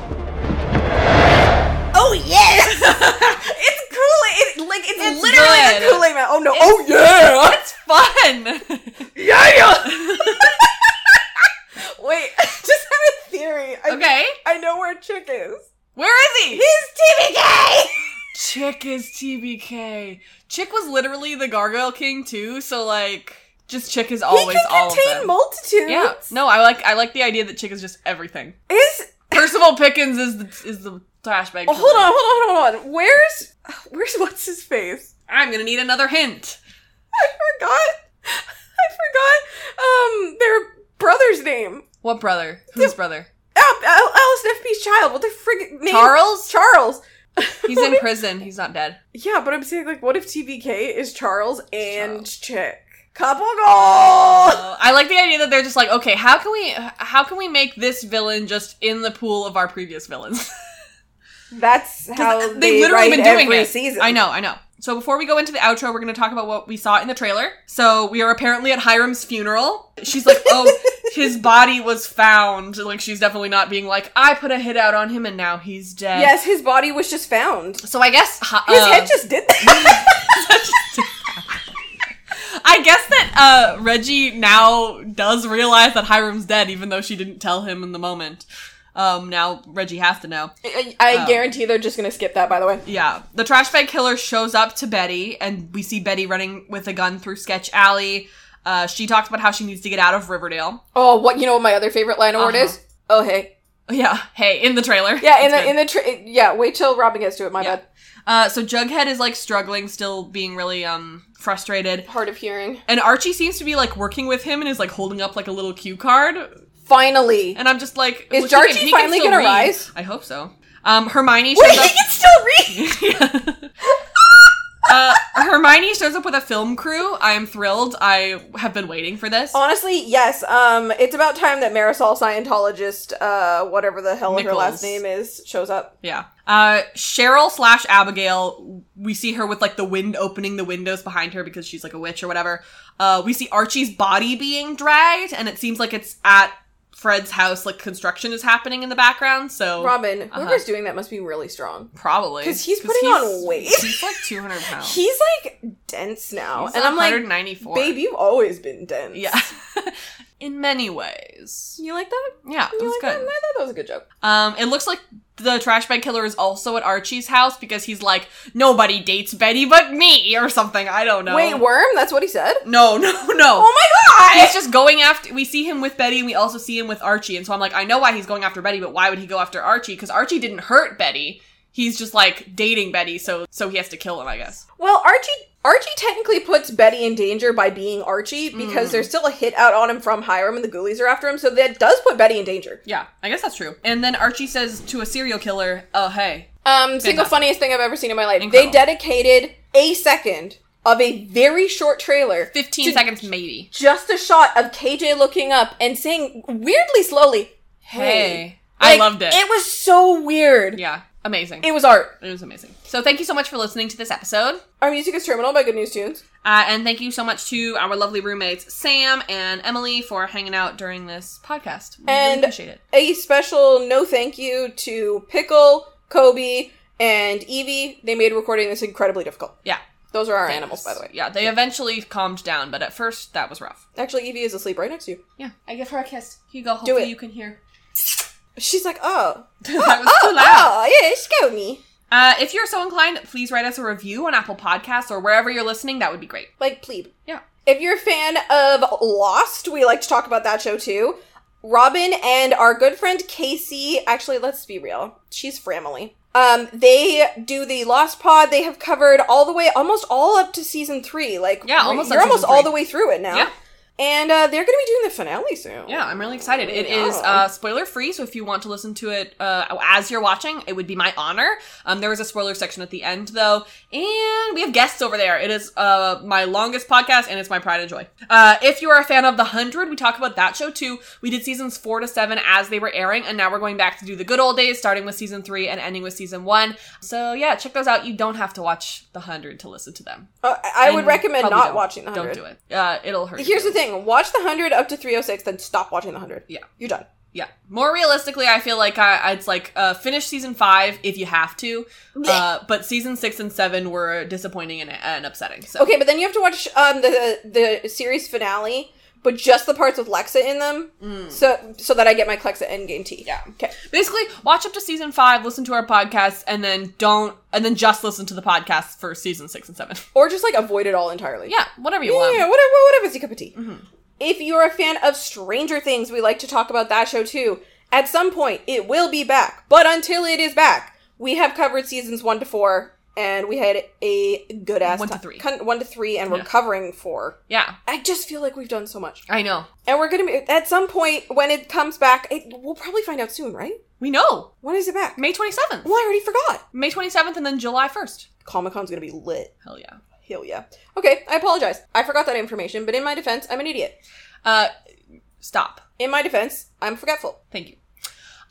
[SPEAKER 2] Oh yes, it's cool. It like it's,
[SPEAKER 1] It's
[SPEAKER 2] literally
[SPEAKER 1] good.
[SPEAKER 2] the Kool Aid Man. Oh no. oh yeah.
[SPEAKER 1] it's fun.
[SPEAKER 2] Yeah. Wait, I just have a theory. I,
[SPEAKER 1] okay,
[SPEAKER 2] I know where Chick is.
[SPEAKER 1] where is he?
[SPEAKER 2] He's TBK.
[SPEAKER 1] Chick is TBK. Chick was literally the Gargoyle King too, so like, just Chick is always
[SPEAKER 2] he can
[SPEAKER 1] all
[SPEAKER 2] contain
[SPEAKER 1] of them.
[SPEAKER 2] multitudes.
[SPEAKER 1] yeah, no, I like I like the idea that Chick is just everything.
[SPEAKER 2] Is
[SPEAKER 1] Percival Pickens is the is the trash bag.
[SPEAKER 2] oh, hold on, hold on, hold on. Where's Where's what's his face?
[SPEAKER 1] I'm gonna need another hint.
[SPEAKER 2] I forgot. I forgot. Um, their brother's name.
[SPEAKER 1] What brother? Whose brother?
[SPEAKER 2] Al- Al- Alice and FP's child. What the frig name?
[SPEAKER 1] Charles.
[SPEAKER 2] Charles.
[SPEAKER 1] He's in prison. He's not dead.
[SPEAKER 2] Yeah, but I'm saying like, what if TBK is Charles and
[SPEAKER 1] Charles.
[SPEAKER 2] Chick? Couple goal.
[SPEAKER 1] Uh, I like the idea that they're just like, okay, how can we how can we make this villain just in the pool of our previous villains?
[SPEAKER 2] That's how
[SPEAKER 1] They've
[SPEAKER 2] they literally been doing every
[SPEAKER 1] it.
[SPEAKER 2] season.
[SPEAKER 1] I know, I know. So before we go into the outro, we're going to talk about what we saw in the trailer. So we are apparently at Hiram's funeral. She's like, "Oh, his body was found." Like she's definitely not being like, "I put a hit out on him and now he's dead."
[SPEAKER 2] Yes, his body was just found. His
[SPEAKER 1] So I guess hi- uh,
[SPEAKER 2] head just did that.
[SPEAKER 1] I guess that uh, Reggie now does realize that Hiram's dead, even though she didn't tell him in the moment. Um, now Reggie has to know.
[SPEAKER 2] I, I
[SPEAKER 1] Oh.
[SPEAKER 2] guarantee they're just gonna skip that. By the way,
[SPEAKER 1] Yeah. The trash bag killer shows up to Betty, and we see Betty running with a gun through Sketch Alley. Uh, she talks about how she needs to get out of Riverdale.
[SPEAKER 2] oh, what you know? What my other favorite line award
[SPEAKER 1] Uh-huh.
[SPEAKER 2] is? Oh hey,
[SPEAKER 1] Yeah. Hey, in the trailer.
[SPEAKER 2] yeah, in
[SPEAKER 1] That's
[SPEAKER 2] the in the tra- yeah. Wait till Robin gets to it. My
[SPEAKER 1] Yeah. good.
[SPEAKER 2] bad.
[SPEAKER 1] uh, so Jughead is like struggling, still being really um frustrated,
[SPEAKER 2] Hard of hearing.
[SPEAKER 1] and Archie seems to be like working with him and is like holding up like a little cue card.
[SPEAKER 2] Finally.
[SPEAKER 1] And I'm just like,
[SPEAKER 2] Is
[SPEAKER 1] she can-
[SPEAKER 2] Jarchi
[SPEAKER 1] he can
[SPEAKER 2] finally
[SPEAKER 1] still
[SPEAKER 2] gonna
[SPEAKER 1] read.
[SPEAKER 2] rise?
[SPEAKER 1] I hope so. Um, Hermione
[SPEAKER 2] Wait,
[SPEAKER 1] shows
[SPEAKER 2] he
[SPEAKER 1] up.
[SPEAKER 2] can still read!
[SPEAKER 1] uh, Hermione shows up with a film crew. I am thrilled. I have been waiting for this.
[SPEAKER 2] Honestly, yes. Um, it's about time that Marisol Scientologist, uh, whatever the hell her
[SPEAKER 1] Nichols.
[SPEAKER 2] last name is, shows up.
[SPEAKER 1] Yeah. Uh, Cheryl slash Abigail, we see her with like the wind opening the windows behind her because she's like a witch or whatever. Uh, we see Archie's body being dragged, and it seems like it's at Fred's house, like construction is happening in the background. So
[SPEAKER 2] Robin,
[SPEAKER 1] Uh-huh.
[SPEAKER 2] whoever's doing that must be really strong.
[SPEAKER 1] probably
[SPEAKER 2] 'Cause he's putting on weight.
[SPEAKER 1] He's like 200 pounds.
[SPEAKER 2] He's like dense now,
[SPEAKER 1] Oh. He's
[SPEAKER 2] and I'm like,
[SPEAKER 1] 194.
[SPEAKER 2] babe, you've always been dense.
[SPEAKER 1] Yeah. in many ways.
[SPEAKER 2] you like that?
[SPEAKER 1] Yeah, it
[SPEAKER 2] You
[SPEAKER 1] was
[SPEAKER 2] like
[SPEAKER 1] good.
[SPEAKER 2] That? I thought that was a good joke.
[SPEAKER 1] Um, it looks like the trash bag killer is also at Archie's house because he's like, nobody dates Betty but me or something. I don't know.
[SPEAKER 2] Wait, worm? That's what he said.
[SPEAKER 1] No, no, no.
[SPEAKER 2] Oh my god!
[SPEAKER 1] He's just going after. We see him with Betty, and we also see him with Archie. And so I'm like, I know why he's going after Betty, but why would he go after Archie? Because Archie didn't hurt Betty. He's just like dating Betty, so so he has to kill him, I guess.
[SPEAKER 2] Well, Archie Archie technically puts Betty in danger by being Archie because
[SPEAKER 1] Mm.
[SPEAKER 2] there's still a hit out on him from Hiram and the ghoulies are after him, so that does put Betty in danger.
[SPEAKER 1] Yeah, I guess that's true. And then Archie says to a serial killer, "Oh hey,
[SPEAKER 2] Um, single
[SPEAKER 1] Fantastic.
[SPEAKER 2] funniest thing I've ever seen in my life.
[SPEAKER 1] Incredible.
[SPEAKER 2] They dedicated a second of a very short trailer
[SPEAKER 1] 15
[SPEAKER 2] To-
[SPEAKER 1] seconds maybe.
[SPEAKER 2] just a shot of KJ looking up and saying weirdly slowly,
[SPEAKER 1] Hey,
[SPEAKER 2] "Hey."
[SPEAKER 1] I
[SPEAKER 2] Like,
[SPEAKER 1] loved it.
[SPEAKER 2] It was so weird.
[SPEAKER 1] yeah, amazing.
[SPEAKER 2] It was art.
[SPEAKER 1] It was amazing. So thank you so much for listening to this episode."
[SPEAKER 2] Our music is Terminal by Good News Tunes.
[SPEAKER 1] Uh, and thank you so much to our lovely roommates Sam and Emily for hanging out during this podcast. We really
[SPEAKER 2] And-
[SPEAKER 1] appreciate it.
[SPEAKER 2] A special no thank you to Pickle, Kobe, and Evie. They made recording this incredibly difficult.
[SPEAKER 1] Yeah.
[SPEAKER 2] Those are our
[SPEAKER 1] Thanks.
[SPEAKER 2] animals, by the way.
[SPEAKER 1] Yeah, they eventually calmed down, but at first that was rough.
[SPEAKER 2] Actually, Evie is asleep right next to you.
[SPEAKER 3] I give her a kiss.
[SPEAKER 1] Hugo,
[SPEAKER 2] Do
[SPEAKER 1] hopefully
[SPEAKER 2] it.
[SPEAKER 1] you can hear.
[SPEAKER 2] She's like, oh,
[SPEAKER 1] that was
[SPEAKER 2] oh,
[SPEAKER 1] too loud.
[SPEAKER 2] oh, yeah, scared me.
[SPEAKER 1] Uh, if you're so inclined, please write us a review on Apple Podcasts or wherever you're listening. That would be great.
[SPEAKER 2] Like, plebe.
[SPEAKER 1] Yeah.
[SPEAKER 2] If you're a fan of Lost, we like to talk about that show too. Robin and our good friend Casey, actually, let's be real, she's family. Um, they do the Lost Pod. They have covered all the way, almost all up to season three. Like,
[SPEAKER 1] Yeah, almost
[SPEAKER 2] you're
[SPEAKER 1] up season
[SPEAKER 2] almost all
[SPEAKER 1] three.
[SPEAKER 2] the way through it now.
[SPEAKER 1] Yeah.
[SPEAKER 2] And uh, they're going to be doing the finale soon.
[SPEAKER 1] Yeah, I'm really excited. It
[SPEAKER 2] Yeah.
[SPEAKER 1] is uh, spoiler free, so if you want to listen to it uh, as you're watching, it would be my honor. Um, there is a spoiler section at the end, though, and we have guests over there. It is uh, my longest podcast, and it's my pride and joy. Uh, if you are a fan of The Hundred, we talk about that show too. We did seasons four to seven as they were airing, and now we're going back to do the good old days, starting with season three and ending with season one. So yeah, check those out. You don't have to watch The Hundred to listen to them.
[SPEAKER 2] Uh, I I would
[SPEAKER 1] And
[SPEAKER 2] recommend
[SPEAKER 1] probably
[SPEAKER 2] not
[SPEAKER 1] don't.
[SPEAKER 2] watching the 100.
[SPEAKER 1] Don't do it. Uh, it'll hurt.
[SPEAKER 2] Here's
[SPEAKER 1] you.
[SPEAKER 2] the thing watch the 100 up to 306, then stop watching the 100.
[SPEAKER 1] Yeah.
[SPEAKER 2] You're done.
[SPEAKER 1] Yeah. More realistically, I feel like I, I'd like uh, finish season five if you have to, uh, but season six and seven were disappointing and, and upsetting. So
[SPEAKER 2] Okay, but then you have to watch um the the series finale, but just the parts with Lexa in them,
[SPEAKER 1] Hmm.
[SPEAKER 2] so so that I get my Clexa endgame tea. Yeah. Okay.
[SPEAKER 1] Mm. basically, watch up to season five, listen to our podcast, and then don't, and then just listen to the podcast for season six and seven.
[SPEAKER 2] Or just like avoid it all entirely.
[SPEAKER 1] yeah, whatever you
[SPEAKER 2] Yeah,
[SPEAKER 1] want. Mm-hmm.
[SPEAKER 2] whatever, whatever's your cup of tea. If you're a fan of Stranger Things, we like to talk about that show too. At some point, it will be back, but until it is back, we have covered seasons one to four, and we had a good ass
[SPEAKER 1] One to
[SPEAKER 2] ti-
[SPEAKER 1] three.
[SPEAKER 2] con- one to three, and
[SPEAKER 1] Yeah.
[SPEAKER 2] we're covering four.
[SPEAKER 1] Yeah,
[SPEAKER 2] I just feel like we've done so much,
[SPEAKER 1] I know.
[SPEAKER 2] and we're gonna be at some point when it comes back. It, we'll probably find out soon, right?
[SPEAKER 1] We know.
[SPEAKER 2] When is it back?
[SPEAKER 1] May 27th.
[SPEAKER 2] Well, I already forgot.
[SPEAKER 1] May 27th and then July 1st.
[SPEAKER 2] Comic Con's gonna be lit.
[SPEAKER 1] Hell yeah.
[SPEAKER 2] Hell yeah. Okay, I apologize. I forgot that information, but in my defense, I'm an idiot.
[SPEAKER 1] Uh, stop.
[SPEAKER 2] In my defense, I'm forgetful.
[SPEAKER 1] Thank you.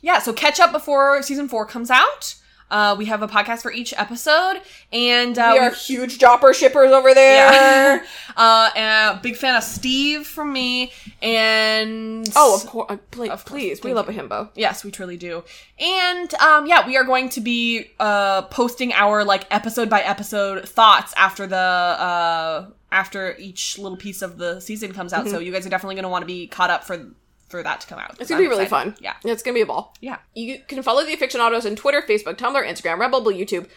[SPEAKER 1] Yeah, so catch up before season four comes out. Uh, we have a podcast for each episode, and uh,
[SPEAKER 2] we are huge jopper shippers over there.
[SPEAKER 1] Yeah. uh, and a big fan of Steve from me, and
[SPEAKER 2] Oh, of course. Please,
[SPEAKER 1] Of course,
[SPEAKER 2] please. we
[SPEAKER 1] thank
[SPEAKER 2] love a himbo.
[SPEAKER 1] Yes, we truly do. And um, yeah, we are going to be uh, posting our like episode by episode thoughts after the uh, after each little piece of the season comes out. So you guys are definitely going to want to be caught up for for that to come out.
[SPEAKER 2] Mm-hmm. It's gonna be
[SPEAKER 1] I'm
[SPEAKER 2] really
[SPEAKER 1] excited.
[SPEAKER 2] fun.
[SPEAKER 1] Yeah,
[SPEAKER 2] It's gonna be a ball.
[SPEAKER 1] yeah.
[SPEAKER 2] You can follow the Aficionados on Twitter, Facebook, Tumblr, Instagram, Red Bubble, YouTube.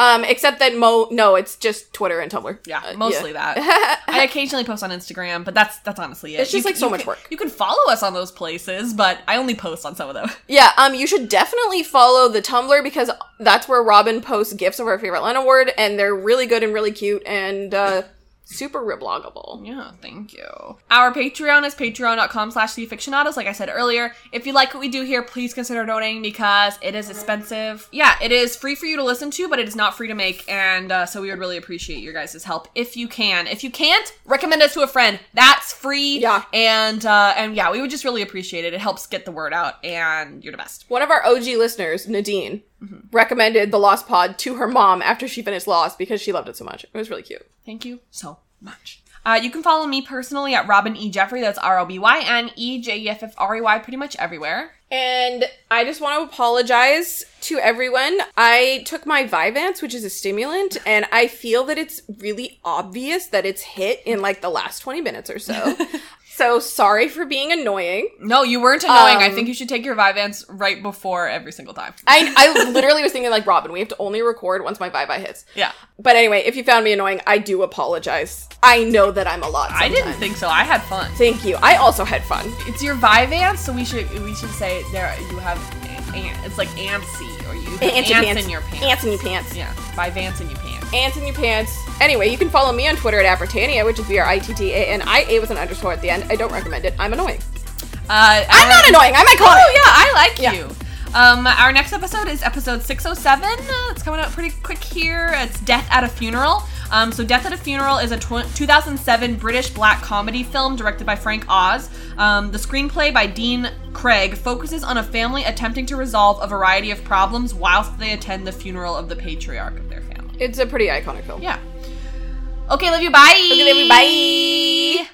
[SPEAKER 2] Um, except that Mo, no, it's just Twitter and Tumblr.
[SPEAKER 1] Yeah,
[SPEAKER 2] Uh,
[SPEAKER 1] mostly that. I occasionally post on Instagram, but that's that's honestly it.
[SPEAKER 2] It's just,
[SPEAKER 1] You-
[SPEAKER 2] like, so
[SPEAKER 1] you
[SPEAKER 2] much
[SPEAKER 1] can-
[SPEAKER 2] work.
[SPEAKER 1] You can follow us on those places, but I only post on some of them.
[SPEAKER 2] Yeah, um, you should definitely follow the Tumblr because that's where Robin posts gifs of her favorite Lena word, and they're really good and really cute. And uh, Super rebloggable.
[SPEAKER 1] Yeah, thank you. Our Patreon is patreon.com slash theaficionados, like I said earlier. If you like what we do here, please consider donating because it is expensive. Yeah, it is free for you to listen to, but it is not free to make, and uh, so we would really appreciate your guys' help if you can. If you can't, recommend us to a friend. That's free.
[SPEAKER 2] Yeah.
[SPEAKER 1] And, uh, and yeah, we would just really appreciate it. It helps get the word out, and you're the best.
[SPEAKER 2] One of our OG listeners, Nadine, recommended the Lost Pod to her mom after she finished Lost because she loved it so much. It was really cute.
[SPEAKER 1] Thank you so much. Uh, you can follow me personally at Robin E. Jeffrey. That's R O B Y N E J E F F R E Y, pretty much everywhere.
[SPEAKER 2] And I just want to apologize to everyone. I took my Vyvanse, which is a stimulant, and I feel that it's really obvious that it's hit in like the last 20 minutes or so. so sorry for being annoying.
[SPEAKER 1] No, you weren't annoying. I
[SPEAKER 2] Um,
[SPEAKER 1] think you should take your Vyvanse right before every single time.
[SPEAKER 2] I, I literally was thinking like Robin, we have to only record once my Vivi hits.
[SPEAKER 1] yeah.
[SPEAKER 2] But anyway, if you found me annoying, I do apologize. I know that I'm a lot.
[SPEAKER 1] I didn't
[SPEAKER 2] sometimes.
[SPEAKER 1] think so. I had fun.
[SPEAKER 2] Thank you. I also had fun.
[SPEAKER 1] It's your Vyvanse, so we should we should say there you have an- an- it's like antsy or you have ants,
[SPEAKER 2] Ants in pants.
[SPEAKER 1] in your pants.
[SPEAKER 2] Ants in your pants.
[SPEAKER 1] Yeah, Vyvanse in your pants.
[SPEAKER 2] Ants in your pants. Anyway, you can follow me on Twitter at Apertania, which is V R I T T A N I A with an underscore at the end. I don't recommend it. I'm annoying.
[SPEAKER 1] Uh,
[SPEAKER 2] I'm
[SPEAKER 1] our-
[SPEAKER 2] not annoying. I'm iconic.
[SPEAKER 1] Oh yeah, I like
[SPEAKER 2] Yeah.
[SPEAKER 1] you. Um, our next episode is episode 607. Uh, it's coming out pretty quick here. It's Death at a Funeral. Um, so Death at a Funeral is a tw- 2007 British black comedy film directed by Frank Oz. Um, the screenplay by Dean Craig focuses on a family attempting to resolve a variety of problems whilst they attend the funeral of the patriarch of their family.
[SPEAKER 2] It's a pretty iconic film.
[SPEAKER 1] Yeah. Okay, love you. Bye.
[SPEAKER 2] Okay, love you, bye.